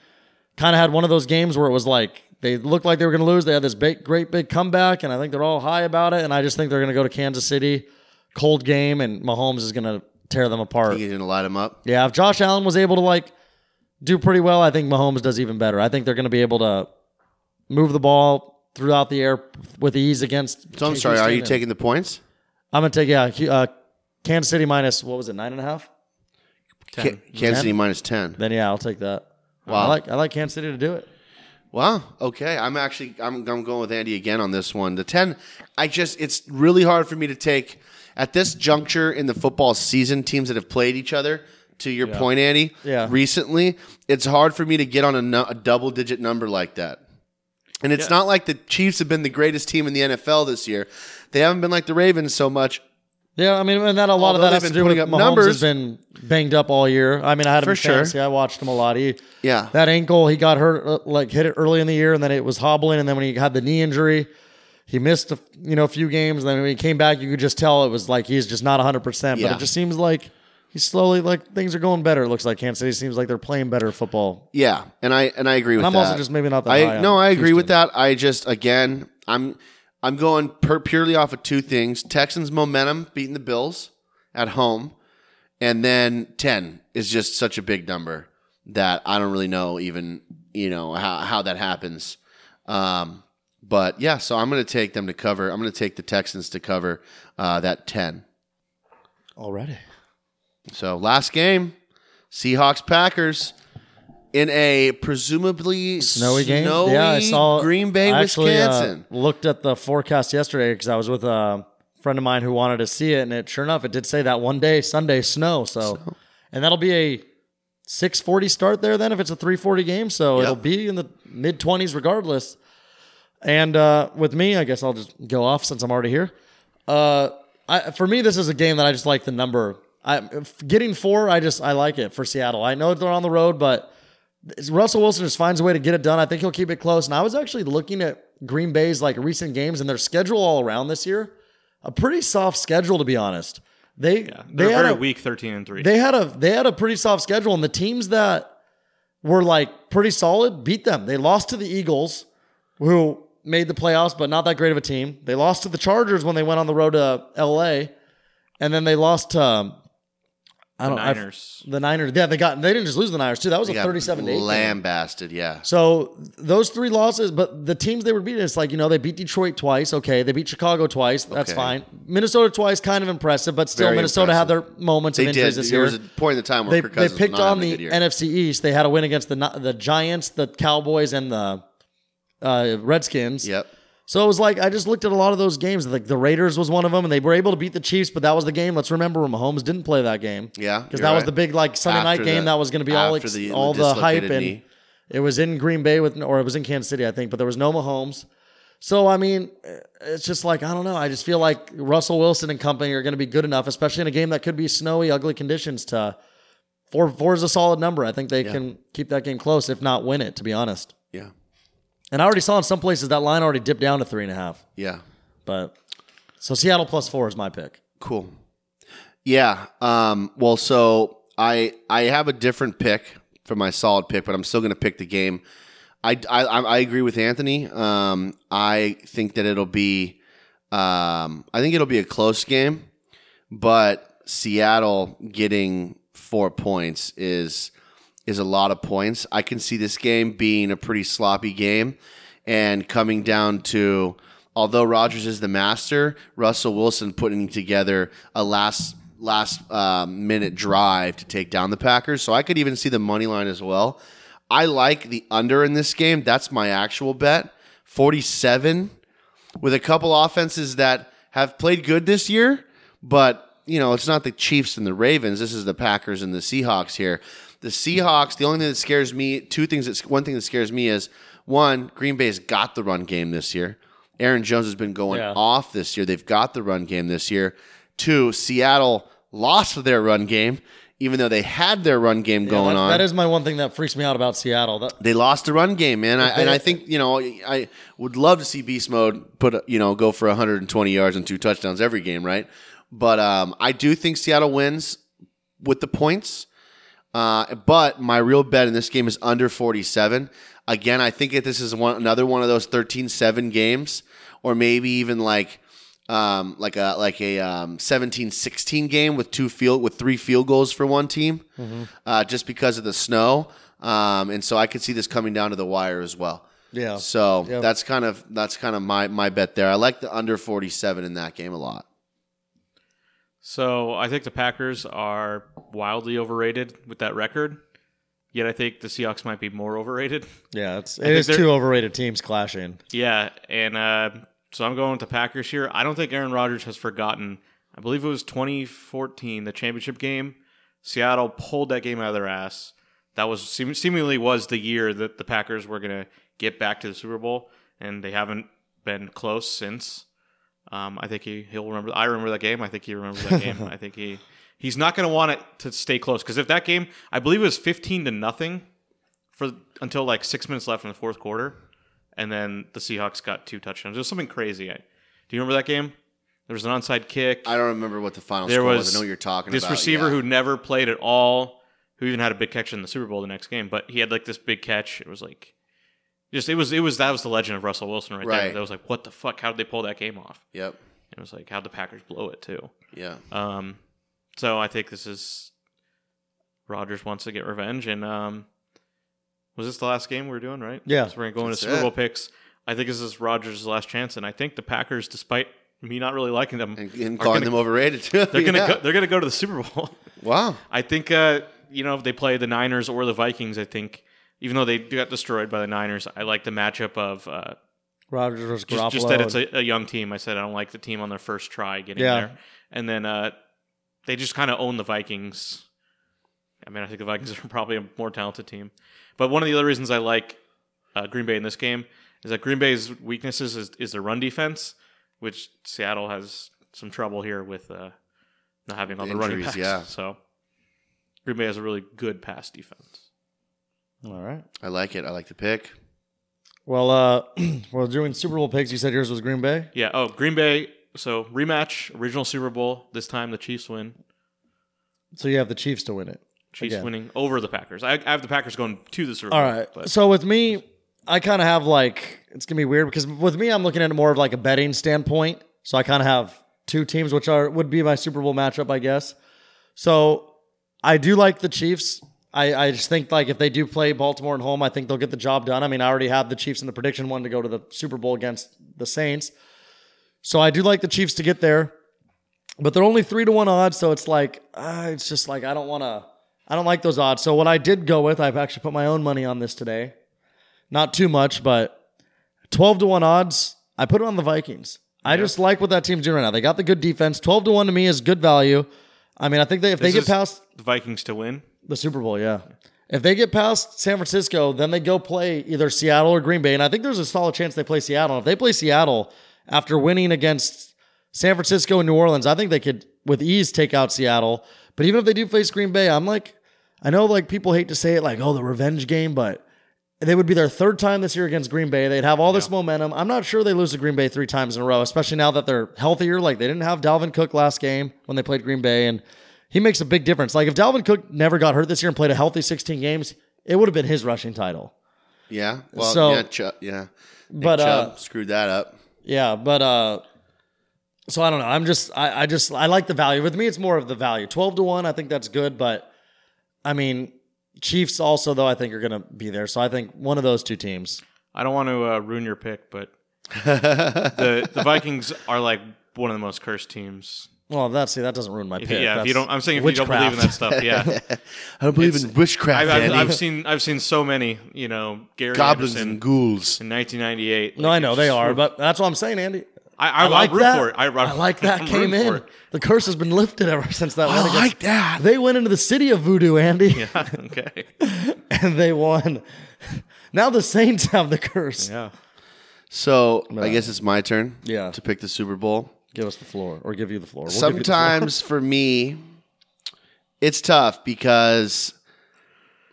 S2: kind of had one of those games where it was like they looked like they were going to lose. They had this big, great big comeback, and I think they're all high about it. And I just think they're going to go to Kansas City, cold game, and Mahomes is going to tear them apart.
S4: He's gonna light him up.
S2: Yeah, if Josh Allen was able to like do pretty well, I think Mahomes does even better. I think they're going to be able to move the ball throughout the air with ease against.
S4: So I'm sorry. Are you
S2: Houston.
S4: taking the points?
S2: I'm going to take yeah, Hu- uh, Kansas City minus what was it nine and a half?
S4: Ca- Kansas City minus ten.
S2: Then yeah, I'll take that.
S4: Wow.
S2: I like I like Kansas City to do it.
S4: Wow. Okay. I'm actually I'm I'm going with Andy again on this one. The ten. I just it's really hard for me to take at this juncture in the football season. Teams that have played each other. To your point, Andy.
S2: Yeah.
S4: Recently, it's hard for me to get on a, nu- a double digit number like that. And it's not like the Chiefs have been the greatest team in the NFL this year. They haven't been like the Ravens so much.
S2: Yeah, I mean, and that a lot
S4: Although
S2: of that
S4: they've
S2: has to do
S4: been
S2: with
S4: putting up
S2: Mahomes
S4: numbers.
S2: has been banged up all year. I mean, I had him
S4: For
S2: in
S4: sure.
S2: fantasy. I watched him a lot. He,
S4: Yeah.
S2: that ankle he got hurt, uh, like hit it early in the year, and then it was hobbling, and then when he had the knee injury, he missed a, you know a few games. And then when he came back, you could just tell it was like he's just not hundred percent. But
S4: Yeah.
S2: it just seems like he's slowly like things are going better. It looks like Kansas City seems like they're playing better football.
S4: Yeah, and I and I agree with
S2: I'm
S4: that.
S2: also just maybe not that high
S4: I
S2: on
S4: no, I agree
S2: Houston.
S4: with that. I just again, I'm I'm going per, purely off of two things: Texans momentum beating the Bills at home, and then ten is just such a big number that I don't really know even you know how how that happens. Um, but yeah, so I'm going to take them to cover. I'm going to take the Texans to cover uh, that ten.
S2: Already,
S4: So last game, Seahawks Packers in a presumably
S2: snowy game.
S4: snowy
S2: yeah, I saw
S4: Green Bay,
S2: I actually, uh,
S4: Wisconsin.
S2: looked at the forecast yesterday because I was with a friend of mine who wanted to see it, and it sure enough, it did say that one day Sunday snow. So, and that'll be a six forty start there then if it's a three forty game. So
S4: Yep.
S2: it'll be in the mid twenties regardless. And uh, with me, I guess I'll just go off since I'm already here. Uh, I, for me, this is a game that I just like the number. I if getting four. I just I like it for Seattle. I know they're on the road, but it's- Russell Wilson just finds a way to get it done. I think he'll keep it close. And I was actually looking at Green Bay's like recent games and their schedule all around this year. A pretty soft schedule, to be honest. They
S3: They're
S2: they had
S3: very
S2: a-
S3: weak, thirteen and three.
S2: they had a they had a pretty soft schedule, and the teams that were like pretty solid beat them. They lost to the Eagles, who made the playoffs, but not that great of a team. They lost to the Chargers when they went on the road to L.A., and then they lost to um, I
S3: the
S2: don't I-
S3: Niners.
S2: the Niners. Yeah, they got they didn't just lose to the Niners too. That was
S4: They
S2: a
S4: got
S2: thirty-seven to eight. game.
S4: lambasted. Yeah,
S2: So those three losses, but the teams they were beating, it's like you know they beat Detroit twice. Okay, they beat Chicago twice. That's
S4: Okay.
S2: fine. Minnesota twice, kind of impressive, but still
S4: Very
S2: Minnesota had their moments
S4: they
S2: of injuries
S4: did.
S2: this
S4: There
S2: year
S4: was a point in the time where
S2: they,
S4: Kirk
S2: they
S4: Cousins
S2: picked
S4: was not
S2: on
S4: having
S2: the
S4: a good year.
S2: NFC East. They had a win against the Ni- the Giants, the Cowboys, and the uh, Redskins.
S4: Yep.
S2: So it was like I just looked at a lot of those games. Like the Raiders was one of them, and they were able to beat the Chiefs, but that was the game. Let's remember Mahomes didn't play that game.
S4: Yeah,
S2: because
S4: you're
S2: that was
S4: right.
S2: the big like Sunday
S4: After
S2: night game
S4: the-
S2: that was going to be all
S4: after
S2: ex-
S4: the-
S2: all
S4: the
S2: the hype
S4: dislocated
S2: and
S4: knee.
S2: it was in Green Bay with or it was in Kansas City, I think, but there was no Mahomes. So I mean, it's just like I don't know. I just feel like Russell Wilson and company are going to be good enough, especially in a game that could be snowy, ugly conditions. To four four is a solid number. I think they can keep that game close, if not win it. To be honest,
S4: Yeah,
S2: and I already saw in some places that line already dipped down to three and a half.
S4: yeah.
S2: But so Seattle plus four is my pick.
S4: Cool. Yeah. Um, well, so I I have a different pick for my solid pick, but I'm still going to pick the game. I, I I I agree with Anthony. Um, I think that it'll be, um, I think it'll be a close game, but Seattle getting four points is is a lot of points. I can see this game being a pretty sloppy game and coming down to although Rodgers is the master, Russell Wilson putting together a last last uh, minute drive to take down the Packers. So I could even see the money line as well. I like the under in this game. That's my actual bet. 47 with a couple offenses that have played good this year, but you know, it's not the Chiefs and the Ravens. This is the Packers and the Seahawks here. The Seahawks, the only thing that scares me, two things that one thing that scares me is one, Green Bay's got the run game this year. Aaron Jones has been going
S2: Yeah.
S4: off this year. They've got the run game this year. Two, Seattle lost their run game, even though they had their run game
S2: Yeah,
S4: going
S2: that-
S4: on.
S2: That is my one thing that freaks me out about Seattle. That,
S4: They lost the run game, man. I, and I think you know I would love to see Beast Mode put a- you know go for 120 yards and two touchdowns every game, right? But um, I do think Seattle wins with the points. Uh, but my real bet in this game is under 47. Again, I think that this is one another one of those 13-7 games, or maybe even like um, like a like a um, 17-16 game with two field with three field goals for one team,
S3: Mm-hmm.
S4: uh, just because of the snow. Um, and so I could see this coming down to the wire as well.
S3: Oh.
S2: yeah.
S4: So
S2: Yeah.
S4: that's kind of that's kind of my my bet there. I like the under 47 in that game a lot.
S3: So I think the Packers are wildly overrated with that record. Yet I think the Seahawks might be more overrated.
S2: Yeah, it's
S3: think
S2: it is
S3: they're-
S2: two overrated teams clashing.
S3: Yeah, and uh, so I'm going with the Packers here. I don't think Aaron Rodgers has forgotten. I believe it was 2014, the championship game. Seattle pulled that game out of their ass. That was seem- seemingly was the year that the Packers were going to get back to the Super Bowl, and they haven't been close since. Um, I think he he'll remember. I remember that game. I think he remembers that game. I think he he's not going to want it to stay close because if that game, I believe it was 15 to nothing for until like six minutes left in the fourth quarter, and then the Seahawks got two touchdowns. It was something crazy. I, do you remember that game? There was an onside kick.
S4: I don't remember what the final
S3: there
S4: score was,
S3: was
S4: I know what you're talking
S3: this
S4: about.
S3: receiver
S4: yeah.
S3: who never played at all, who even had a big catch in the Super Bowl the next game, but he had like this big catch. It was like just it was it was that was the legend of Russell Wilson right,
S4: Right.
S3: there. That was like what the fuck? How did they pull that game off?
S4: Yep.
S3: It was like how the Packers blow it too.
S4: Yeah.
S3: Um, so I think this is Rodgers wants to get revenge, and um, was this the last game we were doing, right?
S2: Yeah.
S3: so we're going to go into
S4: That's
S3: Super
S4: it.
S3: Bowl picks. I think this is Rodgers' last chance, and I think the Packers, despite me not really liking them,
S4: And, and
S3: are
S4: calling
S3: gonna-
S4: them overrated too.
S3: They're gonna
S4: Yeah.
S3: go, they're gonna go to the Super Bowl.
S4: Wow.
S3: I think uh, you know if they play the Niners or the Vikings, I think even though they got destroyed by the Niners, I like the matchup of uh,
S2: Rodgers versus Garoppolo.
S3: just, just that it's
S2: and-
S3: a, a young team. I said I don't like the team on their first try getting
S2: Yeah.
S3: there, and then uh, they just kind of own the Vikings. I mean, I think the Vikings are probably a more talented team, but one of the other reasons I like uh, Green Bay in this game is that Green Bay's weaknesses is, is their run defense, which Seattle has some trouble here with uh, not having all the, running
S4: Injuries,
S3: backs.
S4: yeah.
S3: So Green Bay has a really good pass defense.
S2: all right.
S4: I like it. I like the pick.
S2: Well, uh, well, doing Super Bowl picks. You said yours was Green Bay.
S3: Yeah. Oh, Green Bay. So rematch, original Super Bowl. This time the Chiefs win.
S2: So you have the Chiefs to win it.
S3: Chiefs
S2: Again.
S3: winning over the Packers. I, I have the Packers going to the Super Bowl.
S2: All right.
S3: But
S2: So with me, I kind of have like it's gonna be weird because with me, I'm looking at it more of like a betting standpoint. So I kind of have two teams, which are would be my Super Bowl matchup, I guess. So I do like the Chiefs. I, I just think like if they do play Baltimore at home, I think they'll get the job done. I mean, I already have the Chiefs in the prediction one to go to the Super Bowl against the Saints. So I do like the Chiefs to get there, but they're only three to one odds. So it's like ah, it's just like I don't want to. I don't like those odds. So what I did go with, I've actually put my own money on this today. Not too much, but twelve to one odds. I put it on the Vikings. I just like what that team's doing right now. They got the good defense. Twelve to one to me is good value. I mean, I think they if
S3: This
S2: they get
S3: is-
S2: past
S3: the Vikings to win.
S2: the Super Bowl, yeah. If they get past San Francisco, then they go play either Seattle or Green Bay. And I think there's a solid chance they play Seattle. If they play Seattle after winning against San Francisco and New Orleans, I think they could with ease take out Seattle. But even if they do face Green Bay, I'm like, I know like people hate to say it like, oh, the revenge game, but they would be their third time this year against Green Bay. They'd have all this momentum. I'm not sure they lose to Green Bay three times in a row, especially now that they're healthier. Like they didn't have Dalvin Cook last game when they played Green Bay, and he makes a big difference. Like if Dalvin Cook never got hurt this year and played a healthy 16 games, it would have been his rushing title.
S4: Yeah. Well,
S2: So-
S4: yeah, Chubb, yeah. Nick
S2: But, uh,
S4: Chubb screwed that up.
S2: Yeah, but uh so I don't know. I'm just I, I just I like the value. With me, it's more of the value. Twelve to one, I think that's good, but I mean Chiefs also though I think are gonna be there. So I think one of those two teams.
S3: I don't want to uh, ruin your pick, but the the Vikings are like one of the most cursed teams.
S2: Well that's see, that doesn't ruin my
S3: If,
S2: pick.
S3: yeah, if you
S2: That's
S3: don't, I'm saying if you don't believe in
S2: witchcraft.
S3: that stuff, yeah.
S4: I don't believe in witchcraft,
S3: I've, I've,
S4: Andy.
S3: I've seen I've seen so many, you know, Gary
S4: goblins
S3: Anderson
S4: and ghouls.
S3: in 1998.
S2: No,
S3: Like,
S2: I know
S3: it's
S2: they
S3: just-
S2: are, but that's what I'm saying, Andy.
S3: I, I,
S2: I like
S3: root
S2: that.
S3: for it. I,
S2: like that
S3: I'm rooting
S2: came in.
S3: for it.
S2: The curse has been lifted ever since that. win
S4: I
S2: against-
S4: like that.
S2: They went into the city of voodoo, Andy,
S3: Yeah. Okay.
S2: and they won. Now the Saints have the curse.
S3: Yeah.
S4: So
S2: No.
S4: I guess it's my turn
S2: Yeah.
S4: to pick the Super Bowl.
S2: Give us the floor, or give you the floor. We'll give you the floor.
S4: sometimes for me, it's tough because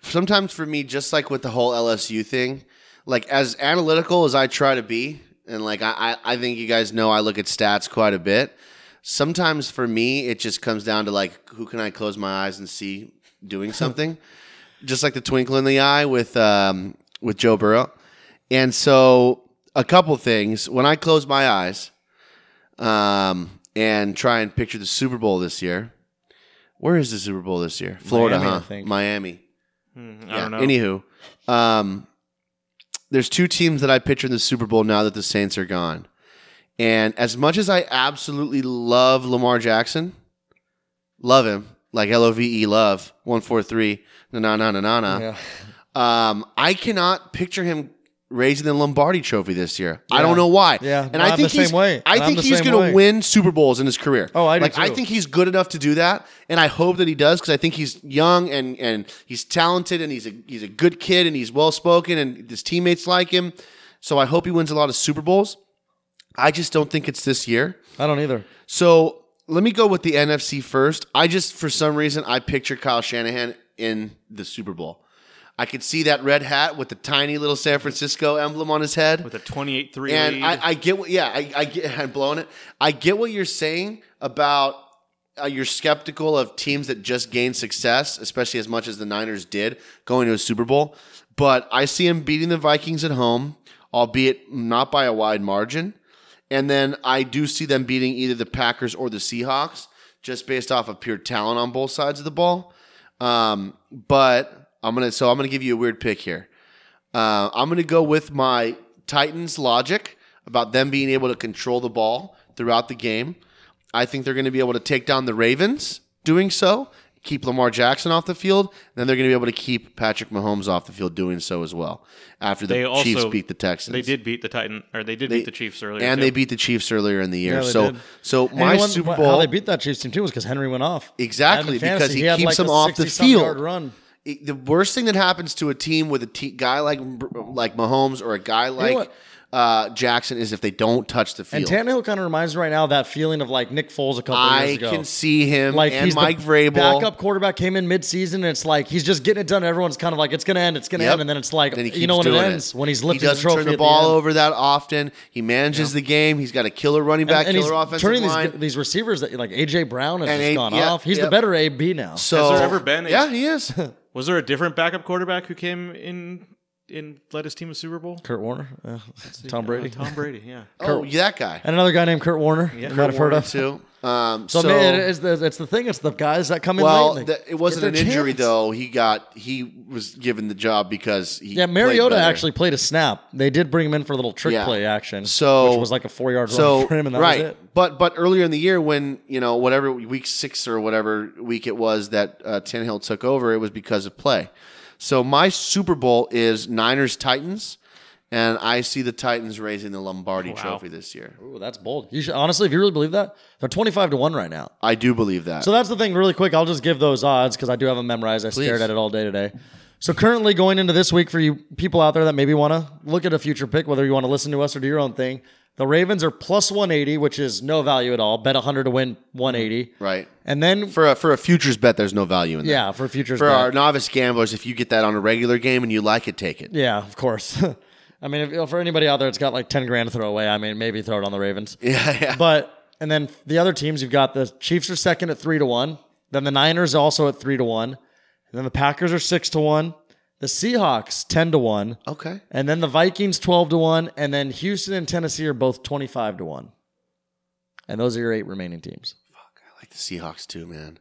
S4: sometimes for me, just like with the whole LSU thing, like as analytical as I try to be, and like I, I I think you guys know I look at stats quite a bit. Sometimes for me, it just comes down to like who can I close my eyes and see doing something, just like the twinkle in the eye with um, with Joe Burrow. And so a couple things when I close my eyes, um, and try and picture the Super Bowl this year. Where is the Super Bowl this year? Florida,
S2: Miami, I
S4: huh?
S2: think.
S4: Miami.
S3: Hmm, I
S4: Yeah.
S3: don't know.
S4: Anywho, um, there's two teams that I picture in the Super Bowl now that the Saints are gone. And as much as I absolutely love Lamar Jackson, love him like L O V E love one four three na na na na na na.
S2: Yeah.
S4: Um, I cannot picture him raising the Lombardi Trophy this year. I don't know why.
S2: Yeah.
S4: and
S2: No,
S4: I
S2: I'm
S4: think
S2: the same
S4: he's,
S2: way.
S4: I
S2: And I'm
S4: think
S2: the
S4: he's
S2: same
S4: going
S2: way.
S4: to win Super Bowls in his career.
S2: Oh, I do
S4: like. I
S2: too.
S4: think he's good enough to do that, and I hope that he does because I think he's young and and he's talented and he's a he's a good kid and he's well spoken and his teammates like him. So I hope he wins a lot of Super Bowls. I just don't think it's this year.
S2: I don't either.
S4: So let me go with the NFC first. I just, for some reason, I picture Kyle Shanahan in the Super Bowl. I could see that red hat with the tiny little San Francisco emblem on his head.
S3: with a 28-3 lead.
S4: And I, I get what, yeah, I, I get, I'm blowing it. I get what you're saying about uh, you're skeptical of teams that just gain success, especially as much as the Niners did going to a Super Bowl. But I see him beating the Vikings at home, albeit not by a wide margin. And then I do see them beating either the Packers or the Seahawks, just based off of pure talent on both sides of the ball. Um, but I'm gonna, so I'm gonna give you a weird pick here. Uh, I'm going to go with my Titans logic about them being able to control the ball throughout the game. I think they're going to be able to take down the Ravens doing so, keep Lamar Jackson off the field, and then they're going to be able to keep Patrick Mahomes off the field doing so as well after the
S3: They also-
S4: Chiefs beat the Texans.
S3: they did beat the Titan or they did
S4: They-
S3: beat the Chiefs earlier.
S4: And
S3: too.
S4: they beat the Chiefs earlier in the year.
S2: Yeah, they
S4: so
S2: did.
S4: so my
S2: Anyone-
S4: Super
S2: wh-
S4: Bowl
S2: How they beat that Chiefs team too was because Henry went off.
S4: Exactly,
S2: And in fantasy,
S4: because he
S2: had
S4: keeps
S2: like
S4: them
S2: a
S4: off the
S2: 60-some yard
S4: field.
S2: Run.
S4: it- the worst thing that happens to a team with a te- guy like like Mahomes or a guy like
S2: what?
S4: uh, Jackson is if they don't touch the
S2: And
S4: field.
S2: Tannehill kind of reminds me right now of that feeling of like Nick Foles a couple years
S4: I
S2: ago.
S4: can see him
S2: like
S4: and
S2: he's the
S4: Mike Vrabel.
S2: backup quarterback came in midseason, and it's like he's just getting it done. Everyone's kind of like it's gonna end, it's gonna
S4: Yep.
S2: end, and then it's like
S4: Then he
S2: you know
S4: keeps
S2: when it
S4: doing
S2: ends when he's
S4: he
S2: lifting the
S4: doesn't
S2: trophy.
S4: turn
S2: at
S4: the
S2: the
S4: ball
S2: end.
S4: over that often. He manages the game. He's got a killer running
S2: And,
S4: back,
S2: and
S4: killer
S2: he's
S4: offensive
S2: turning
S4: line.
S2: these, these receivers that like AJ Brown has
S4: And
S2: just
S4: A-
S2: gone
S4: yeah,
S2: off. He's
S4: yeah.
S2: the better AB now.
S4: so
S3: there ever been a-
S4: yeah, he is. Oh,
S3: Was there a different backup quarterback who came in and led his team to Super Bowl?
S2: Kurt Warner, uh, Tom Brady,
S3: Tom Brady, yeah.
S4: oh, yeah, that guy.
S2: and another guy named Kurt Warner. you might have heard of.
S4: too. Um,
S2: So,
S4: so
S2: I mean, it is the, it's the thing. It's the guys that come in
S4: well,
S2: late.
S4: the, it wasn't an injury though. He got he was given the job because he
S2: Yeah,
S4: played
S2: Mariota
S4: better.
S2: actually played a snap. They did bring him in for a little trick
S4: Yeah.
S2: play action,
S4: So-
S2: which was like a four yard
S4: so
S2: run for him, and that
S4: right.
S2: was it.
S4: But but earlier in the year, when you know whatever week six or whatever week it was that uh, Tannehill took over, it was because of play. So my Super Bowl is Niners Titans, and I see the Titans raising the Lombardi Trophy this year.
S2: Ooh, that's bold. You should honestly, if you really believe that, they're twenty five to one right now.
S4: I do believe that.
S2: So that's the thing, really quick. I'll just give those odds because I do have them memorized. I stared at it all day today. So currently going into this week for you people out there that maybe want to look at a future pick, whether you want to listen to us or do your own thing, the Ravens are plus 180, which is no value at all. Bet 100 to win 180.
S4: Mm-hmm. right
S2: And then,
S4: for a, for a futures bet, there's no value in that.
S2: yeah, for futures.
S4: For
S2: bet.
S4: our novice gamblers, if you get that on a regular game and you like it, take it.
S2: Yeah, of course. I mean, if, for anybody out there that's got like 10 grand to throw away, I mean, maybe throw it on the Ravens.
S4: Yeah, yeah.
S2: But, and then the other teams, you've got the Chiefs are second at three to one. Then the Niners also at three to one. And then the Packers are six to one. The Seahawks, 10 to one.
S4: Okay.
S2: And then the Vikings, 12 to one. And then Houston and Tennessee are both 25 to one. And those are your eight remaining teams.
S4: I like the Seahawks too, man.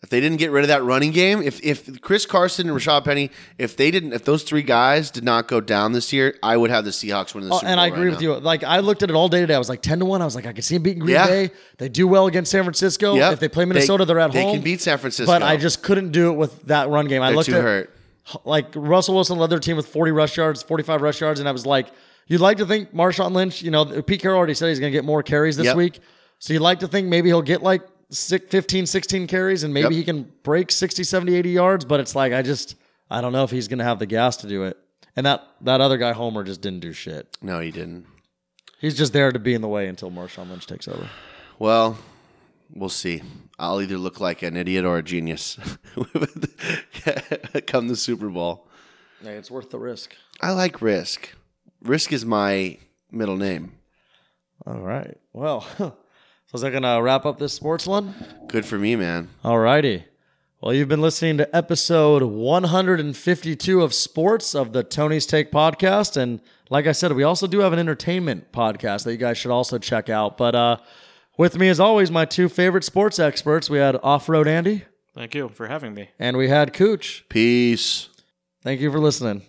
S4: If they didn't get rid of that running game, if if Chris Carson and Rashad Penny, if they didn't, if those three guys did not go down this year, I would have the Seahawks win the
S2: Oh,
S4: Super
S2: and
S4: Bowl
S2: I
S4: right
S2: agree with
S4: now.
S2: you. Like I looked at it all day today. I was like ten to one. I was like, I could see them beating Green
S4: Yeah.
S2: Bay. They do well against San Francisco.
S4: Yep.
S2: Oh, If they play Minnesota, they, are at
S4: they
S2: home.
S4: can beat San Francisco.
S2: But I just couldn't do it with that run game. I
S4: they're
S2: looked
S4: too
S2: at
S4: hurt.
S2: like Russell Wilson led their team with 40 rush yards, 45 rush yards, and I was like, you'd like to think Marshawn Lynch, you know, Pete Carroll already said he's going to get more carries this
S4: Yep.
S2: week. So you'd like to think maybe he'll get like six, 15, 16 carries and maybe
S4: Yep.
S2: he can break 60, 70, 80 yards, but it's like I just I don't know if he's going to have the gas to do it. And that that other guy Homer just didn't do shit.
S4: No, he didn't.
S2: He's just there to be in the way until Marshawn Lynch takes over.
S4: Well, we'll see. I'll either look like an idiot or a genius come the Super Bowl.
S2: Hey, it's worth the risk.
S4: I like Risk. Risk is my middle name.
S2: All right. Well, so is that gonna wrap up this sports one?
S4: Good for me, man.
S2: All righty. Well, you've been listening to episode 152 of Sports of the Tony's Take podcast. And like I said, we also do have an entertainment podcast that you guys should also check out. But uh, with me, as always, my two favorite sports experts we had Off Road Andy
S3: Thank you for having me.
S2: and we had Cooch.
S4: Peace.
S2: Thank you for listening.